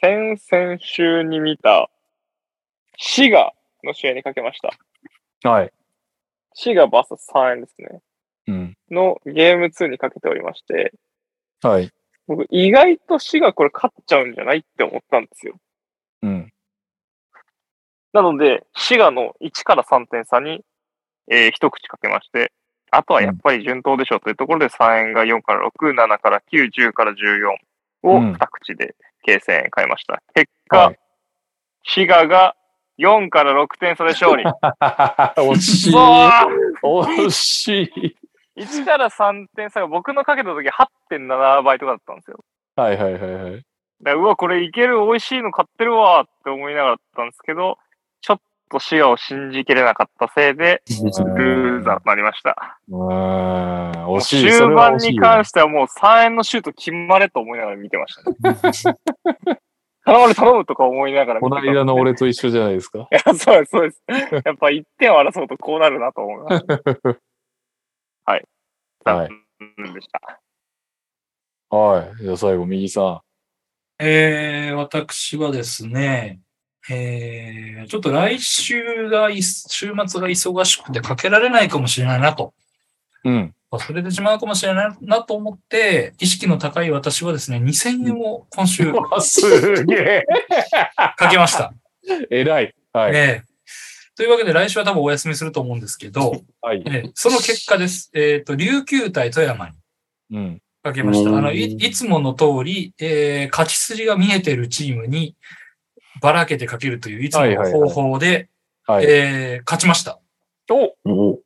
S4: 先々週に見た、滋賀の試合にかけました。
S2: はい。
S4: 滋賀 VS3 円ですね。
S2: うん。
S4: のゲーム2にかけておりまして、
S2: はい。
S4: 僕意外と滋賀これ勝っちゃうんじゃないって思ったんですよ。
S2: うん。
S4: なので、滋賀の1から3点差に、えー一口かけまして、あとはやっぱり順当でしょうというところで3円が4から6、7から9、10から14を
S2: うん
S4: 2口で計1000円買いました。結果、
S2: はい
S4: 滋賀が4から6点差で勝
S2: (laughs)
S4: 利。
S2: 惜しい。
S4: そう
S2: 惜しい。
S4: !1 から3点差が僕のかけた時8.7倍とかだったんですよ。
S2: はいはいはいはい。
S4: だからうわ、これいける、美味しいの買ってるわって思いながらだったんですけど、ちょっと滋賀を信じきれなかったせいで、
S1: (laughs)
S4: ルーザーとなりました。
S2: うーん。惜しい。それ
S4: 終
S2: は
S4: 盤
S2: 惜しい
S4: に
S2: よ
S4: 関してはもう3円のシュート決まれと思いながら見てました、ね。頼む頼むとか思いながら見
S2: こ
S4: て
S2: の
S4: たんで
S2: 間の。俺と一緒じゃないですか。
S4: (laughs) いや、そうです、そうです。やっぱ1点を争うとこうなるなと思いました。はい。
S2: はい。
S4: うんでした。
S2: はい。じゃあ最後、右さ
S3: えー、私はですね、えー、ちょっと来週がい、週末が忙しくてかけられないかもしれないなと、
S2: ん。うん。
S3: 忘れてしまうかもしれないなと思って、意識の高い私はですね、2000円を今週
S2: うわすげえ。
S3: かけました。
S2: (laughs) 偉い。はい。
S3: ええというわけで来週は多分お休みすると思うんですけど、
S2: はい。
S3: ええその結果です。えっ、と、琉球対富山に
S2: うん。
S3: かけました。あの、い
S1: うん
S3: いつもの通り、えー勝ち筋が見えてるチームにばらけてかけるといういつもの方法で、
S2: はい。
S3: えー勝ちました。
S2: お
S1: お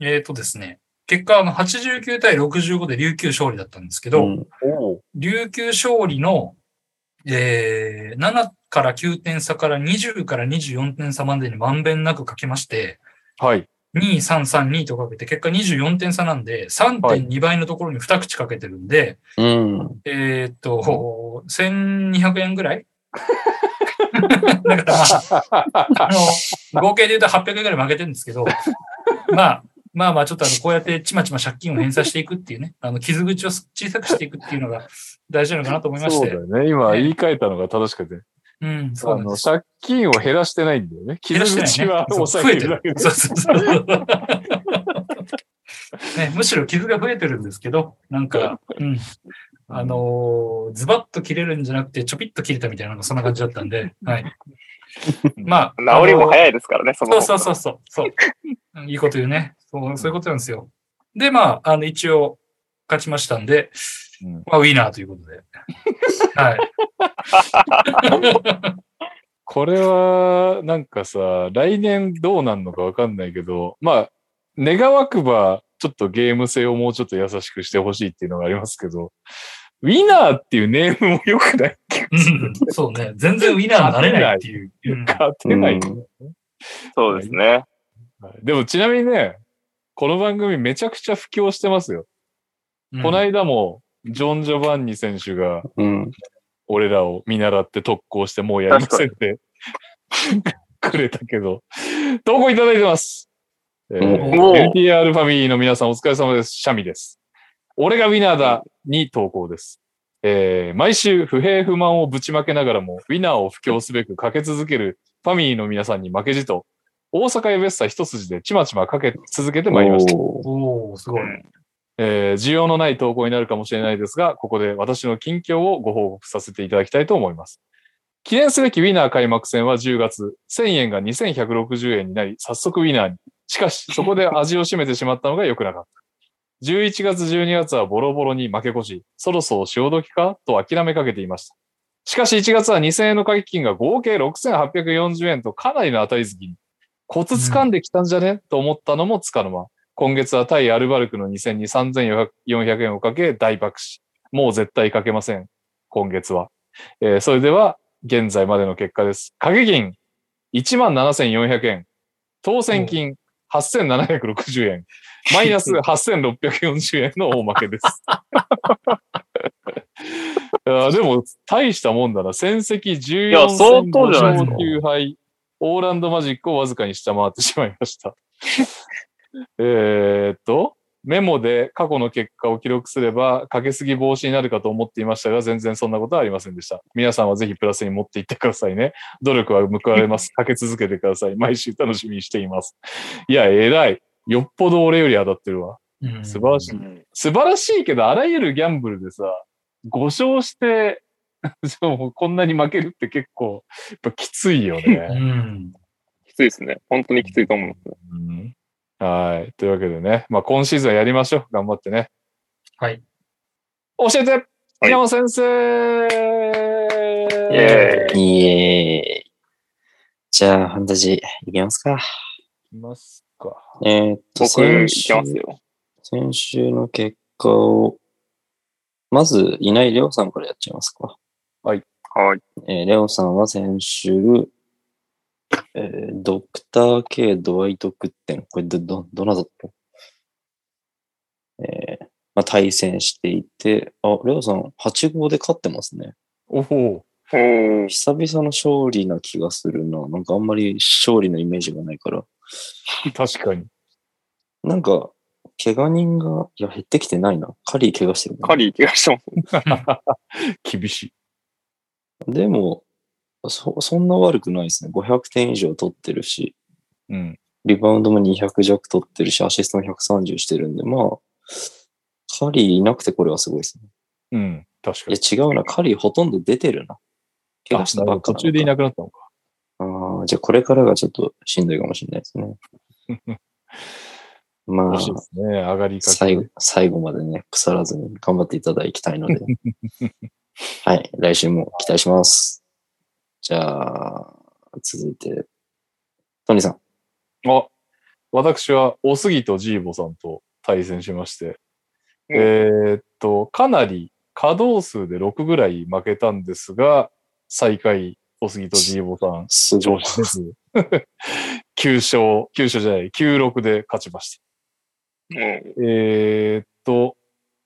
S3: えっ、とですね、結果、あの、89対65で琉球勝利だったんですけど、
S1: うん
S2: お
S3: 琉球勝利の、えー7から9点差から20から24点差までにまんべんなくかけまして、
S2: はい。
S3: 2-3-3-2とかけて、結果24点差なんで、3.2倍のところに2口かけてるんで、
S1: うん。
S3: えーっと、1200円ぐら
S2: (laughs)
S3: いだから、まあ、あの、合計で言うと800円ぐらい負けてるんですけど、まあ、まあまあ、ちょっとあの、こうやってちまちま借金を返済していくっていうね、あの、傷口を小さくしていくっていうのが大事なのかなと思いまし
S2: そう
S3: て。
S2: だよね。今
S3: ね
S2: 言い換えたのが正しくて。
S3: うん、そ
S2: あ
S3: うなん
S2: の、
S3: です。
S2: 借金を減らしてないんだよね。
S3: 減らして
S2: 傷
S3: ないね
S2: 口は
S3: そう
S2: 抑えてるだけで
S3: そうそ
S2: (laughs)
S3: うそう。ね、むしろ傷が増えてるんですけど、なんか、うん。あのーズバッと切れるんじゃなくて、ちょぴっと切れたみたいな、なんかそんな感じだったんで、
S2: (laughs)
S3: はい。まあ、
S4: 治りも
S3: い。
S4: 早いですからね、そ
S3: そ
S4: の
S3: うそうそうそう。そううんいいこと言うね。そう、そういうことなんですよ。で、まあ、あの、一応、勝ちましたんで、
S2: うん
S3: まあ、ウィナーということで。はい。
S2: これは、なんかさ、来年どうなるのかわかんないけど、まあ、願わくば、ちょっとゲーム性をもうちょっと優しくしてほしいっていうのがありますけど、ウィナーっていうネームも良くない気が
S3: う
S2: する。
S3: ん、そうね。全然ウィナーになれないっ
S2: (laughs)
S3: ていう。うん
S2: 勝てない、
S4: そうですね。
S2: はいでもちなみにね、この番組めちゃくちゃ布教してますよ。この間も、ジョン・ジョバンニ選手が、
S1: うん。
S2: 俺らを見習って特攻してもうやりませんってくれたけど、投稿いただいてます。えー
S4: おー
S2: NTR ファミリーの皆さんお疲れ様です。シャミです。俺がウィナーだに投稿です。えー毎週不平不満をぶちまけながらも、ウィナーを布教すべくかけ続けるファミリーの皆さんに負けじと、大阪やベッサ一筋でちまちまかけ続けてまいりました。
S1: お
S3: おおすごい。
S2: えー需要のない投稿になるかもしれないですが、ここで私の近況をご報告させていただきたいと思います。記念すべきウィナー開幕戦は10月、1000円が2160円になり、早速ウィナーに。しかし、そこで味を占めてしまったのが良くなかった。11月、12月はボロボロに負け越し、そろそろ潮時かと諦めかけていました。しかし1月は2000円の掛け金が合計6840円とかなりの当たり付きに。コツ掴んできたんじゃね、と思ったのもつかの間。今月は対アルバルクの2000に3400円をかけ大爆死。もう絶対かけません。今月は。えーそれでは、現在までの結果です。掛け金、17,400円。当選金、8,760円。マイナス8,640円の大負けです。いやでも、大したもんだな。戦績
S4: いや
S2: 14
S4: 相
S2: 戦
S4: 当
S2: 5
S4: じゃない
S1: です
S2: 勝
S1: か
S2: 9敗、オーランドマジックをわずかに下回ってしまいました。 (laughs) えーっと、メモで過去の結果を記録すれば、かけすぎ防止になるかと思っていましたが、全然そんなことはありませんでした。皆さんはぜひプラスに持っていってくださいね。努力は報われ
S4: (laughs)
S2: ます。かけ続けてください。毎週楽しみにしています。いや、偉い。よっぽど俺より当たってるわ。
S3: うん
S2: 素晴らしい。
S4: うん
S2: 素晴らしいけど、あらゆるギャンブルでさ、5勝して、 (laughs) そうこんなに負けるって結構、やっぱきついよ
S3: う (laughs)
S2: ね。
S3: ん。
S4: きついですね。本当にきついと思う。
S2: うんはい。というわけでね、まあ今シーズンはやりましょう。頑張ってね。
S3: はい。
S2: 教えて
S4: い
S2: 山本先生
S4: イエーイ。
S1: いえい。じゃあ、ファンタジー、いきますか。
S2: いきますか。
S1: えーっと、
S4: 僕、い
S1: 先
S4: き
S1: 週
S4: ますよ。
S1: 先週の結果を、まず、いないレオさんからやっちゃいますか。
S4: はい。
S1: えーレオさんは先週、えードクター K ドワイト・クッテン、これど、ど、どなたと、えーまあ、対戦していて、あ、レオさん8号で勝ってますね。
S2: おほ
S4: おー。
S1: 久々の勝利な気がするな。なんかあんまり勝利のイメージがないから。
S2: う確かに。
S1: なんか、怪我人が、いや、減ってきてないな。カリー怪我してるな
S4: カリー気がしてます。
S2: 厳しい。
S1: でも、そ、そんな悪くないですね。500点以上取ってるし、
S2: うん。
S1: リバウンドも200弱取ってるし、アシストも130してるんで、まあ、カリーいなくてこれはすごいですね。
S2: うん。確かに。
S1: いや、違うな。カリーほとんど出てるな。怪我したばっか
S2: 途中でい
S1: な
S2: なくなったのか。
S1: のか。ああ、じゃあこれからがちょっとしんどいかもしれないですね。
S2: (laughs)
S1: ま
S2: 惜
S1: あ
S2: し、いですね。上がりかけ
S1: 最後、最後までね、腐らずに頑張っていただきたいので。はい、来週も期待します。じゃあ、続いて、トニーさん。
S2: あ、私は、おすぎとジーボさんと対戦しまして、
S4: うん
S2: えーっと、かなり稼働数で6ぐらい負けたんですが、最下位、おすぎとジーボさん、
S1: す
S2: 上司です。9勝、9勝じゃない、96で勝ちました。
S4: うん。
S2: えーっと、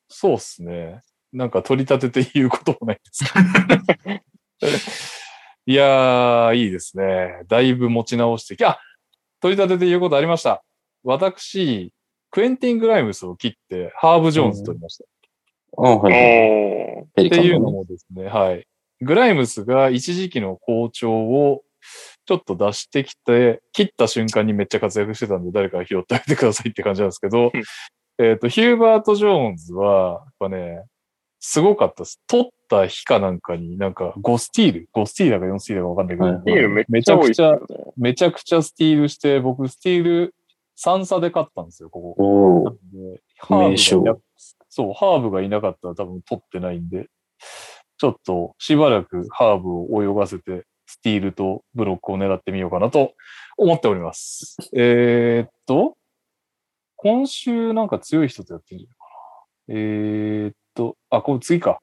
S2: そうっすね。なんか取り立てて言うこともないですけど。 (laughs) いやー、いいですね。だいぶ持ち直してき、あ取り立てて言うことありました。私、クエンティン・グライムスを切って、ハーブ・ジョーンズ取りました。
S1: あはいはい。
S4: おー。
S1: ペリ
S2: って
S1: カン
S2: いうの
S1: のね
S2: もですね、はい。グライムスが一時期の好調をちょっと出してきて、切った瞬間にめっちゃ活躍してたんで、誰か拾ってあげてくださいって感じなんですけど
S4: うん、
S2: えっと、ヒューバート・ジョーンズは、やっぱね、すごかったです。取った日かなんかに、なんか5スティール、5スティールだか4スティールだかわかんないけど、
S1: はいはい
S4: ビールめっ
S2: め
S4: ち
S2: ち
S4: ゃ
S2: ゃ
S4: 多い
S2: く
S4: です
S2: ちゃ
S4: よね。
S2: めちゃくちゃスティールして、僕スティール3差で勝ったんですよ、ここ。
S1: お
S2: なん
S1: ー
S2: でハーブがいな
S1: 名将
S2: そう、ハーブがいなかったら多分取ってないんで、ちょっとしばらくハーブを泳がせて、スティールとブロックを狙ってみようかなと思っております。えーっと、今週なんか強い人とやってみるかな。えーっと、あ、これ次か。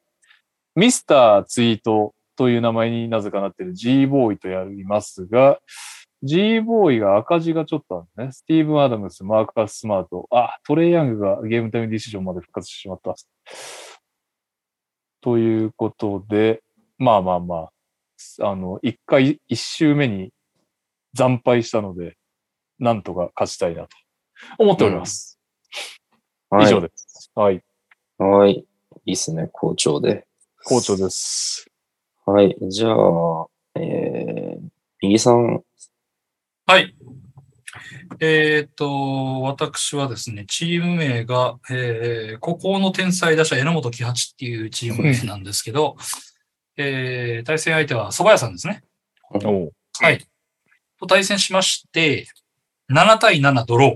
S2: ミスターツイートという名前になぜかなってる G ボーイとやりますが、G ボーイが赤字がちょっとあるね。スティーブン・アダムス、マーカス・スマート。あ、トレイ・ヤングがゲームタイムディシジョンまで復活してしまった。ということで、まあまあまあ、あの、一回、一周目に惨敗したので、なんとか勝ちたいなと思っております。以上
S1: で。
S2: です。はい。
S1: はい。いいっすね、好調で。
S2: 好調です。
S1: はい。じゃあ、えー、右さん。
S3: はい。えっ、と、私はですね、チーム名が、えー、孤高の天才打者、榎本喜八っていうチーム名なんですけど、えー、対戦相手は蕎麦屋さんですね。
S2: おう
S3: はい。と対戦しまして、7対7ドロ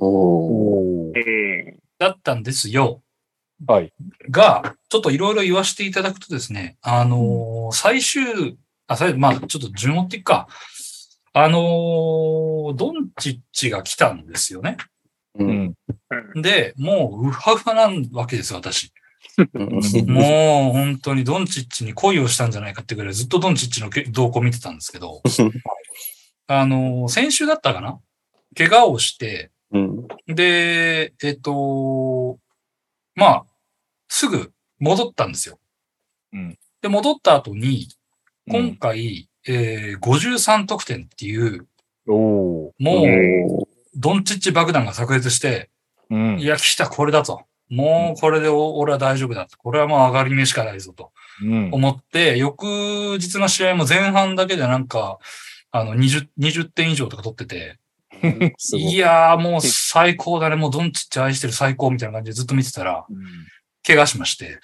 S3: ー
S1: おー。
S2: おう
S4: うん。
S3: だったんですよ。
S2: はい。
S3: が、ちょっといろいろ言わせていただくとですね、あのー最終、あ、最まあ、ちょっと順を追っていくか。あのードンチッチが来たんですよね。
S1: う。
S2: うんん。
S3: で、もう、ウハウハなわけですよ、私。
S1: うん
S3: もう、本当にドンチッチに恋をしたんじゃないかってぐらい、ずっとドンチッチのけ動向見てたんですけど、あのー先週だったかな怪我をして、
S1: うん。
S3: で、えっと、まあ、すぐ戻ったんですよ。
S2: うん
S3: で、戻った後に、
S2: う
S3: 今
S2: ん
S3: 回、えー、53得点っていう、
S2: おお。
S3: もう、
S1: おー
S3: ドンチッチ爆弾が炸裂して、
S2: うん
S3: い。や、来た、これだと。もうこれでお俺は大丈夫だと。これはもう上がり目しかないぞと
S2: うん。
S3: 思って、翌日の試合も前半だけでなんか、あの20、20点以上とか取ってて、
S1: すごい
S3: いやーもう最高だね、もうドンチッチ愛してる最高みたいな感じでずっと見てたら、怪我しまして。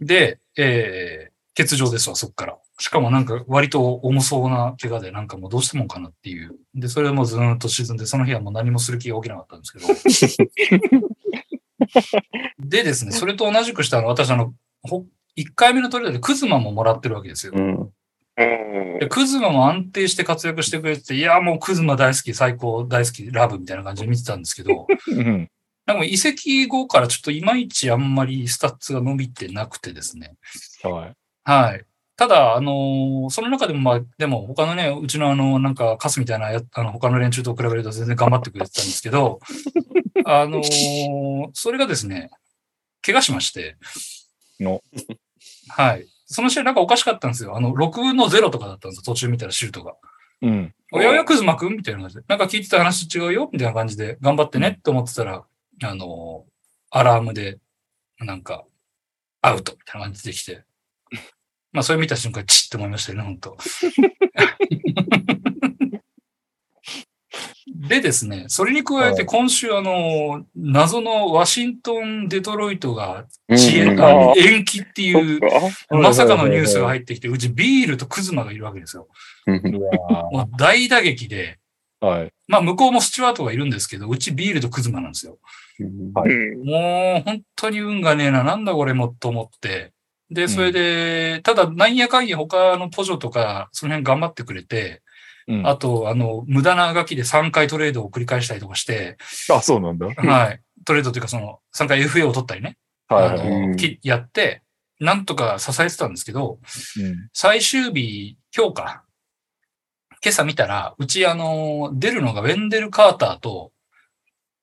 S3: で、えー、欠場ですわ、そこから。しかもなんか割と重そうな怪我で、なんかもうどうしてもんかなっていう。で、それでもうずーっと沈んで、その日はもう何もする気が起きなかったんですけど。
S1: (laughs)
S3: でですね、それと同じくしたら私あの、ほ1回目のトレードでクズマももらってるわけですよ
S1: う。ん。
S4: うん
S3: でクズマも安定して活躍してくれてて、いや、もうクズマ大好き、最高、大好き、ラブみたいな感じで見てたんですけど、
S2: うん。
S3: なんか移籍後からちょっといまいちあんまりスタッツが伸びてなくてですね。
S2: はい。
S3: はい。ただ、あのーその中でも、まあ、でも、他のね、うちのあの、なんか、カスみたいなや、あの、他の連中と比べると全然頑張ってくれてたんですけど、あのーそれがですね、怪我しまして。
S2: の。
S3: はい。その試合なんかおかしかったんですよ。あの、6の0とかだったんですよ。途中見たらシュートが。
S2: うん。
S3: おやおや、クズマくんみたいな感じで。なんか聞いてた話と違うよみたいな感じで、頑張ってねって思ってたら、あのーアラームで、なんか、アウトみたいな感じできて。まあ、それ見た瞬間、チッって思いましたよね、本当でですね、それに加え
S2: は
S3: て
S2: い
S3: 今週、あのー謎のワシントン・デトロイトが
S1: うん
S3: 遅延、
S4: あ
S3: あ延期って
S4: そ
S3: い
S4: っ
S3: う、
S4: か
S3: まさかのニュースが入ってきて、うちビールとクズマがいるわけですよ。
S1: うん
S2: うわ
S3: もう大打撃で、
S2: ーはい。
S3: まあ、向こうもスチュワートがいるんですけど、うちビールとクズマなんですよ。
S2: は
S4: うん
S3: もう、本当に運がねえな、なんだこれも、と思って。で、それで、ただ、なんやかんや他のポジョとか、その辺頑張ってくれて、
S2: うん
S3: あと、あの、無駄なあがきで3回トレードを繰り返したりとかして、
S2: あ、そうなんだ。はい
S3: はい。トレードというか、その、3回 FA を取ったりね、
S2: は
S3: あ
S2: い。
S3: の
S1: うん
S3: きやって、なんとか支えてたんですけど、
S2: うん
S3: 最終日、今日か。今朝見たら、うち、あの、出るのがウェンデル・カーターと、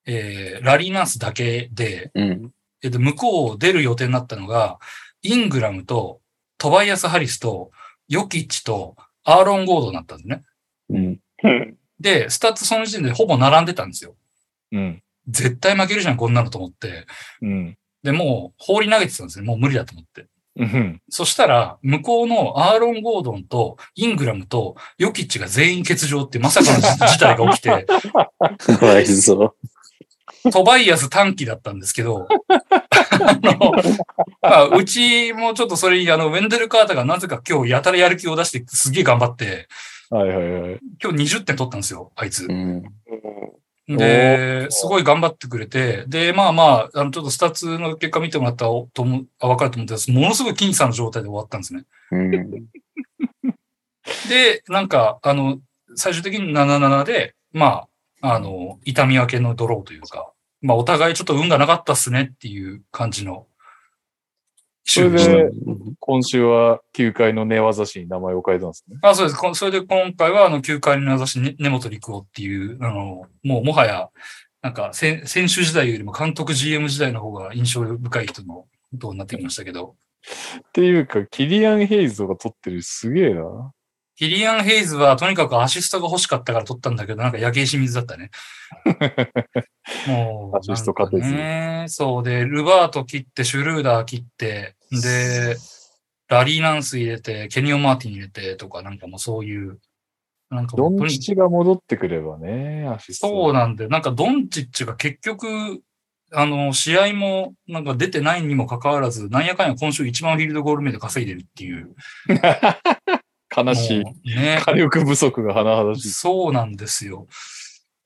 S3: えーラリー・ナースだけで、
S1: うん。
S3: えっと、向こうを出る予定になったのが、イングラムと、トバイアス・ハリスと、ヨキッチと、アーロン・ゴードになったんですね。
S1: うん。
S4: うん
S3: で、スタッツその時点でほぼ並んでたんですよ。
S2: うん。
S3: 絶対負けるじゃん、こんなのと思って。
S2: うん。
S3: で、もう放り投げてたんですね。もう無理だと思って。
S2: うん。
S3: そしたら、向こうのアーロン・ゴードンとイングラムとヨキッチが全員欠場ってまさかの事事態が起きて、
S1: かわいそう。
S3: トバイアス短期だったんですけど、あの、まあ、うちもちょっとそれに、あの、ウェンデル・カーターがなぜか今日やたらやる気を出してすげえ頑張って、
S2: はいはいはい。
S3: 今日20点取ったんですよ、あいつ
S1: う。ん。
S3: で、すごい頑張ってくれて、で、まあまあ、あの、ちょっとスタッツの結果見てもらったらおともあわかると思うんですけどものすごい僅差の状態で終わったんですね。
S1: うん。
S3: で、なんか、あの、最終的に77で、まあ、あの、痛み分けのドローというか、まあ、お互いちょっと運がなかったっすねっていう感じの、
S2: れ
S3: 終
S2: で
S3: 了した
S1: (laughs)
S2: 今週は9回の寝技師に名前を変えたんですね。
S3: あそうです。こそれで今回は、あの、球界に名指し、ね、根本陸夫っていう、あの、もうもはや、なんか、せん選手時代よりも監督 GM 時代の方が印象深い人の、とになってきましたけど、
S2: っていうか、キリアン・ヘイズが取ってるすげえな。
S3: キリアン・ヘイズはとにかくアシストが欲しかったから取ったんだけど、なんか焼け石水だったね。
S2: (laughs)
S3: もう。
S2: アシスト勝てず
S3: なんかね。そうで、ルバート切って、シュルーダー切って、で、ラリー・ナンス入れて、ケニオン・マーティン入れてとか、なんかもうそういう、なんかも
S2: ド
S3: う
S2: ン
S3: とに
S2: チチが戻ってくればね、アシスト。
S3: そう
S2: な
S3: なんで、なんかドンチッチが結局、あの、試合もなんか出てないにもかかわらず、なんやかんや今週一番フィールドゴール目で稼いでるっていう。
S2: 悲しい。
S3: もうね。
S2: 火力不足が甚だし
S3: (laughs)
S2: い。
S3: そうなんですよ。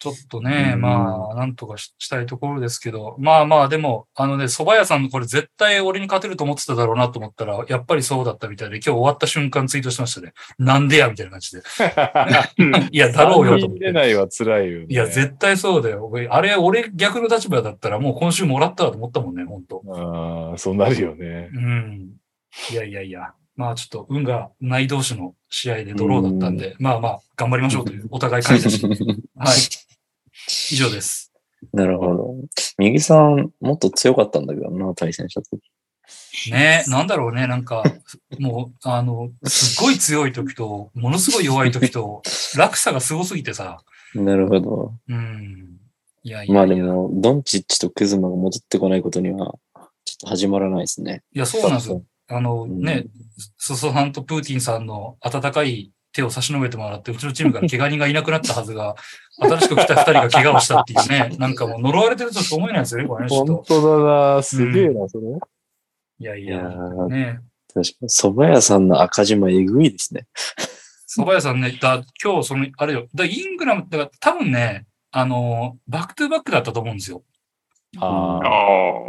S3: ちょっとね、
S2: うん
S3: まあ、なんとかししたいところですけど、まあまあ、でも、あのね、蕎麦屋さんのこれ絶対俺に勝てると思ってただろうなと思ったら、やっぱりそうだったみたいで、今日終わった瞬間ツイートしましたね。なんでやみたいな感じで。いや、だろうよと
S2: 三
S3: 思
S2: 人出
S3: って。
S2: ないは辛いよね。
S3: いや、絶対そうだよ。俺あれ、俺逆の立場だったらもう今週もらったわと思ったもんね、本当
S2: ああ、そうなるよ
S3: (laughs)
S2: ね。
S3: うん。いやいやいや。まあちょっと運がない同士の試合でドローだったんで、まあまあ頑張りましょうという、お互い感
S2: (laughs)
S3: 謝し。はい。以上です。
S1: なるほど。右さん、もっと強かったんだけどな、対戦した時。
S3: ね、なんだろうね、なんか、もう、あの、すっごい強い時と、ものすごい弱い時と、落差がすごすぎてさ、
S1: なるほど。
S3: うん。いやい
S1: ま
S3: や
S1: あ
S3: い
S1: で
S3: や、い
S1: も、ドンチッチとクズマが戻ってこないことには、ちょっと始まらないですね。
S3: やそうなんですよ。あの
S1: ん
S3: ね、すそさんとプーティンさんの温かい手を差し伸べてもらって、うちのチームから怪我人がいなくなったはずが、新しく来た二人が怪我をしたっていうね、なんかもう呪われてるとしか思えないですよね、これね、ちょっ
S2: 本
S3: と。
S2: 当だな。すげえな、それ。
S3: いやい
S1: いや
S3: や、
S1: ー、
S3: ね。
S1: 確かに、蕎麦屋さんの赤字もえぐいですね。
S3: 蕎麦屋さんね、だ今日その、あれよ、だイングラム、だから多分ね、あの、バックトゥーバックだったと思うんですよ。
S1: あ
S4: ああ。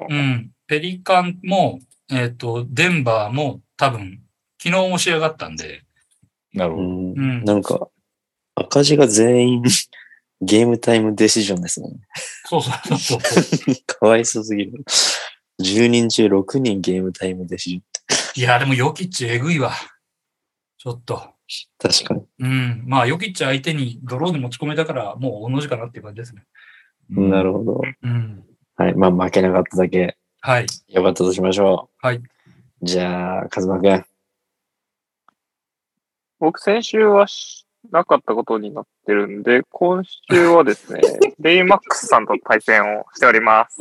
S3: うん。ペリカンも、えっ、と、デンバーも多分、昨日も仕上がったんで、
S2: なる
S1: う
S2: ほど。
S1: ん
S3: う。ん。
S1: なんか、赤字が全員 (laughs) ゲームタイムデシジョンですもんね。 (laughs)
S3: そうそうそうそう。
S1: かわいそうすぎる。10人中6人ゲームタイムデシジ
S3: いや、でもヨキッチえぐいわ。ちょっと。
S1: ョン。確かに。
S3: うん。まあ、ヨキッチ相手にドローで持ち込めたから、もうおの字かなっていう感じですね。
S1: なるほど。
S3: うん。
S1: はい。まあ、負けなかっただけ、
S3: はい。
S1: よかったとしましょう。
S3: はい。
S1: じゃあ、カズマくん。
S4: 僕、先週はしなかったことになってるんで、今週はですね、レイマックスさんと対戦をしております。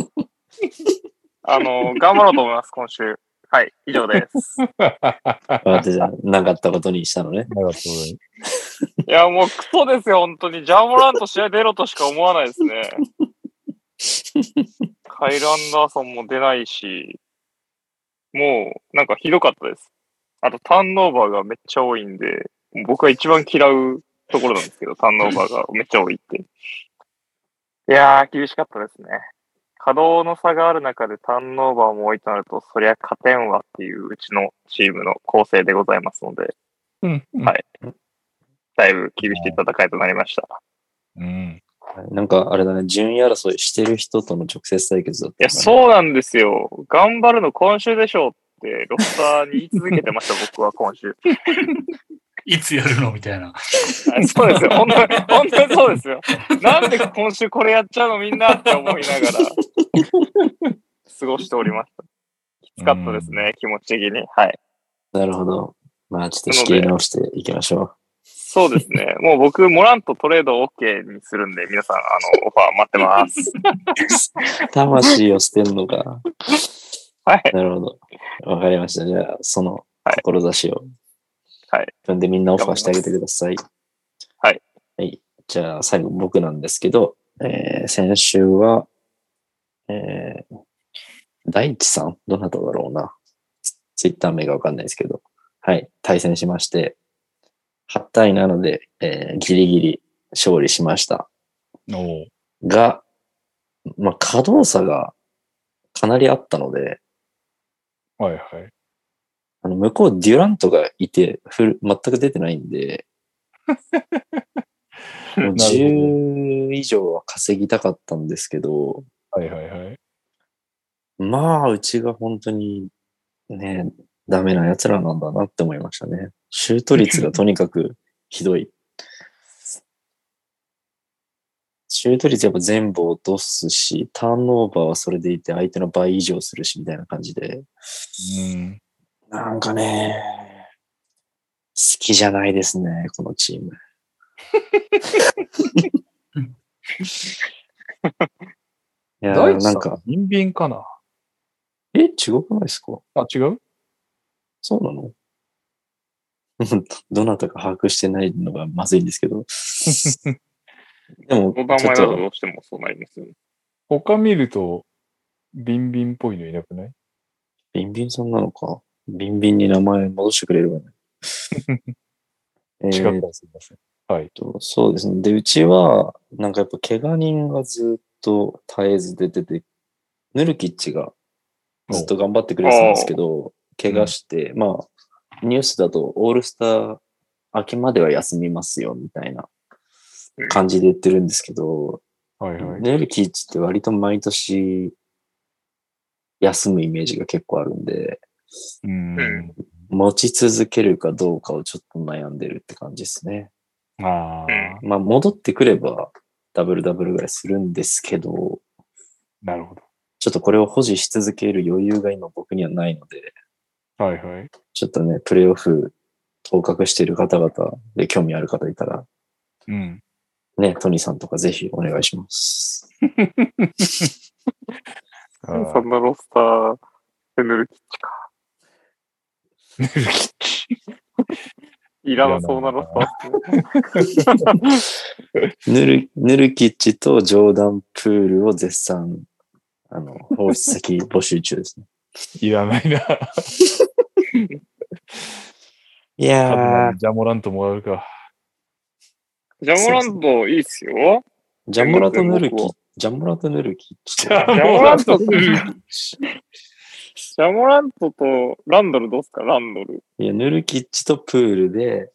S4: あの、頑張ろうと思います、今週。はい、以上です。
S1: あじゃあ、なかったことにしたのね。
S2: なるほど。
S4: いや、もうクソですよ、本当に。ジャーモランと試合出ろとしか思わないですね。カイル・アンダーソンも出ないし、もう、なんかひどかったです。あと、ターンオーバーがめっちゃ多いんで、僕が一番嫌うところなんですけど、ターンオーバーがめっちゃ多いって。いやー、厳しかったですね。稼働の差がある中でターンオーバーも多いとなると、そりゃ勝てんわっていううちのチームの構成でございますので、
S2: (laughs) うん。
S4: はいだいぶ厳しい戦いとなりました。
S2: うん。
S1: なんか、あれだね、順位争いしてる人との直接対決だっ
S4: い
S1: た
S4: や、
S1: う。
S4: そうなんですよ。頑張るの今週でしょうって、ロスターに言い続けてました、僕は今週。
S3: いつやるのみたいな。
S4: はいそうですよ。本当に、本当にそうですよ。なんで今週これやっちゃうのみんなって思いながら、過ごしておりました。きつかったですね、気持ち的に。はい。
S1: なるほど。まあ、ちょっと仕切り直していきましょう。
S4: そうですね。もう僕、モランとトレード OK にするんで、皆さん、あの、オファー待ってます。
S1: 魂を捨てるのか。
S4: はい。
S1: (laughs) なるほど。わかりました。じゃあ、その
S4: はい
S1: 志を。
S4: はい。
S1: なんでみんなオファーしてあげてください。
S4: はい。
S1: はい。じゃあ、最後僕なんですけど、えー、先週は、えー、大地さんどなただろうな。ツツイッター名がわかんないですけど、はい。対戦しまして、8対7で、えー、ギリギリ勝利しました。
S2: おう
S1: が、まあ、可動差がかなりあったので、
S2: はいはい。
S1: あの向こうデュラントがいて、フル全く出てない
S2: (laughs)
S1: んで、もう
S2: なるほ
S1: 10以上は稼ぎたかったんですけど、
S2: はいはいはい。
S1: まあ、うちが本当にね、ダメな奴らなんだなって思いましたね。シュート率がとにかく (laughs) ひどい。シュート率やっぱ全部落とすし、ターンオーバーはそれでいて相手の倍以上するしみたいな感じで。
S2: うん。
S1: なんかね、好きじゃないですね、この (laughs) チーム。いや
S2: 大
S1: ー、
S2: 地
S1: な
S2: さ
S1: んか、、
S2: ビンビンかな。
S1: え、違くないですか
S2: あ、違う
S1: そうなのうん (laughs) どなたか把握してないのがまずいんですけ (laughs) ど。でも、
S4: 僕は
S1: ちょ
S4: 前
S1: っ
S4: など
S1: と
S4: どうしてもそうなりますよね。
S2: 他見ると、ビンビンっぽいのいなくない
S1: ビンビンさんなのか。ビンビンに名前戻してくれれ (laughs) ばね。え
S2: 違
S1: ー
S2: っ
S1: った
S2: らすいません。はい。
S1: と、そうですね。で、うちは、なんかやっぱ怪我人がずっと絶えず出てて、ヌルキッチがずっと頑張ってくれてたんですけど、怪我して、まあ、ニュースだとオールスター明けまでは休みますよ、みたいな感じで言ってるんですけど、
S2: はいはい。
S1: ヌルキッチって割と毎年休むイメージが結構あるんで、
S2: うん。
S1: 持ち続けるかどうかをちょっと悩んでるって感じですね。
S2: ああ、
S1: まあ、戻ってくればダブルダブルぐらいするんですけど、
S2: なるほど。
S1: ちょっとこれを保持し続ける余裕が今僕にはないので、
S2: はいはい。
S1: ちょっとね、プレイオフ当確している方々で興味ある方いたら、
S2: うん。
S1: ね、トニーさんとかぜひお願いします。
S2: あ
S4: うん
S2: ー
S4: そんなロスター、フヌルキッチか。いらなそうなロスターですね。
S1: ヌル、ヌルキッチとジョーダンプールを絶賛、あの、放出先募集中ですね。
S2: いらないな。
S1: (laughs)
S2: 多
S1: いやー
S2: 分、ジャモラントもらうか。
S4: ジャモランドいいっすよ。
S1: (laughs)
S4: (laughs)
S1: ジャンモラとヌルキ、ジャンモラとヌルキッチと。
S4: ジャモラントと、ジャモラントとランドルどうっすかランドル。
S1: いや、ヌルキッチとプールで、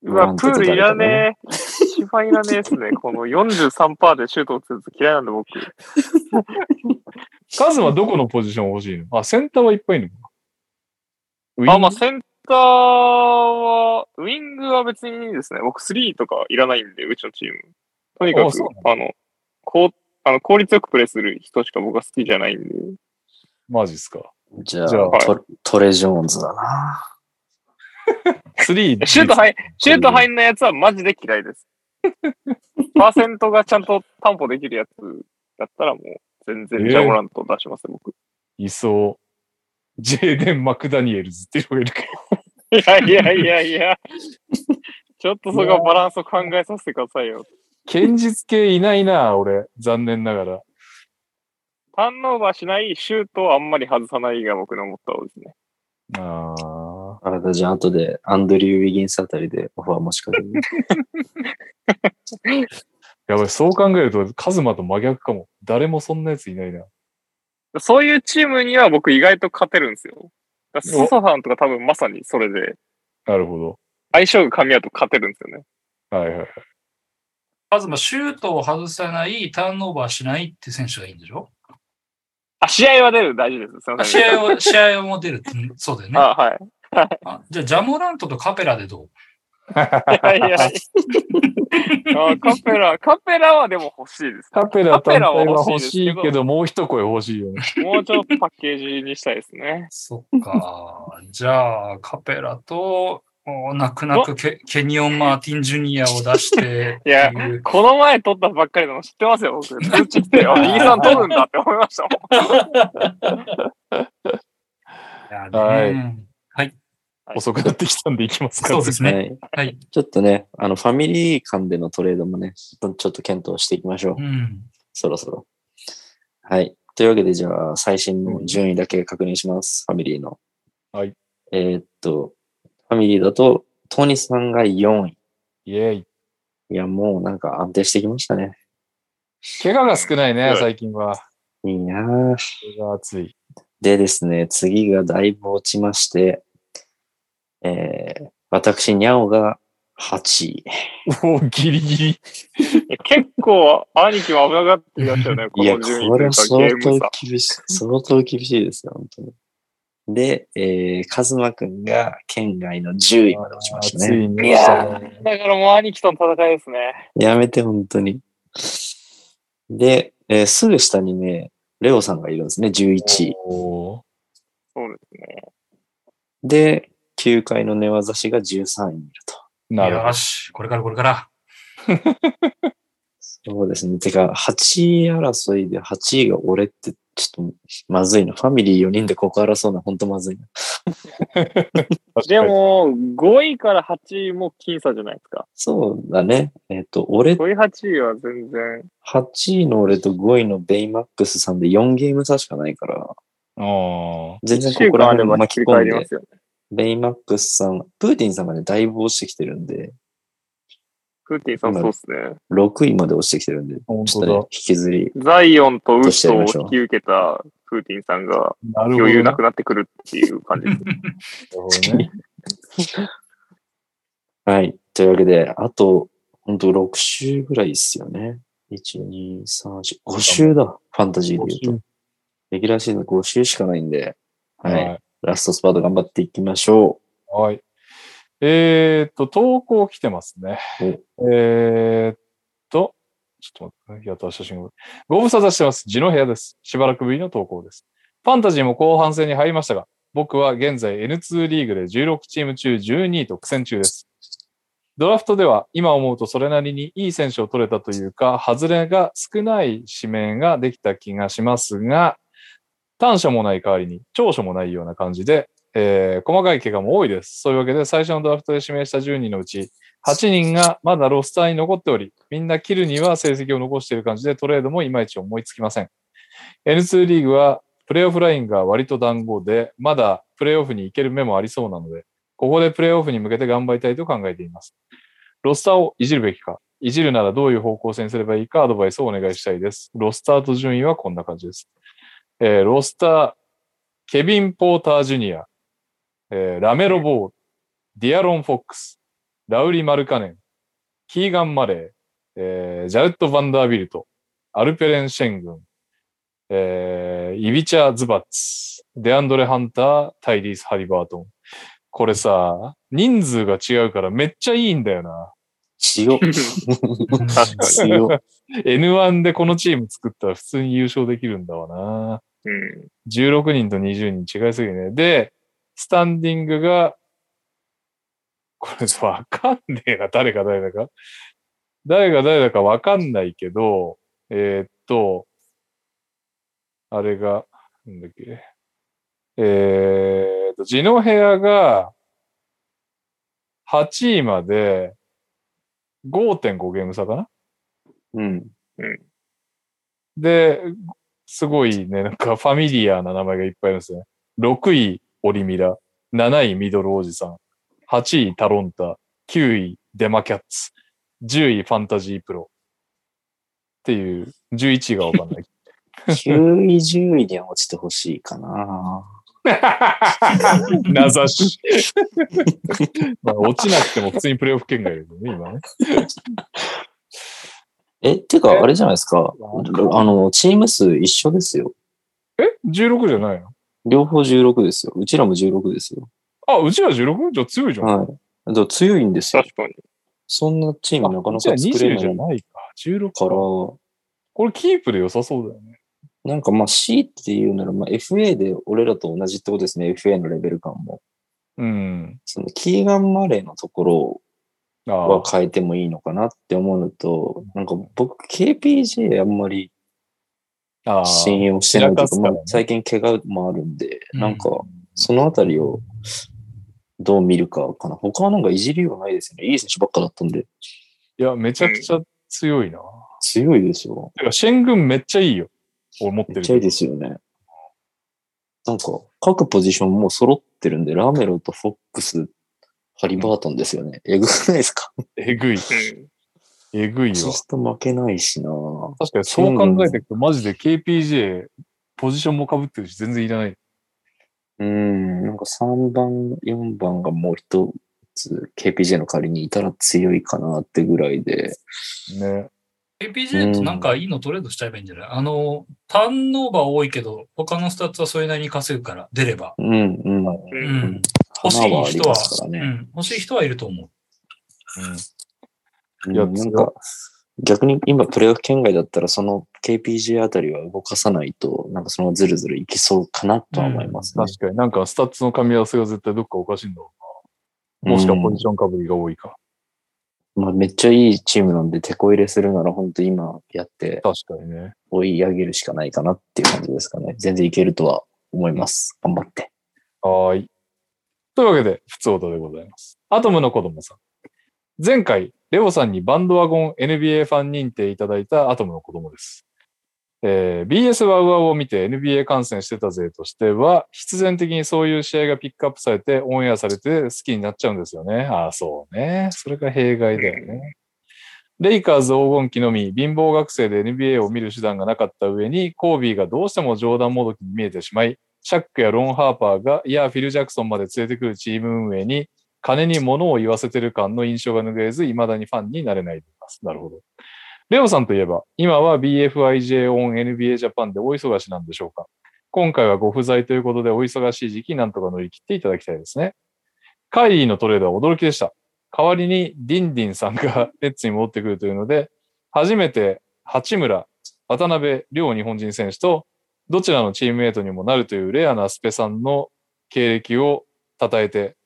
S4: う
S1: ラ
S4: わ、
S1: ン
S4: プ
S1: ド
S4: ー
S1: と
S4: ルい
S1: 誰
S4: ら
S1: かね
S4: ねえ。一番いらねえっすね。この43%でシュート打つやつ嫌いなんで僕。
S2: カズはどこのポジション欲しいのあ、センターはいっぱいいるのか。ウィング
S4: あ、まあ、センターは、ウィングは別にいいですね。僕、3とかいらないんで、うちのチーム。とにか
S2: あ
S4: く
S2: そう、
S4: あの、こう、あの効率よくプレーする人しか僕は好きじゃないんで。
S2: マジっすか。
S1: じゃあ、
S2: じゃあ
S1: トレトレジョーンズだな。
S2: スリー、
S4: シュート入、シュート入んないやつはマジで嫌い (laughs) です。パーセントがちゃんと担保できるやつだったらもう、全然ジャモラント出しますね、僕。
S2: いそう。ジェーデン・マクダニエルズっていうのがいるから。
S4: いやいやいやい (laughs) や。ちょっとそこはバランスを考えさせてくださいよ。
S2: 堅実系いないな、俺。残念ながら。
S4: ターンオーバーしない、シュートをあんまり外さないが僕の思った方ですね。
S2: ああ。
S1: あなたじゃあ、後でアンドリュー・ウィギンスあたりでオファーもしかける。
S2: やばい、そう考えると、カズマと真逆かも。誰もそんなやついないな。
S4: そういうチームには僕意外と勝てるんですよ。だからソソさんとか多分まさにそれで、
S2: なるほど。
S4: 相性が噛み合うと勝てるんですよね。
S2: はいはいはい。
S3: まず、まあシュートを外さない、ターンオーバーしないって選手がいいんでしょ
S4: あ、試合は出る、大事です。すいま
S3: あ
S4: せん。
S3: 試合を、試合をも出るって、うんそうだよね。
S4: あ、はい。
S3: あじゃあ、ジャモラントとカペラでどう
S4: いやいや。あ (laughs) カペラ、カペラはでも欲しいです。
S2: カペラ単体は
S4: カペラは
S2: 欲
S4: 欲し
S2: し
S4: い
S2: い
S4: ですけ
S2: け
S4: ど
S2: ど、もう一声欲しいよね。
S4: もうちょっとパッケージにしたいですね。
S3: そっか。じゃあ、カペラと、お泣く泣くケケニオン・マーティン・ジュニアを出して、
S4: いや
S3: っていう
S4: この前撮ったばっかりなの知ってますよ、僕。通知来 (laughs) て、あ、右さん撮るんだって思いましたもん。
S3: いや
S2: はい
S3: ね
S2: 遅くなってきたんでいきますか。
S3: そうですね
S1: はい。
S3: はい。
S1: ちょっとね、あの、ファミリー間でのトレードもね、ちょっとちょっと検討していきましょう
S3: う。ん。
S1: そろそろ。はい。というわけで、じゃあ、最新の順位だけ確認します。ファミリーの。
S2: はい。
S1: えーっと、ファミリーだと、トニさんが4位。
S2: イェイ。
S1: いや、もうなんか安定してきましたね。
S2: 怪我が少ないね
S4: は、い
S2: 最近は。
S1: いいなぁ。
S2: それが熱い。
S1: でですね、次がだいぶ落ちまして、えー、私、にゃおが8位。
S2: おーギリギリ。
S4: いや結構、兄貴も危なかった気がしたよね、こ
S1: いや、
S4: の順位
S1: こと
S4: い
S1: れ
S4: うか、
S1: は相
S4: ゲーム
S1: 当
S4: 差。
S1: 厳しい、相当厳しいですよ、本当に。で、えー、カズマくんが県外の10位まで落ちました
S2: つ
S1: ね。
S2: いに
S4: いやだからもう兄貴との戦いですね。
S1: やめて、本当に。で、えーすぐ下にね、レオさんがいるんですね、11位。
S2: おー
S4: そうですね。
S1: で、球界の寝技師が13位いると。
S2: なるほ
S3: よし、これからこれから。
S1: そうですね。てか、8位争いで8位が俺って、ちょっとまずいな。ファミリー4人でここ争うのは本当まずいな。
S2: ど。
S4: (laughs) でも、5位から8位も僅差じゃないですか。
S1: そうだね。えっ、と、俺、
S4: 5位、8位は全然。
S1: 8位の俺と5位のベイマックスさんで4ゲーム差しかないから、
S2: あ
S1: 全然
S4: 1
S1: こ
S4: 週
S1: こ
S4: 間
S1: ら
S4: あれ
S1: 辺
S4: ば
S1: 巻
S4: ひ
S1: き
S4: っくり返
S1: 込ん
S4: りま
S1: で、
S4: すよね。
S1: ベイマックスさん、プーティンさんがね、だいぶ落ちてきてるんで、
S4: プーティンさんそうですね。
S1: 6位まで落ちてきてるんで、
S2: あ、本
S1: ちょっ
S2: 当
S1: と
S2: だ
S1: ね、引。きずり
S4: ザイオンとウッソを引き受けたプーティンさんが
S2: なるほど。
S4: 余裕な
S2: な
S4: くなってくるっていう感じです。
S2: るほどね。
S1: (laughs) はい。というわけで、あと、本当6週ぐらいですよね。1、2、3、4、5週だ。ファンタジーで言うと。レギュラーシーズン5週しかないんで、はい。
S2: はい。
S1: ラストスパート頑張っていきましょ
S2: はい。えーっと、投稿来てますね。えーっと、ちょっと待って、やったら写真が。ご無沙汰してます。地の部屋です。しばらくぶりの投稿です。ファンタジーも後半戦に入りましたが、僕は現在 N2 リーグで16チーム中12位と苦戦中です。ドラフトでは今思うとそれなりにいい選手を取れたというか、外れが少ない指名ができた気がしますが、短所もない代わりに長所もないような感じで、えー細かい怪我も多いです。そういうわけで最初のドラフトで指名した10人のうち、8人がまだロスターに残っており、みんな切るには成績を残している感じでトレードもいまいち思いつきません。N2 リーグはプレーオフラインが割と団子で、まだプレーオフに行ける目もありそうなので、ここでプレーオフに向けて頑張りたいと考えています。ロスターをいじるべきか、いじるならどういう方向性にすればいいかアドバイスをお願いしたいです。ロスターと順位はこんな感じです。えーロスター、ケビン・ポーター・ジュニア、えーラメロ・ボール、ディアロン・フォックス、ラウリ・マルカネン、キーガン・マレー、えージャレット・ヴァンダービルト、アルペレン・シェングン、えーイビチャ・ズバッツ、デアンドレ・ハンター、タイリース・ハリバートン。これさ、人数が違うからめっちゃいいんだよな。
S1: 強っ。
S3: 確か
S1: 強っ。
S2: N1 でこのチーム作ったら普通に優勝できるんだわな。
S4: うん。
S2: 16人と20人違いすぎるね。で、スタンディングが、これ (laughs) わかんねえな、誰が誰だか。誰が誰だかわかんないけど、えーっと、あれが、なんだっけ。えーっと、ジノヘアが8位まで5.5ゲーム差かな
S1: うん。
S2: で、すごいね、なんかファミリアな名前がいっぱいあるんですね。6位、オリミラ。7位、ミドルおじさん。8位、タロンタ。9位、デマキャッツ。10位、ファンタジープロ。っていう、11位がわかん
S1: (laughs)
S2: ない。
S1: 9位、10位には落ちてほしいかな。
S2: 名指し。 (laughs) まあ、落ちなくても普通にプレイオフ圏外だけどね、今ね。
S1: (laughs) え、て
S2: え
S1: か、あれじゃないですか。
S2: わ
S1: あの、チーム数一緒ですよ。
S2: え ?16 じゃないの
S1: 両方16ですよ。うちらも16ですよ。
S2: あ、うちは 16? じゃあ強いじゃん。
S1: はい。だから強いんですよ。
S4: 確かに。
S1: そんなチームなかな
S2: うちは
S1: か作れ
S2: 20
S1: な
S2: じゃ
S1: い
S2: ないか。16
S1: から、
S2: か。これキープで良さそうだよね。
S1: なんかまあ C っていうなら、まあ FA で俺らと同じってことですね。FA のレベル感も。
S2: うん。
S1: そのキーガン・マレーのところ
S2: ああ。
S1: は変えてもいいのかなって思うのと、なんか僕 KPJ あんまり
S2: ああ
S1: 信用してないとい
S2: 散らか
S1: うか、
S2: すからね
S1: まあ最近怪我もあるんで、
S3: うん
S1: なんかそのあたりをどう見るかかな。他はなんかいじりようがないですよね。いい選手ばっかだったんで。
S2: いや、めちゃくちゃ強いな。
S1: 強いですよ。
S2: てか、シェン軍めっちゃいいよ。俺持って
S1: めっ
S2: る
S1: ち
S2: け
S1: ゃい
S2: ど。
S1: いですよね。なんか、各ポジションもう揃ってるんで、ラメロとフォックス、ハリバートンですよね。えぐくないですか
S2: えぐい。
S4: うん。
S2: えぐい
S1: そ
S2: よ
S1: う。すると負けないしなぁ
S2: 確かにそう考えていくと、マジで KPJ、ポジションも被ってるし、全然いらない。
S1: うん、なんか3番、4番がもう一つ KPJ の代わりにいたら強いかなってぐらいで。
S2: ね。
S3: APJ となんかいいのトレードしちゃえばいいんじゃない、あの、ターンオーバー多いけど、他のスタッツはそれなりに稼ぐから、出れば。
S1: うん、うん。
S4: う。
S3: うんん。欲し
S1: 花
S3: い
S1: はあり
S3: 人
S1: ま
S3: は、
S1: すから
S3: う
S1: ね。
S3: ん。欲しい人はいると思
S1: う
S2: いや
S1: ん、なんか、逆に今プレイオフ圏外だったら、その KPJ あたりは動かさないと、なんかそのずるずるいきそうかなとは思いますね。
S2: 確かになんかスタッツの噛み合わせが絶対どっかおかしいんだろうな。もしくはポジション被りが多いか。
S1: まあ、めっちゃいいチームなんで、手こ入れするなら、本当今やって
S2: 確かにね。
S1: 追い上げるしかないかなっていう感じですかね。全然いけるとは思います。頑張って。
S2: はーい。というわけで、普通音でございます。アトムの子供さん。前回、レオさんにバンドワゴン NBA ファン認定いただいたアトムの子供です。えー BS ワウワウを見て NBA 観戦してたぜとしては、必然的にそういう試合がピックアップされて、オンエアされて好きになっちゃうんですよね。ああ、そうね。それが弊害だよね。レイカーズ黄金期のみ、貧乏学生で NBA を見る手段がなかった上に、コービーがどうしても冗談もどきに見えてしまい、シャックやロン・ハーパーが、いや、フィル・ジャクソンまで連れてくるチーム運営に、金に物を言わせてる感の印象が拭えず、未だにファンになれないでいます。なるほど。レオさんといえば、今は BFIJ on NBA ジャパンでお忙しなんでしょうか今回はご不在ということで、お忙しい時期、なんとか乗り切っていただきたいですね。カイリーのトレードは驚きでした。代わりに、ディンディンさんがネッツに戻ってくるというので、初めて八村、渡辺、両日本人選手と、どちらのチームメイトにもなるというレアなスペさんの経歴を称えて、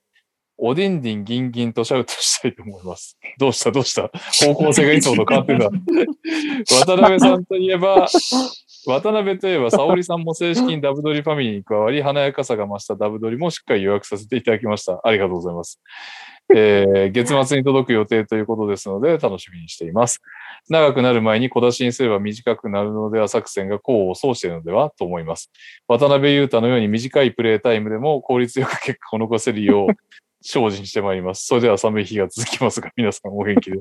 S2: おでんでんぎんぎんとシャウトしたいと思います。 (laughs) どうしたどうした方向性がいつもと変わってるな。渡辺さんといえば、渡辺といえば、沙織さんも正式にダブドリファミリーに加わり、華やかさが増したダブドリもしっかり予約させていただきました。ありがとうございます。えー月末に届く予定ということですので、楽しみにしています。長くなる前に小出しにすれば短くなるのでは作戦が功を奏しているのではと思います。渡辺裕太のように短いプレータイムでも効率よく結果を残せるよう精進してまいります。それでは寒い日が続きますが、皆さんお元気で。い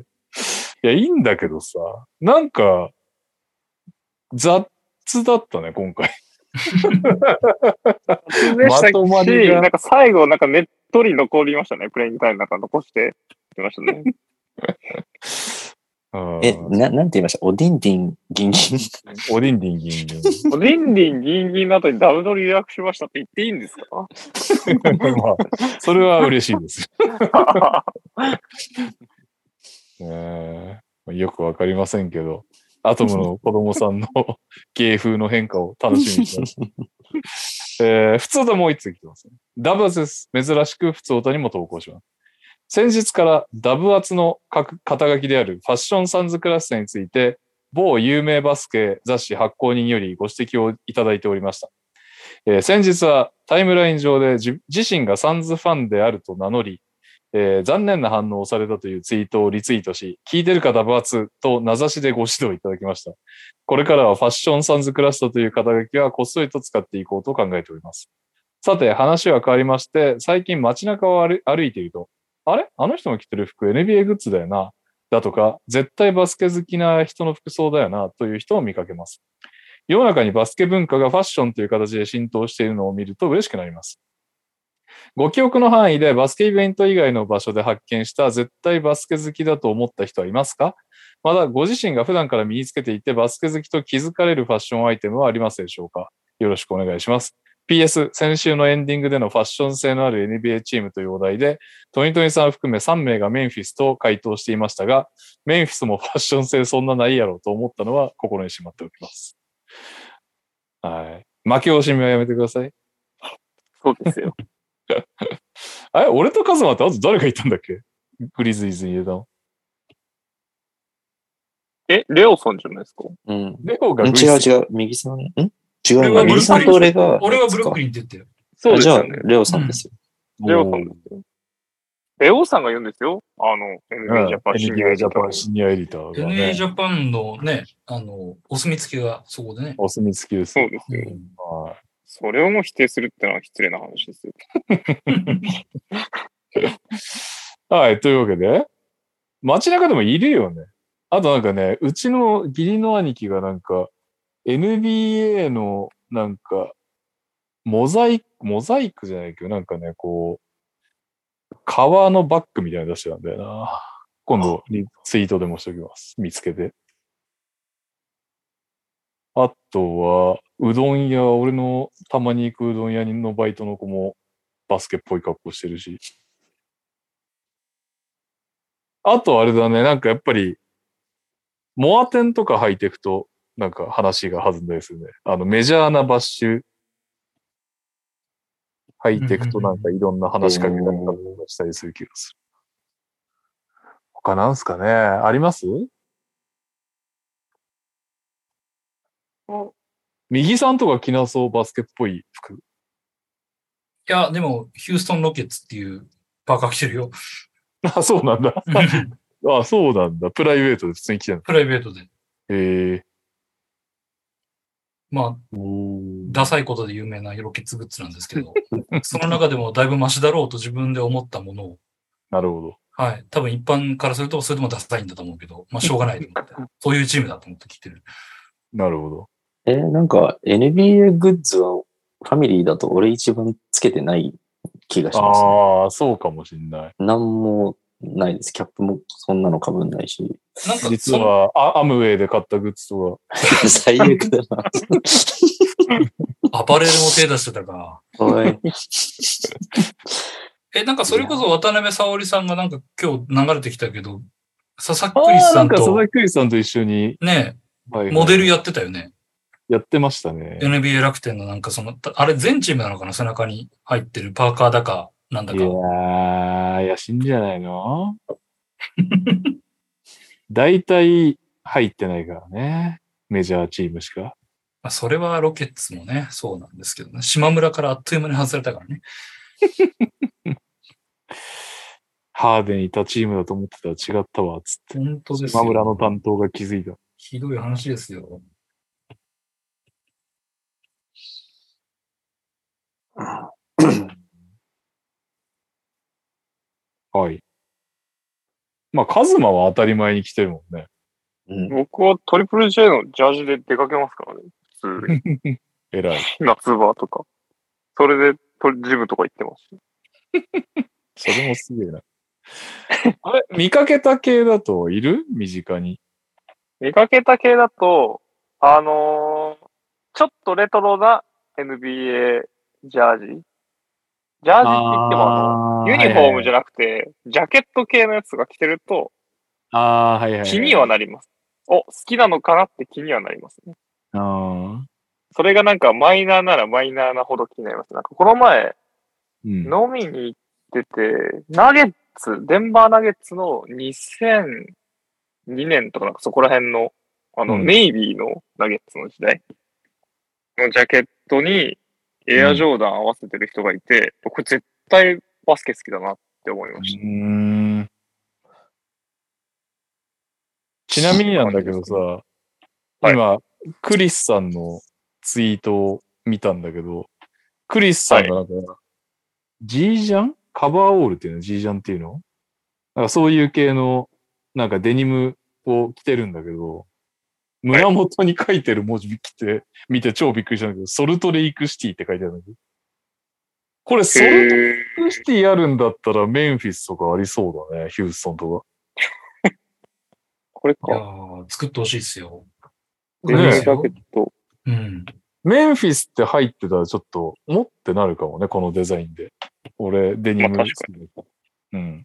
S2: (laughs) や、いいんだけどさ、なんか、雑だったね、今回。まとまりが
S4: なんか最後、なんかねっとり残りましたね。プレイングタイムなんか残してきましたね。
S2: うん
S1: え、ななんて言いましたおでんでんぎんぎん。
S2: おりんりんぎんぎん。
S4: リンリンギンギンの後にダブドリ予約しましたって言っていいんですか
S2: まあ、それは嬉しいです。ねえよくわかりませんけど、アトムの子供さんの芸風の変化を楽しみにしてます。えー普通ともう一つ来てますね。ダブアツです。珍しく普通歌にも投稿します。先日からダブアツの各肩書きであるファッションサンズクラスタについて、某有名バスケ雑誌発行人よりご指摘をいただいておりました。えー先日はタイムライン上でじ自身がサンズファンであると名乗り、えー残念な反応をされたというツイートをリツイートし、聞いてるかダブアツと名指しでご指導いただきました。これからはファッションサンズクラスタという肩書きはこっそりと使っていこうと考えております。さて、話は変わりまして、最近街中を歩歩いていると、あれあの人の着てる服 NBA グッズだよな。だとか、絶対バスケ好きな人の服装だよな、という人を見かけます。世の中にバスケ文化がファッションという形で浸透しているのを見ると嬉しくなります。ご記憶の範囲でバスケイベント以外の場所で発見した絶対バスケ好きだと思った人はいますかまたご自身が普段から身につけていてバスケ好きと気づかれるファッションアイテムはありますでしょうかよろしくお願いします。PS、先週のエンディングでのファッション性のある NBA チームというお題で、トニトニさん含め3名がメンフィスと回答していましたが、メンフィスもファッション性そんなないやろうと思ったのは心にしまっておきます。はい。負け惜しみはやめてください。
S4: そうですよ。
S2: あれ俺とカズマってあと誰がいたんだっけグリズイーズに入れたの。
S4: え、レオさんじゃないですか
S1: うん。
S2: レオが
S1: うん
S2: グ
S1: 違
S2: リズイ
S1: う違う。右さんね。ん違う
S3: 俺
S1: な。
S3: はブルックリン
S1: 右さんと俺が。
S3: 俺はブルックリンって言ってよ。
S4: そうです
S1: じゃあ
S4: よね、。
S1: レオさんですよ。
S4: レオさんですよ。レオさんが言うんですよ。あ
S2: うん
S4: の、NBA ジャパン、シニア
S2: NBA
S4: ジ
S2: ジ
S4: ャ
S2: ャ
S4: パ
S2: パ
S4: ン
S2: ン。シニアエディターが
S3: NA
S2: ね
S3: ジ、ャパンのね、あの、お墨付きがそこでね。
S2: お墨付きです
S4: そ
S2: よ。
S4: うですよ。
S3: うん
S2: は
S4: それをもう否定するってのは失礼な話ですよ。
S2: い、はい、というわけで、街中でもいるよね。あとなんかね、うちの義理の兄貴がなんか、NBA のなんか、モザイク、モザイクじゃないけど、なんかね、こう、革のバッグみたいなの出してたんだよな。今度、リツイートでもしておきます。見つけて。あとは、うどん屋、俺のたまに行くうどん屋のバイトの子もバスケっぽい格好してるし。あとあれだね、なんかやっぱり、モアテンとか履いていくと、なんか話が弾んだりするね。あの、メジャーなバッシュ、履いていくとなんかいろんな話しかけたりとかしたりする気がする。他なんすかねあります右さんとか着なそうバスケっぽい服。 (laughs)
S3: いや、でも、ヒューストンロケッツっていうパーカー着て
S2: (laughs)
S3: るよ。
S2: あ、そうなんだ。あ、そうなんだ。プライベートで普通に来てる
S3: プライベートで。
S2: の。へえ。
S3: まあ、ダサいことで有名なロケッツグッズなんですけど、その中でもだいぶマシだろうと自分で思ったものを、
S2: なるほど。
S3: はい。多分一般からすると、それでもダサいんだと思うけど、まあ、しょうがないと
S2: (laughs)
S3: 思って。そういうチームだと思って来てる。
S2: なるほど。
S1: えーなんか NBA グッズはファミリーだと俺一番つけてない気がします、ね。
S2: ああ、そうかもしんない。
S1: なんもないです。キャップもそんなの被んないし。
S3: なんか、
S2: 実は、あアムウェイで買ったグッズと
S1: 最悪だな。
S3: そのアパレルも手出してたか。
S1: おい。
S3: え、なんかそれこそ渡辺沙織さんがなんか今日流れてきたけど、佐々
S2: か。
S3: 木クリス
S2: な
S3: さ
S2: ん
S3: ん
S2: か佐
S3: と
S2: 々木クリスさんと一緒に
S3: ね、
S2: はいはい
S3: モデルやってたよね。
S2: やってましたね。
S3: NBA 楽天のなんかその、たあれ全チームなのかな背中に入ってるパーカーだか、なんだ
S2: い
S3: か
S2: や。ー、怪しいんじゃない
S4: (laughs)
S2: の大体入ってないからね。メジャーチームしか。
S3: まあ、それはロケッツもね、そうなんですけどね。島村からあっという間に外れたからね。
S2: ハーデンいたチームだと思ってたら違ったわ、つって。
S3: 本当ですよ。
S2: 島村の担当が気づいた。
S3: ひどい話ですよ。
S2: はい。まあ、カズマは当たり前に来てるもんね。
S1: うん。
S4: 僕はトリプル J のジャージで出かけますからね。普
S2: (laughs)
S4: 通に。
S2: 偉い。
S4: 夏場とか。それでトリジムとか行ってます。
S2: それもすげえ
S4: (laughs)
S2: な。あれ、見かけた系だといる身近に。
S4: 見かけた系だと、あのーちょっとレトロな NBA ジャージジャージって言ってもあの、ユニフォームじ
S2: ゃ
S4: ゃなくて、ジャケット系のやつが着てると
S2: ああー、はいはいい。
S4: 気にはなります。お、好きなのかなって気にはなりますね。
S2: あ
S4: それがなんかマイナーならマイナーなほど気になります。なんかこの前、
S2: ーうん。
S4: 飲みに行ってて、ナゲッツ、デンバーナゲッツの2002年とかなんかそこら辺の、あの、
S2: うん
S4: ネイビーのナゲッツの時代のジャケットにエアジョーダン合わせてる人がいて、これ絶対バスケ好きだなって思いまし
S2: うーんちなみになんだけどさ、
S4: はい
S2: 今、クリスさんのツイートを見たんだけど、クリスさんがなんか、ジージャンカバーオールっていうのジージャンっていうのなんかそういう系の、なんかデニムを着てるんだけど、胸元に書いてる文字来て、見て超びっくりしたんだけど、ソルトレイクシティって書いてあるんだけど、これソ
S4: た。
S2: ルトレイク
S4: へー
S2: メンフィスティやるんだったらメンフィスとかありそうだね、ヒューストンと
S4: これ
S3: いや
S4: か。
S3: ー作ってほしいですよ。
S4: デ
S2: ね
S4: ニム
S3: で
S4: ジ
S3: すよ
S4: ャケット。
S3: うん。
S2: か。メンフィスって入ってたらちょっと、もってなるかもね、このデザインで。俺、デニム
S4: まあ
S2: 好き
S4: 確か
S2: だからうん。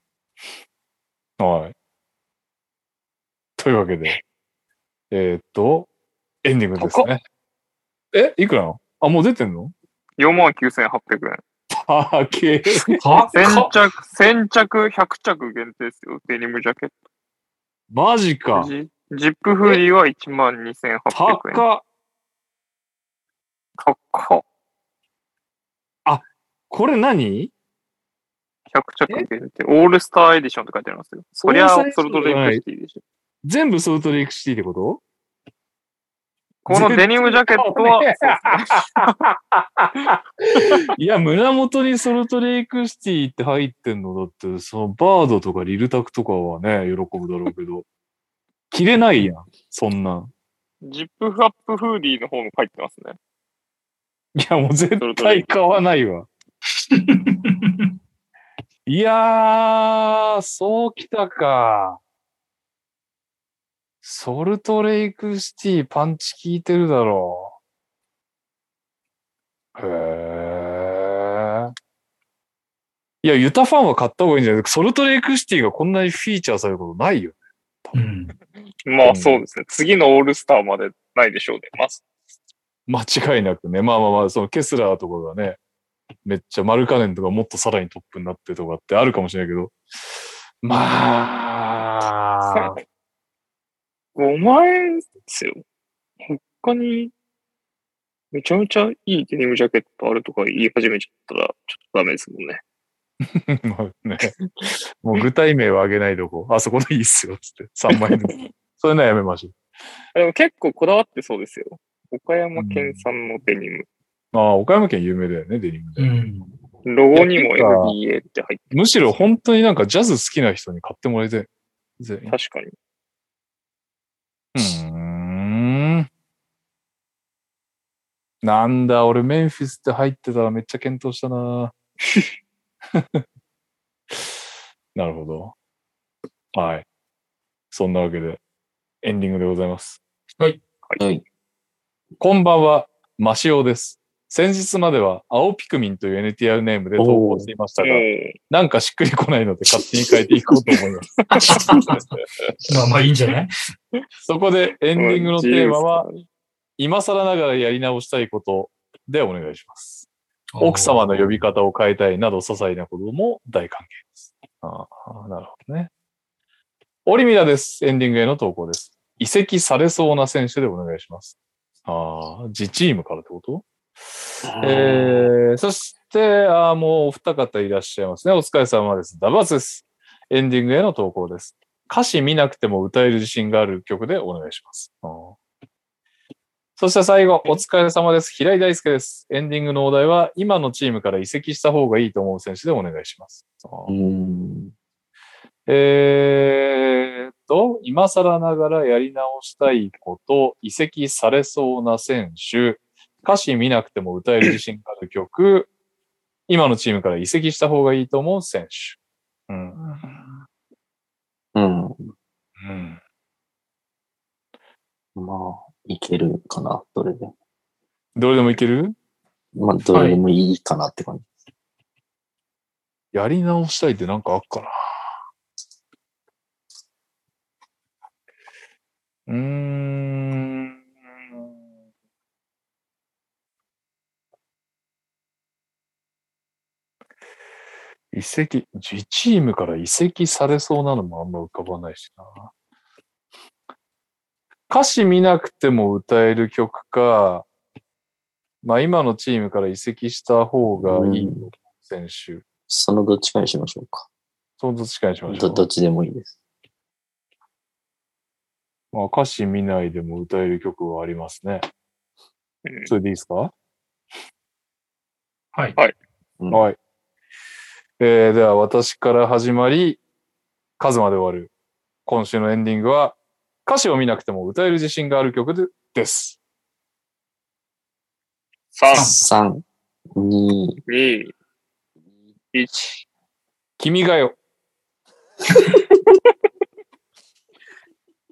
S2: はい。というわけで、えーっと、エンディングですね。え、いくらなのあ、もう出てんの
S4: 49,800円。
S2: あー、け
S3: かっ
S4: 先
S3: か
S4: 着、先着100着限定ですよ。デニムジャケッ
S2: マジ
S4: (laughs)
S2: か
S4: ト。。ジジップフリーは12,800円。
S2: 高っ。
S4: 高っ。
S2: これ何
S4: 100着限定。オールスターエディションって書いてありますよ。そりゃ
S2: オール、スタ
S4: ソ
S2: ーエ
S4: ル
S2: ディション
S4: トレイクシティでしょ。
S2: 全部ソルトレイクシティってこと
S4: このデニムジャケット
S2: (laughs)
S4: は、そうですね
S2: いや、胸元にソルトレイクシティって入ってんのだって、そのバードとかリルタクとかはね、喜ぶだろうけど、着れないやん、そんなん。
S4: ジップアップフーディーの方も書いてますね。
S2: いや、もう絶対買わないわ。いやー、そうきたか。ソルトレイクシティパンチ効いてるだろう。へー。いや、ユタファンは買った方がいいんじゃないソルトレイクシティがこんなにフィーチャーされることないよ。
S3: うん。
S4: ま
S2: う
S4: あ
S2: ん
S4: そうですね。次のオールスターまでないでしょうね。まあ、
S2: 間違いなくね。まあまあまあ、そのケスラーとかがね、めっちゃマルカネンとかもっとさらにトップになってとかってあるかもしれないけど、まあ、
S4: 5万円ですよ。他に、めちゃめちゃいいデニムジャケットあるとか言い始めちゃったら、ちょっとダメですもんね。
S2: (laughs) まあね、もう具体名はあげないとこ、あそこでいいっすよ、つって。3枚で。そういうのはやめましょ
S4: あでも結構こだわってそうですよ。岡山県産のデニム。
S2: う。ああ、岡山県有名だよね、デニムで。
S3: うん。
S4: ロゴにも
S2: いや
S4: NBA って入って
S2: むしろ本当になんかジャズ好きな人に買ってもらいたい。全員
S4: る。確かに。
S2: うーん。なんだ、俺メンフィスって入ってたらめっちゃ検討したな。 (laughs) なるほど。はい。そんなわけで、エンディングでございます。
S3: はい。
S1: はい。
S2: こんばんは、マシオです。先日までは青ピクミンという NTR ネームで投稿していましたが、なんかしっくりこないので勝手に変えていこうと思います。 (laughs)
S3: まあまあいいんじゃない
S2: そこでエンディングのテーマは、今更ながらやり直したいことでお願いします。奥様の呼び方を変えたいなど、些細なことも大歓迎です。ああ、なるほどね。オリミラです。エンディングへの投稿です。移籍されそうな選手でお願いします。ああ、自チームからってことえーそして、あーもうお二方いらっしゃいますね。お疲れ様です。ダバスです。エンディングへの投稿です。歌詞見なくても歌える自信がある曲でお願いします。あーそして最後、お疲れ様です。平井大輔です。エンディングのお題は、今のチームから移籍した方がいいと思う選手でお願いします。あー
S1: うん。
S2: えーっと、今更ながらやり直したいこと、移籍されそうな選手、歌詞見なくても歌える自信がある曲、今のチームから移籍した方がいいと思う選手。うん。
S1: うん。
S2: うん。
S1: まあ、いけるかな、どれでも。
S2: どれでもいける
S1: まあ、どれでもいいかなって感じ。
S2: やり直したいってなんかあっかな。うーん。移籍、自チームから移籍されそうなのもあんま浮かばないしな。歌詞見なくても歌える曲か、まあ今のチームから移籍した方がいい
S1: うん
S2: 選手。
S1: そのどっちかにしましょうか。
S2: そのどっちかにしましょ
S1: どど
S2: う
S1: っ。ちでもいいです。
S2: まあ、歌詞見ないでも歌える曲はありますね。それでいいですか、
S3: はい。
S1: うん
S2: はい。えー、では私から始まり、数まで終わる。今週のエンディングは、歌詞を見なくても歌える自信がある曲でです。
S4: 三
S1: 3、2、
S4: 二一
S2: 君がよ。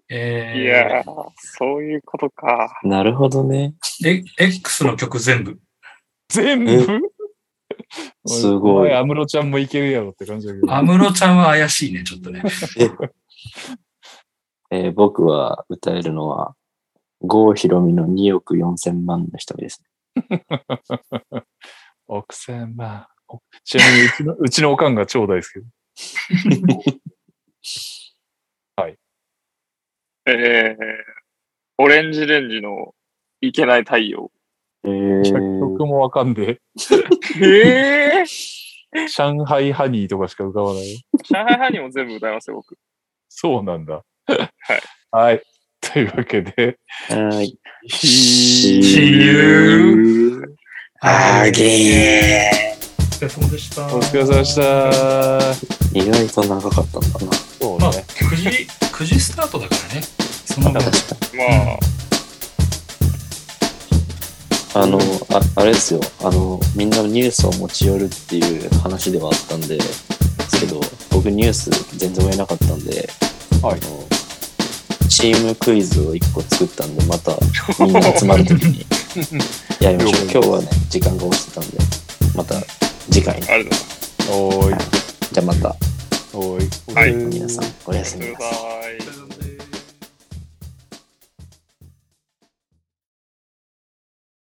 S3: えー、
S4: いやー、そういうことか。
S1: なるほどね。
S3: え X の曲全部。
S2: 全
S1: え
S2: 部
S1: す
S2: お
S1: ごい
S2: い安室ちゃんもいけるやろって感じだけど。
S3: 安室ちゃんは怪しいね、ちょっとね。
S1: えー僕は歌えるのは、郷ひろみの2億4千万の瞳ですね。
S2: 奥さんは、おちなみにうちの、うちのおかんが超大好き。
S4: えー、オレンジレンジのいけない太陽。
S1: え
S2: 曲もわかんで、
S4: え (laughs) ー、
S2: 上海ハニーとかしか浮かばないよ。
S4: 上海ハニーも全部歌いますよ、僕。
S2: (laughs) そうなんだ。
S4: い。
S2: はい。というわけで、
S1: はい。
S3: See you
S1: again.
S3: お疲れ様でした。
S2: お疲れ様でした。
S1: 意外と長かったんだな。
S2: そう
S3: まあ、
S2: ね。
S3: 9時、9時スタートだからね。その分、
S4: まあ、
S1: あの、ああれですよ。あの、みんなニュースを持ち寄るっていう話ではあったんで、ですけど、僕ニュース全然追えなかったんで、
S2: はい
S1: あの、チームクイズを1個作ったんで、またみんな集まるとき (laughs) にやりましょう。今日はね、時間が押してたんで、また次回ね。
S4: ありがと
S2: おーい。
S1: じゃあまた、
S2: おーい。
S4: はい
S2: お疲れ様
S1: 皆さんおやす
S4: うご
S1: み
S4: ざい
S1: な
S4: ま
S1: さい。
S4: す。
S3: お疲れ様